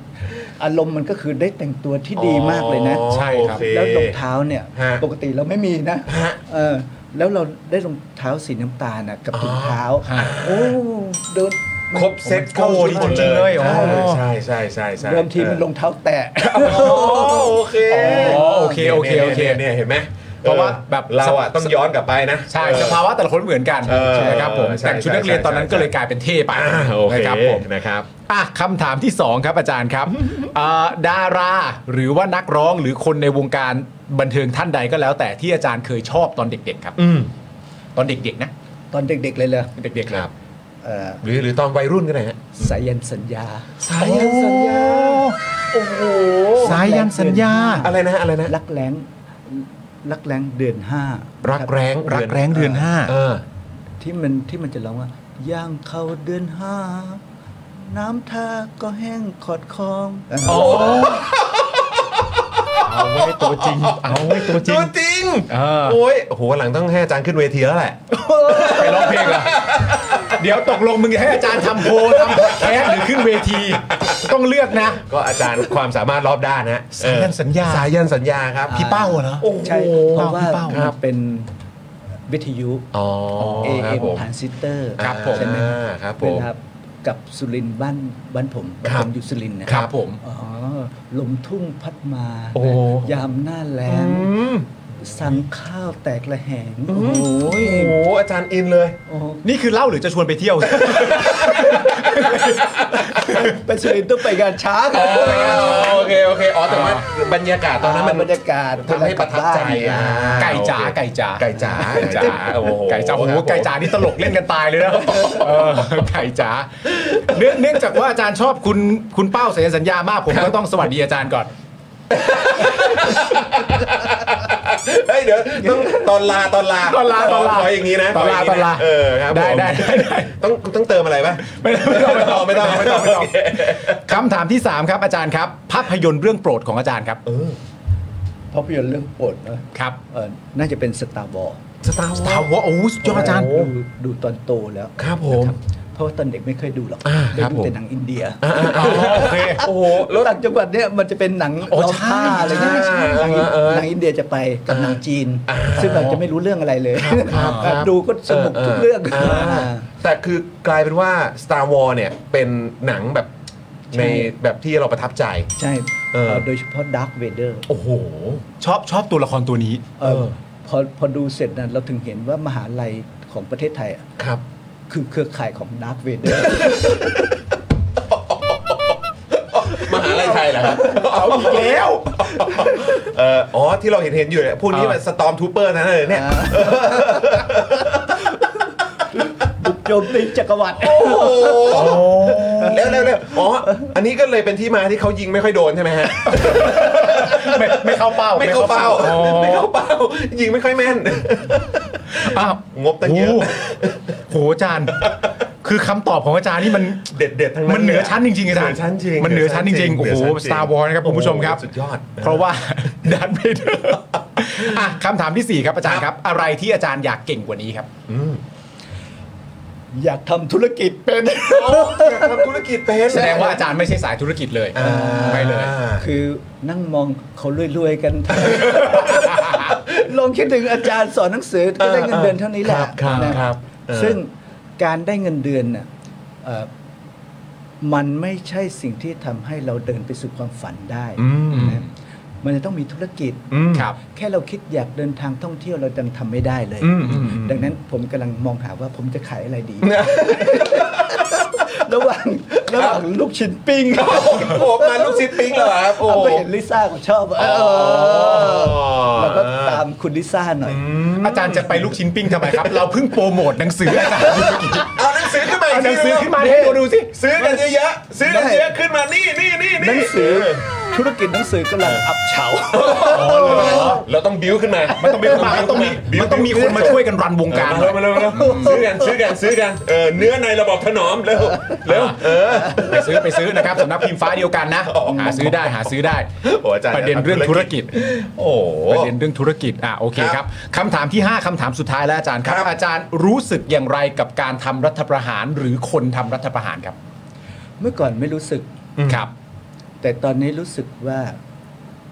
E: อารมณ์มันก็คือได้แต่งตัวที่ดีมากเลยนะ
B: อ๋อ
C: ใช่ครับ
B: โอเ
E: แล้วรองเท้าเนี่ย
B: ฮะ
E: ปกติเราไม่มีนะ
B: ฮะ
E: เออแล้วเราได้รองเท้าสีน้ำตาลนะกับถุงเท้า
C: ฮะ
E: โอ้เดิน
B: ครบเซ็ตเข้าที่หมด
C: จริงๆเลยเหรอ
B: ใช่ใช่ใช่ใช่
E: เดิมทีมันรองเท้าแตะ
B: โอ้โอเค
C: อ๋อโอเคโอเคโอเค
B: นี่ยนี่ยนี่ยเห็นไหม
C: เพราะว่าแบบ
B: เราอ่ะต้องย้อนกลับไปนะ
C: ใช่
B: เออ
C: สภาวะแต่ละคนเหมือนกัน
B: เออ
C: นะครับผม
B: ใช่
C: แต่งชุดนักเรียนตอนนั้น
B: ใช่
C: ก็เลยกลายเป็นเท่ไป
B: อ่าโอเค
C: นะครับผม
B: นะครับ
C: อ่ะคำถามที่ 2 ครับอาจา รย์ครับ เอ่อดาราหรือว่านักร้องหรือคนในวงการบันเทิงท่านใดก็แล้วแต่ที่อาจารย์เคยชอบตอนเด็กๆครับตอนเด็กๆนะ
E: ตอนเด็กๆเลยเลย
C: เด็กๆ
B: ครับ
E: เอ่อ
B: หรือหรือตอนวัยรุ่นก็ได้ฮะ
E: สายันสัญญา
C: สายยันสัญญา
B: โอ้โห
C: สายยันสัญญา
B: อะไรนะอะไรนะ
E: รักแร้งรักแร้งเดือนห้า
B: รั
E: รั
B: กแร้ง
C: รักแร้งเดือนห้า
B: เออ
E: ที่มันที่มันจะร้องว่า ย่างเข้าเดือนห้า น้ำท่าก็แห้งขอดคอง
C: โอ้เอาไว้ตัวจริง เอาไว้ตัวจริง
B: ตัวจริง
C: เออ
B: โอ้ยโอ้โหหลังต้องให้อาจารย์ขึ้นเวทีแล้วแหละ
C: ไปร้องเพลงเหรอเดี๋ยวตกลงมึงจะให้อาจารย์ทำโพลทำพอดแคสต์หรือขึ้นเวที ต้องเลือกนะ
B: ก็อาจารย์ความสามารถรอบด้านนะ
C: สายันสัญญา
B: สายันสัญญาครับ
C: พี่เป้าเหรอ
B: โอ้โห
E: ใช่เพราะว่า
C: เป้า
E: มันเป็นวิทยุ
B: อ๋อ ครับ
E: AM
B: ผม
E: ทรานซิสเตอร์
C: ครับผม
E: ใช่ไหม
B: อ่าครับผม
E: นะครับกับสุรินทร์บ้านบ้านผม
B: ครับ
E: ผมอยู่สุรินทร์นะครับ
C: ผม
E: อ๋อลมทุ่งพัดมา
B: โอ้โห
E: ยามหน้าแล้ง สั่งข้าวแตกระแหง โอ้โห
B: โอ้โห อาจารย์อินเลย
E: โอ้โห
C: นี่คือเล่าหรือจะชวนไปเที่ยว
E: ไปเชิญต้องไปงานช้าง
B: โอเค โอเค อ๋อ แต่ว่าบรรยากาศตอนนั้นมัน
E: บรรยากาศ
B: ทำให้ประทับใจอ่า
C: ไก่จ๋า
B: โอเค
C: ไก่จ๋า
B: ไก่จ๋าไก่จ๋าโอ้โห
C: ไก่จ๋าโอ้โห
B: ครับผม
C: ไก่จ๋านี่ตลกเล่นกันตายเลยนะเออไก่จ๋าเนื่องเนื่องจากว่าอาจารย์ชอบคุณคุณเป้าเสียสัญญามากผมก็ต้องสวัสดีอาจารย์ก่อน
B: เฮ้ย เดี๋ยวต้องตอนลาตอนลา
C: ตอนลาตอนลา
B: ขออย่างนี้นะ
C: ตอนลา
B: ขย่งะ
C: ตอนลา
B: เออ ครับ
C: ได้
B: ผม
C: ได้ได้ได้
B: ต้องต้องเติมอะไรปะ
C: ไม่ต้องไม่ต้องไม่ต้องไม่ต้องไม่ต้องไม่ต้อง
B: โเค
C: คำถามที่ 3 ครับอาจารย์ครับ ภาพยนตร์เรื่องโปรดของอาจารย์ครับ
E: ภาพยนตร์เรื่องโปรดเนอะ
C: ครับ
E: เออน่าจะเป็นสตาร์บอล
C: สตาร์สตาร์วอโอ้ยอดอาจารย์
E: ดูดูตอนโตแล้ว
B: ครับผม
E: นะเพราะว่าตอนเด็กไม่เคยดูหรอก
B: อ่า
E: ได้
B: ครับ
E: ดู
B: ผม
E: แต่หนังอินเดีย
C: อ๋อโอเค
B: โอ้โห
E: แล้วต่างจังหวัดเนี่ยมันจะเป็นหนัง
C: โอ้
E: ร้อง
C: ใช่
E: ผ้าอะไรเงี้ย
B: ใช่
E: หนังอิน
B: เออเออ
E: หนังอินเดียจะไปกับหนังจีน ซึ่งเราจะไม่รู้เรื่องอะไรเลย
B: ครับครับ
E: ดูก็สนุกทุกเรื่องอ่า
B: แต่คือกลายเป็นว่า Star Wars เนี่ย เป็นหนังแบบ
E: ใช่
B: ในแบบที่เราประทับใจ
E: ใช่
B: เออ
E: เอ่อโดยเฉพาะด a r เวเดอร์
B: โอ้โห
C: ชอบชอบตัวละครตัวนี้
E: พอพอดูเสร็จนะเราถึงเห็นว่ามหาลัยของประเทศไทยอะ
B: ครับ
E: คือเครือข่ายของด a r เวเดอร์
B: มหาลัยไทยเหรอครับเอาอีกแล้วเอออ๋อ ที่เราเห็นเห็นอยู่เนี่ยพวกนี้มันสตอมทูเปอร์นั่นเลยเนี่ย
E: บุกโจมตีจักรวรรดิ
B: โอ้โหเร็วเร็วเร็วอ๋อ อันนี้ก็เลยเป็นที่มาที่เขายิงไม่ค่อยโดนใช่ไหมฮะ
C: ไม่ไม่เข้าเป้า
B: ไม่เข้าเป้า
C: อ๋อ
B: ไม่เข้าเป้า ยิงไม่ค่อยแม่น
C: อ้าว
B: งบตั้งเยอะ
C: โโหอาจารย์ คือคำตอบของอาจารย์นี่มัน
B: เด็ดเด็ดๆทั้งนั้น
C: มันเหนือชั้นจริงๆอาจาร
B: เหนื
C: ย์
B: อชั้นจริง
C: มันเหนือชั้นจริงๆ โอ้โห
B: เนืชั้จ
C: Star Wars นะครับคุณผู้ชมครับ
B: สุดยอด
C: เพราะว่า ดันไม่เดออ่ะคำถามที่ 4 ครับอาจารย์ครับ อะไรที่อาจารย์อยากเก่งกว่านี้ครับ
E: อยากทำธุรกิจเป็น
B: ทำธุรกิจเป็น
C: แสดงว่าอาจารย์ไม่ใช่สายธุรกิจเลย
B: อ่า
C: ไม่เลย
E: คือนั่งมองเขารวย ๆกัน ลองคิดถึงอาจารย์สอนหนังสือก็ได้เงินเดือนเท่านี้แหละ
B: ครับ
E: นะครับ
B: เออ
E: ซึ่งการได้เงินเดือนน่ะเอ่อมันไม่ใช่สิ่งที่ทำให้เราเดินไปสู่ความฝันได้นะมันจะต้องมีธุรกิจ
B: อืม
C: ครับ
E: แค่เราคิดอยากเดินทางท่องเที่ยวเราดังทำไม่ได้เลย
B: อืมอืมอืม
E: ดังนั้นผมกำลังมองหาว่าผมจะขายอะไร ดี ระหว่างระหว่างลูกชิ้นปิ้ง
B: โอ้โหมาลูกชิ้นปิ้งเหรอครับโอ้
E: เอา
B: โห
E: ไปเห็นลิซ่าก็ชอบเออ แล้วก็ตามคุณลิซ่าหน่อย
C: อาจารย์จะไปลูกชิ้นปิ้งทำไมครับ เราเพิ่งโปรโมทหนังสืออาจารย์
B: เอาหนังสือขึ้นมา
C: เอา
B: ก
C: หนังสือขึ้นมา
B: ที
C: ให้ดูดูสิ
B: ซื้อกันเยอะๆซื้อกันเยอะๆขึ้นมานี่นี่นี่
E: หนังสือ ธุรกิจหนังสือกำลังอับเฉา
B: เราต้องบิ้วขึ้นมา มันต้องบิ้วขึ้นมา
C: มันต้องมี
B: บิ้ว
C: มันต้องมีคนมาช่วยกันรันวง
B: กา
C: การ ร
B: เร็วมาเร็วมาเร็วซื้อกันซื้อกันซื้อกันเออเนื้อในระบบถนอมเร็วเร็วเออ
C: ไปซื้อไปซื้อนะครับสำนักพิมพ์ฟ้าเดียวกันนะหาซื้อได้หาซื้อได้
B: โอ้อาจารย์
C: ประเด็นเรื่องธุรกิจ
B: โอ้โห
C: ประเด็นเรื่องธุรกิจ อ่ะ โอเค
B: ค
C: ค
B: รั
C: รั
B: บบ
C: คำถามที่ 5 คำถามสุดท้ายแล้วอาจารย์ครับ
B: ครับ
C: อาจารย์รู้สึกอย่างไรกับการทำรัฐประหารหรือคนทำรัฐประหารครับ
E: เมื่อก่อนไม่รู้สึก
C: ครับ
E: แต่ตอนนี้รู้สึกว่า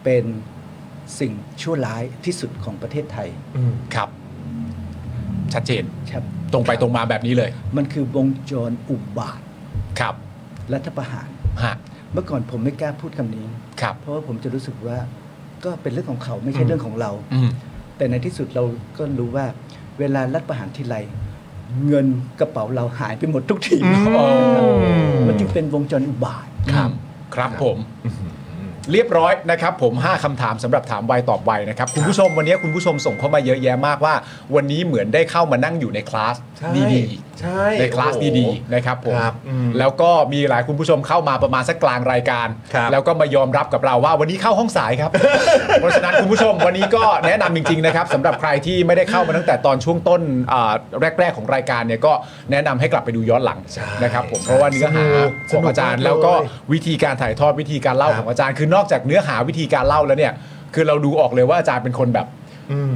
E: เป็นสิ่งชั่วร้ายที่สุดของประเทศไทย
C: ครับ ชัดเจน
E: ครับ
C: ตรงไปตรงมาแบบนี้เลย
E: มันคือวงจรอุบาท
C: ครับ
E: รัฐประหาร
C: ฮะ
E: เมื่อก่อนผมไม่กล้าพูดคำนี้
C: ครับ
E: เพราะว่าผมจะรู้สึกว่าก็เป็นเรื่องของเขาไม่ใช่เรื่องของเรา
C: อืม
E: แต่ในที่สุดเราก็รู้ว่า เวลารัฐประหารทีไรเงินกระเป๋าเราหายไปหมดทุกทีมันจึงเป็นวงจรอุบาท
C: ครับ ครับผม เรียบร้อยนะครับผม 5คำถามสำหรับถามไวตอบไวนะครับ คุณผู้ชมวันนี้คุณผู้ชมส่งเข้ามาเยอะแยะมากว่า วันนี้เหมือนได้เข้ามานั่งอยู่ในคลาส
B: ใช่
C: ดี
B: ใช่
C: ในคลาส
B: โอ้โห
C: ดีๆนะครับผม
B: ครับอืม
C: แล้วก็มีหลายคุณผู้ชมเข้ามาประมาณสักกลางรายการ
B: ครับ
C: แล้วก็มายอมรับกับเราว่าวันนี้เข้าห้องสาย ครับ เพราะฉะนั้นคุณผู้ชมวันนี้ก็แนะนำจริงๆนะครับสำหรับใครที่ไม่ได้เข้ามาตั้งแต่ตอนช่วงต้นอ่าแรก ๆ ของรายการเนี่ยก็แนะนำให้กลับไปดูย้อนหลัง
B: ใช่
C: นะครับผมเพราะว่าเนื้อหา
B: ส
C: ข
B: นุ
C: อก งอาจาร
B: สนุกมา
C: ย์
B: ก
C: แล้วก็
B: เลย
C: วิธีการถ่ายทอดวิธีการเล่า
B: ครั
C: ข
B: บ
C: องอาจารย์คือนอกจากเนื้อหาวิธีการเล่าแล้วเนี่ย คือเราดูออกเลยว่าอาจารย์เป็นคนแบบ
B: อืม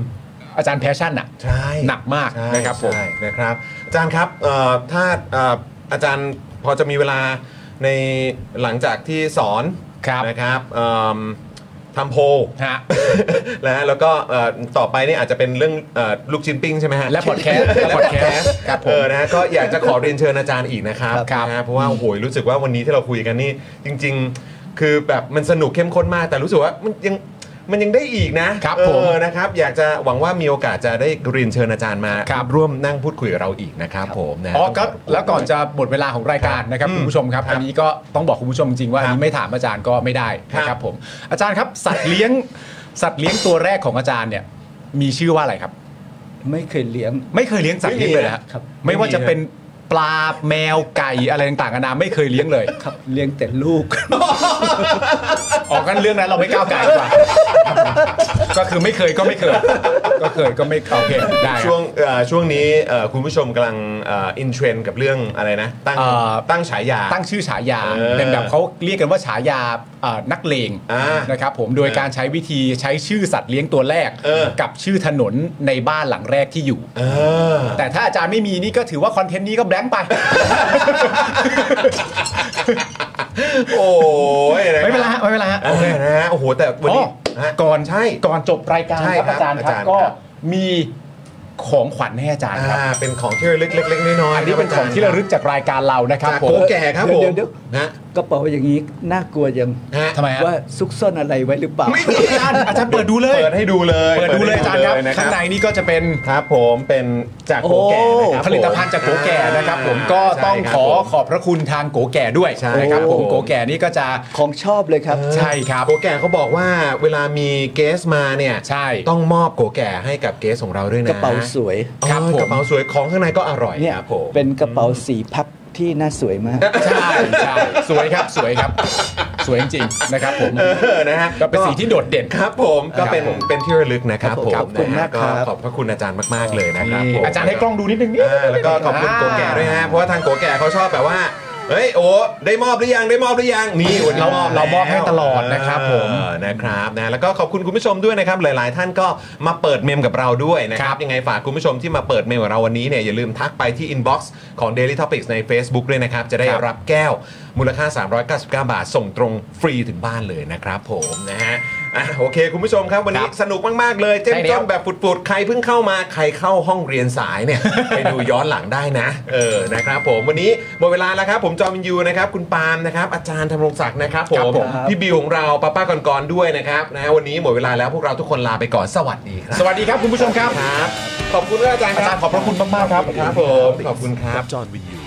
C: อาจารย์แพชชั่นอะ
B: ใช่
C: หนักมาก
B: ใช่
C: นะครับผม
B: ใช่นะครับอาจารย์ครับเอ่อถ้าเอ่ออาจารย์พอจะมีเวลาในหลังจากที่สอน
C: ครับ
B: นะครับเอิ่มทำโพล
C: ฮะ
B: นะฮะแล้วก็เอ่อต่อไปนี่อาจจะเป็นเรื่องเอ่อลูกชิ้นปิ้งใช่ไหมฮะ
C: และ podcast และ podcast ครับผม
B: เออนะฮะก็อยากจะขอเรียนเชิญอาจารย์อีกนะครับ
C: ครับ
B: นะฮะเพราะว่าโอ้โหรู้สึกว่าวันนี้ที่เราคุยกันนี่จริง ๆ คือแบบมันสนุกเข้มข้นมาก แต่รู้สึกว่ามันยังมันยังได้อีกนะครับ เอ
C: ผม
B: อนะครับ อยากจะหวังว่ามีโอกาสจะได้เรียนเชิญอาจารย์มา
C: ครับ
B: ร่วมนั่งพูดคุยกับเราอีกนะครับผมนะฮะ
C: อ๋อ
B: ต้องข
C: ก็
B: บคุณ
C: แล้วก่อนจะหมดเวลาของรายการนะครับ
B: อืม
C: คุณผู้ชมครับ อันนี้ก็ต้องบอกคุณผู้ชมจริงว่า
B: ครับ
C: อันนี้ไม่ถามอาจารย์ก็ไม่ได้นะ
B: ค
C: ค
B: รั
C: รับ บผมอาจารย์ครับสัตว์เลี้ยงสัตว์เลี้ยงตัวแรกของอาจารย์เนี่ยมีชื่อว่าอะไรครับ
E: ไม่เคยเลี้ยง
C: ไม่เคยเลี้ยงสัตว์เลี้ยงเลยนะฮะ
E: ครับ
C: ไม่ว่าจะเป็นปลาแมวไก่อะไรต่างๆนานาไม่เคยเลี้ยงเลย
E: ครับเลี้ยงแต่ลูก
C: ออกกันเรื่องนั้นเราไม่ก้าวไก่ดีกว่า ก็คือไม่เคยก็ไม่เคย ก็เคยก็ไม่โอเคได้ครับ
B: ช่วงเอ่อช่วงนี้เอ่อคุณผู้ชมกำลังอินเทรนกับเรื่องอะไรนะตั้ง
C: เอ่อ
B: ตั้งฉายา
C: ตั้งชื่อฉายา
B: เออ
C: เป็นแบบเขาเรียกกันว่าฉายาเอ่อนักเลง
B: อ่า
C: นะครับผมโดยการใช้วิธีใช้ชื่อสัตว์เลี้ยงตัวแรก
B: เออ
C: กับชื่อถนนในบ้านหลังแรกที่อยู่
B: เออ
C: แต่ถ้าอาจารย์ไม่มีนี่ก็ถือว่าคอนเทนต์นี้ก็แบงค์ ไป
B: โอ้ยะคบ
C: ไม่เป็นไรฮะไม่เป็นไรฮะ
B: เอ
C: โอเค
B: อนะฮะโอ้โห แต่วันนี้
C: อ๋อ
B: ฮะ
C: ก่อน
B: ใช่
C: ก่อนจบรายการ
B: ใช่
C: ครั
B: ครับ
C: บอาจารย์ค
B: อา
C: รับ
B: จารย์
C: ก็
B: ครับ
C: มีของขวัญให้อาจารย์ครับ
B: อ่าเป็นของที่ระลึกเล็กๆน้อยๆ
C: อันนี้เป็นของที่ระลึกจากรายการเรานะครับ
B: จาก
C: ผ
B: โก
C: ม
B: แก่ครับผม
E: เดี๋ยวเดี๋ยว
B: นะ
E: กระเป๋าอย่างนี้น่ากลัวยัง
B: ฮะ
C: ทำไมฮะ
E: ว่าซุกซ่อนอะไรไว้หรือเปล่า
C: ไม่มีอาจารย์อาจารย์เปิดดูเลย
B: เปิดให้ดูเลย
C: เปิดดูเลยอาจารย์ครับ
B: นะ
C: ข้างในนี่ก็จะเป็น
B: ครับผมเป็นจากโกแก่นะครับ
C: ผลิตภัณฑ์จากโกแก่นะครับ ผมก็ต้อง
B: ใช่ค
C: ข
B: รับผ
C: อ
B: ม
C: ขอบพระคุณทางโกแก่ด้วย
B: ใช่
C: นะครับผม
B: โอ้
C: โกแก่นี่ก็จะ
E: ของชอบเลยครับ
C: ใช่ครับ
B: โกแก่เขาบอกว่าเวลามีเกสมาเนี่ย
C: ใช่
B: ต้องมอบโกแก่ให้กับเกสของเราด้วยนะ
E: กระเป๋าสวย
B: ครับผมกระเป๋าสวยของข้างในก็อร่อย
E: เนี่ย
B: ครับผม
E: เป็นกระเป๋าสีพับที่น่าสวย มาก
C: ใช่ใช่สวยครับสวยครับ สวยจริงๆนะครับผม
B: เออนะฮะ
C: ก็เป็นสีที่โดดเด่น
B: ครับผมก็เป็น
C: ครับผม
B: เป็นที่ระลึกนะครับผม
E: ขอบคุณ
B: นะฮะ
E: มากครับ
B: ขอบพระคุณอาจารย์มาก ๆ เลยนะครับ
C: นี่
B: ผม
C: อาจารย์ให้กล้องดูนิดนึงนี่
B: อ่าแล้วก็ขอบคุณโกแก่ด้วยนะฮะเพราะว่าทางโกแก่เขาชอบแบบว่าเฮ้ยโอ้ได้มอบหรือยังได้มอบหรือยังนี่วันนี้
C: เราเรามอบให้
B: แล้ว
C: ตลอดนะครับ
B: เออ
C: ผม
B: นะครับนะแล้วก็ขอบคุณคุณผู้ชมด้วยนะครับหลาย ๆ ท่านก็มาเปิดเมมกับเราด้วยนะครับยังไงฝากคุณผู้ชมที่มาเปิดเมมกับเราวันนี้เนี่ยอย่าลืมทักไปที่ inbox ของ Daily Topics ใน Facebook ด้วยนะครับจะได้
C: ครับ
B: รับแก้วมูลค่า 399 บาท ส่งตรงฟรีถึงบ้านเลยนะครับผมนะฮะอ่ะโอเค คุณผู้ชมครับวันนี้สนุกมากๆเลย เจ้ม
C: ใช่แล้ว
B: จ้นแบบปุดๆ ใครเพิ่งเข้ามาใครเข้าห้องเรียนสาย เนี่ย ไปดูย้อนหลังได้นะ เออนะครับผมวันนี้หมดเวลาแล้วครับ ผมจอมยูนะครับ คุณปาล์มนะครับ อาจารย์ธำรงศักดิ์นะครับผม
C: ครับผม
B: พี่บิวของเราป้าป้าก่อนๆด้วยนะครับนะวันนี้หมดเวลาแล้วพวกเราทุกคนลาไปก่อนสวัสดีครับ
C: สวัสดีครับคุณผู้ชมครับ
B: ครับ ขอบคุณด้วยอาจารย์
C: อาจารย์ขอบพระคุณมากๆครับ
B: ครับผมขอบคุณครับ
A: จอห์นวินยู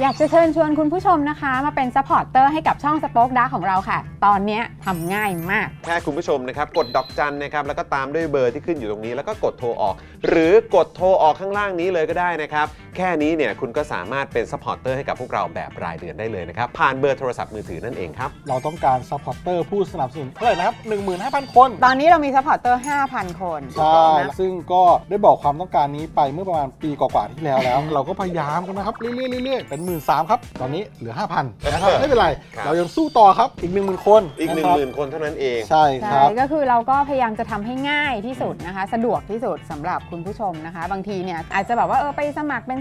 F: อยากจะเชิญชวนคุณผู้ชมนะคะ มาเป็นซัพพอร์ตเตอร์ให้กับช่องสป็อคดาของเราค่ะ ตอนเนี้ยทำง่ายมาก
B: แค่คุณผู้ชมนะครับ กดดอกจันนะครับ แล้วก็ตามด้วยเบอร์ที่ขึ้นอยู่ตรงนี้ แล้วก็กดโทรออก หรือกดโทรออกข้างล่างนี้เลยก็ได้นะครับ แค่นี้เนี่ยคุณก็สามารถเป็นซัพพอร์ตเตอร์ให้กับพวกเราแบบรายเดือนได้เลยนะครับ ผ่านเบอร์โทรศัพท์มือถือนั่นเองครับ
G: เราต้องการซัพพอร์เตอร์ผู้สนับสนุนเท่าไหร่นะครับ 15,000 คน
F: ตอนนี้เรามีซัพพอร์ตเตอร์ 5,000 คน
G: ใช่
F: นะ
G: ซึ่งก็ได้บอกความต้องการนี้ไปเมื่อประมาณปีกว่าๆที่แล้ว แล้ว เราก็พยายามกันนะครับ เรื่อยๆเรื่อยๆเป็น 1 3ื่นครับ ตอนนี้เหลือ 5,000นะครับไม่เป็นไร
B: ครับ
G: เรายังสู้ต่อครับอีก 10,000 คน
B: อีก1
G: ะครับ
B: 0,000 คนเท่านั้นเอง
G: ใช่ค
F: ใช่
G: รับ
F: ก็คือเราก็พยายามจะทำให้ง่ายที่สุดนะคะ สะดวกที่สุดสำหรับคุณผู้ชมนะคะ บางทีเนี่ยอาจจะแบบว่าเออไปสมัครเป็น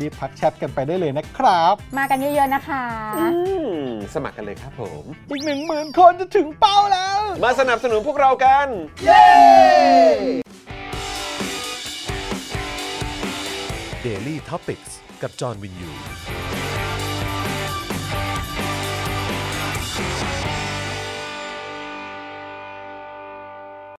G: รีบทักแชทกันไปได้เลยนะครับ
F: มากันเยอะๆนะคะ
B: อืมสมัครกันเลยครับผม
G: อีก 1 0,000 คนจะถึงเป้าแล้ว
B: มาสนับสนุนพวกเรากัน
A: Daily Topics กับจอห์นวินยู